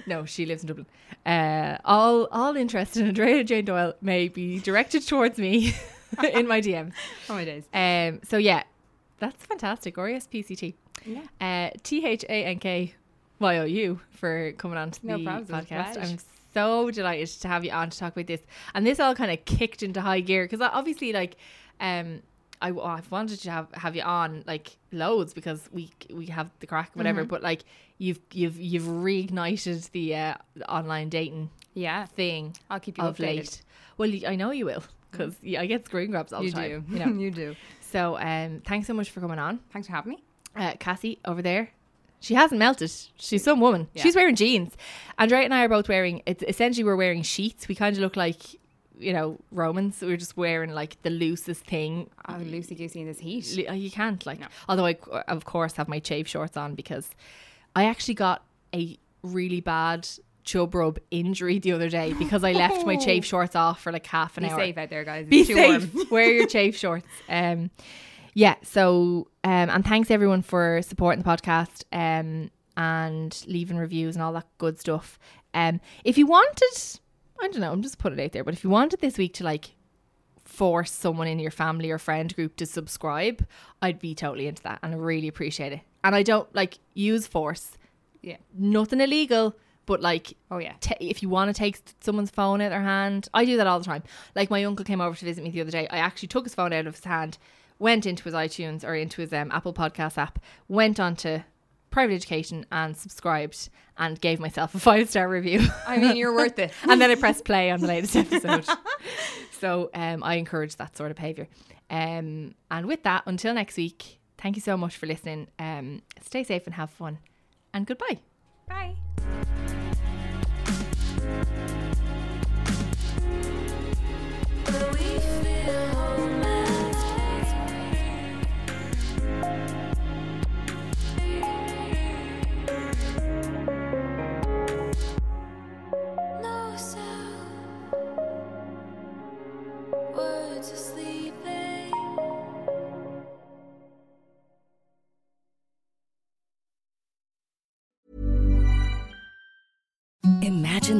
[SPEAKER 2] No, she lives in Dublin. Uh, all all interest in Andrea Jane Doyle may be directed towards me in my DMs.
[SPEAKER 3] Oh my days.
[SPEAKER 2] Um, so yeah, that's fantastic. E Or yes, PCT. Uh, T H A N K Y O U for coming on to
[SPEAKER 3] No
[SPEAKER 2] the
[SPEAKER 3] problems.
[SPEAKER 2] podcast.
[SPEAKER 3] Right.
[SPEAKER 2] I'm so delighted to have you on to talk about this. And this all kind of kicked into high gear because obviously, like, um, I, have wanted to have, have you on like loads because we we have the crack whatever,
[SPEAKER 3] Mm-hmm.
[SPEAKER 2] but like you've you've you've reignited the uh, online dating
[SPEAKER 3] Yeah.
[SPEAKER 2] thing.
[SPEAKER 3] I'll keep you
[SPEAKER 2] of
[SPEAKER 3] updated. Mm-hmm.
[SPEAKER 2] late. Well, y- I know you will because I get screen grabs all
[SPEAKER 3] You
[SPEAKER 2] the time.
[SPEAKER 3] do.
[SPEAKER 2] You know.
[SPEAKER 3] you do.
[SPEAKER 2] So um, thanks so much for coming on.
[SPEAKER 3] Thanks for having me.
[SPEAKER 2] Uh, Cassie over there, she hasn't melted. She's some woman. She's wearing jeans. Andrea and I are both wearing, it's essentially we're wearing sheets. We kind of look like, you know, Romans. We're just wearing like the loosest thing.
[SPEAKER 3] Oh, loosey goosey in this heat.
[SPEAKER 2] Li- uh, You can't like, although I c- of course have my chave shorts on because I actually got a really bad chub rub injury the other day because I left my chave shorts off for like half an
[SPEAKER 3] Be
[SPEAKER 2] hour
[SPEAKER 3] safe out there, guys.
[SPEAKER 2] be
[SPEAKER 3] It's too
[SPEAKER 2] safe.
[SPEAKER 3] warm.
[SPEAKER 2] Wear your chafe shorts. Um, yeah. So, um, and thanks everyone for supporting the podcast. Um, and leaving reviews and all that good stuff. Um, if you wanted, I don't know, I'm just putting it out there, but if you wanted this week to like force someone in your family or friend group to subscribe, I'd be totally into that and I really appreciate it. And I don't like use force,
[SPEAKER 3] Yeah.
[SPEAKER 2] nothing illegal, but like
[SPEAKER 3] Oh yeah.
[SPEAKER 2] ta if you want to take s- someone's phone out of their hand, I do that all the time. Like my uncle came over to visit me the other day. I actually took his phone out of his hand, went into his iTunes or into his um, Apple Podcast app, went onto private education and subscribed and gave myself a five star review.
[SPEAKER 3] I mean, you're worth it.
[SPEAKER 2] and then I pressed play on the latest episode. so um, I encourage that sort of behavior. Um, and with that, until next week, thank you so much for listening. Um, stay safe and have fun, and goodbye.
[SPEAKER 3] Bye.
[SPEAKER 5] No sound. Words are sleeping.
[SPEAKER 6] Imagine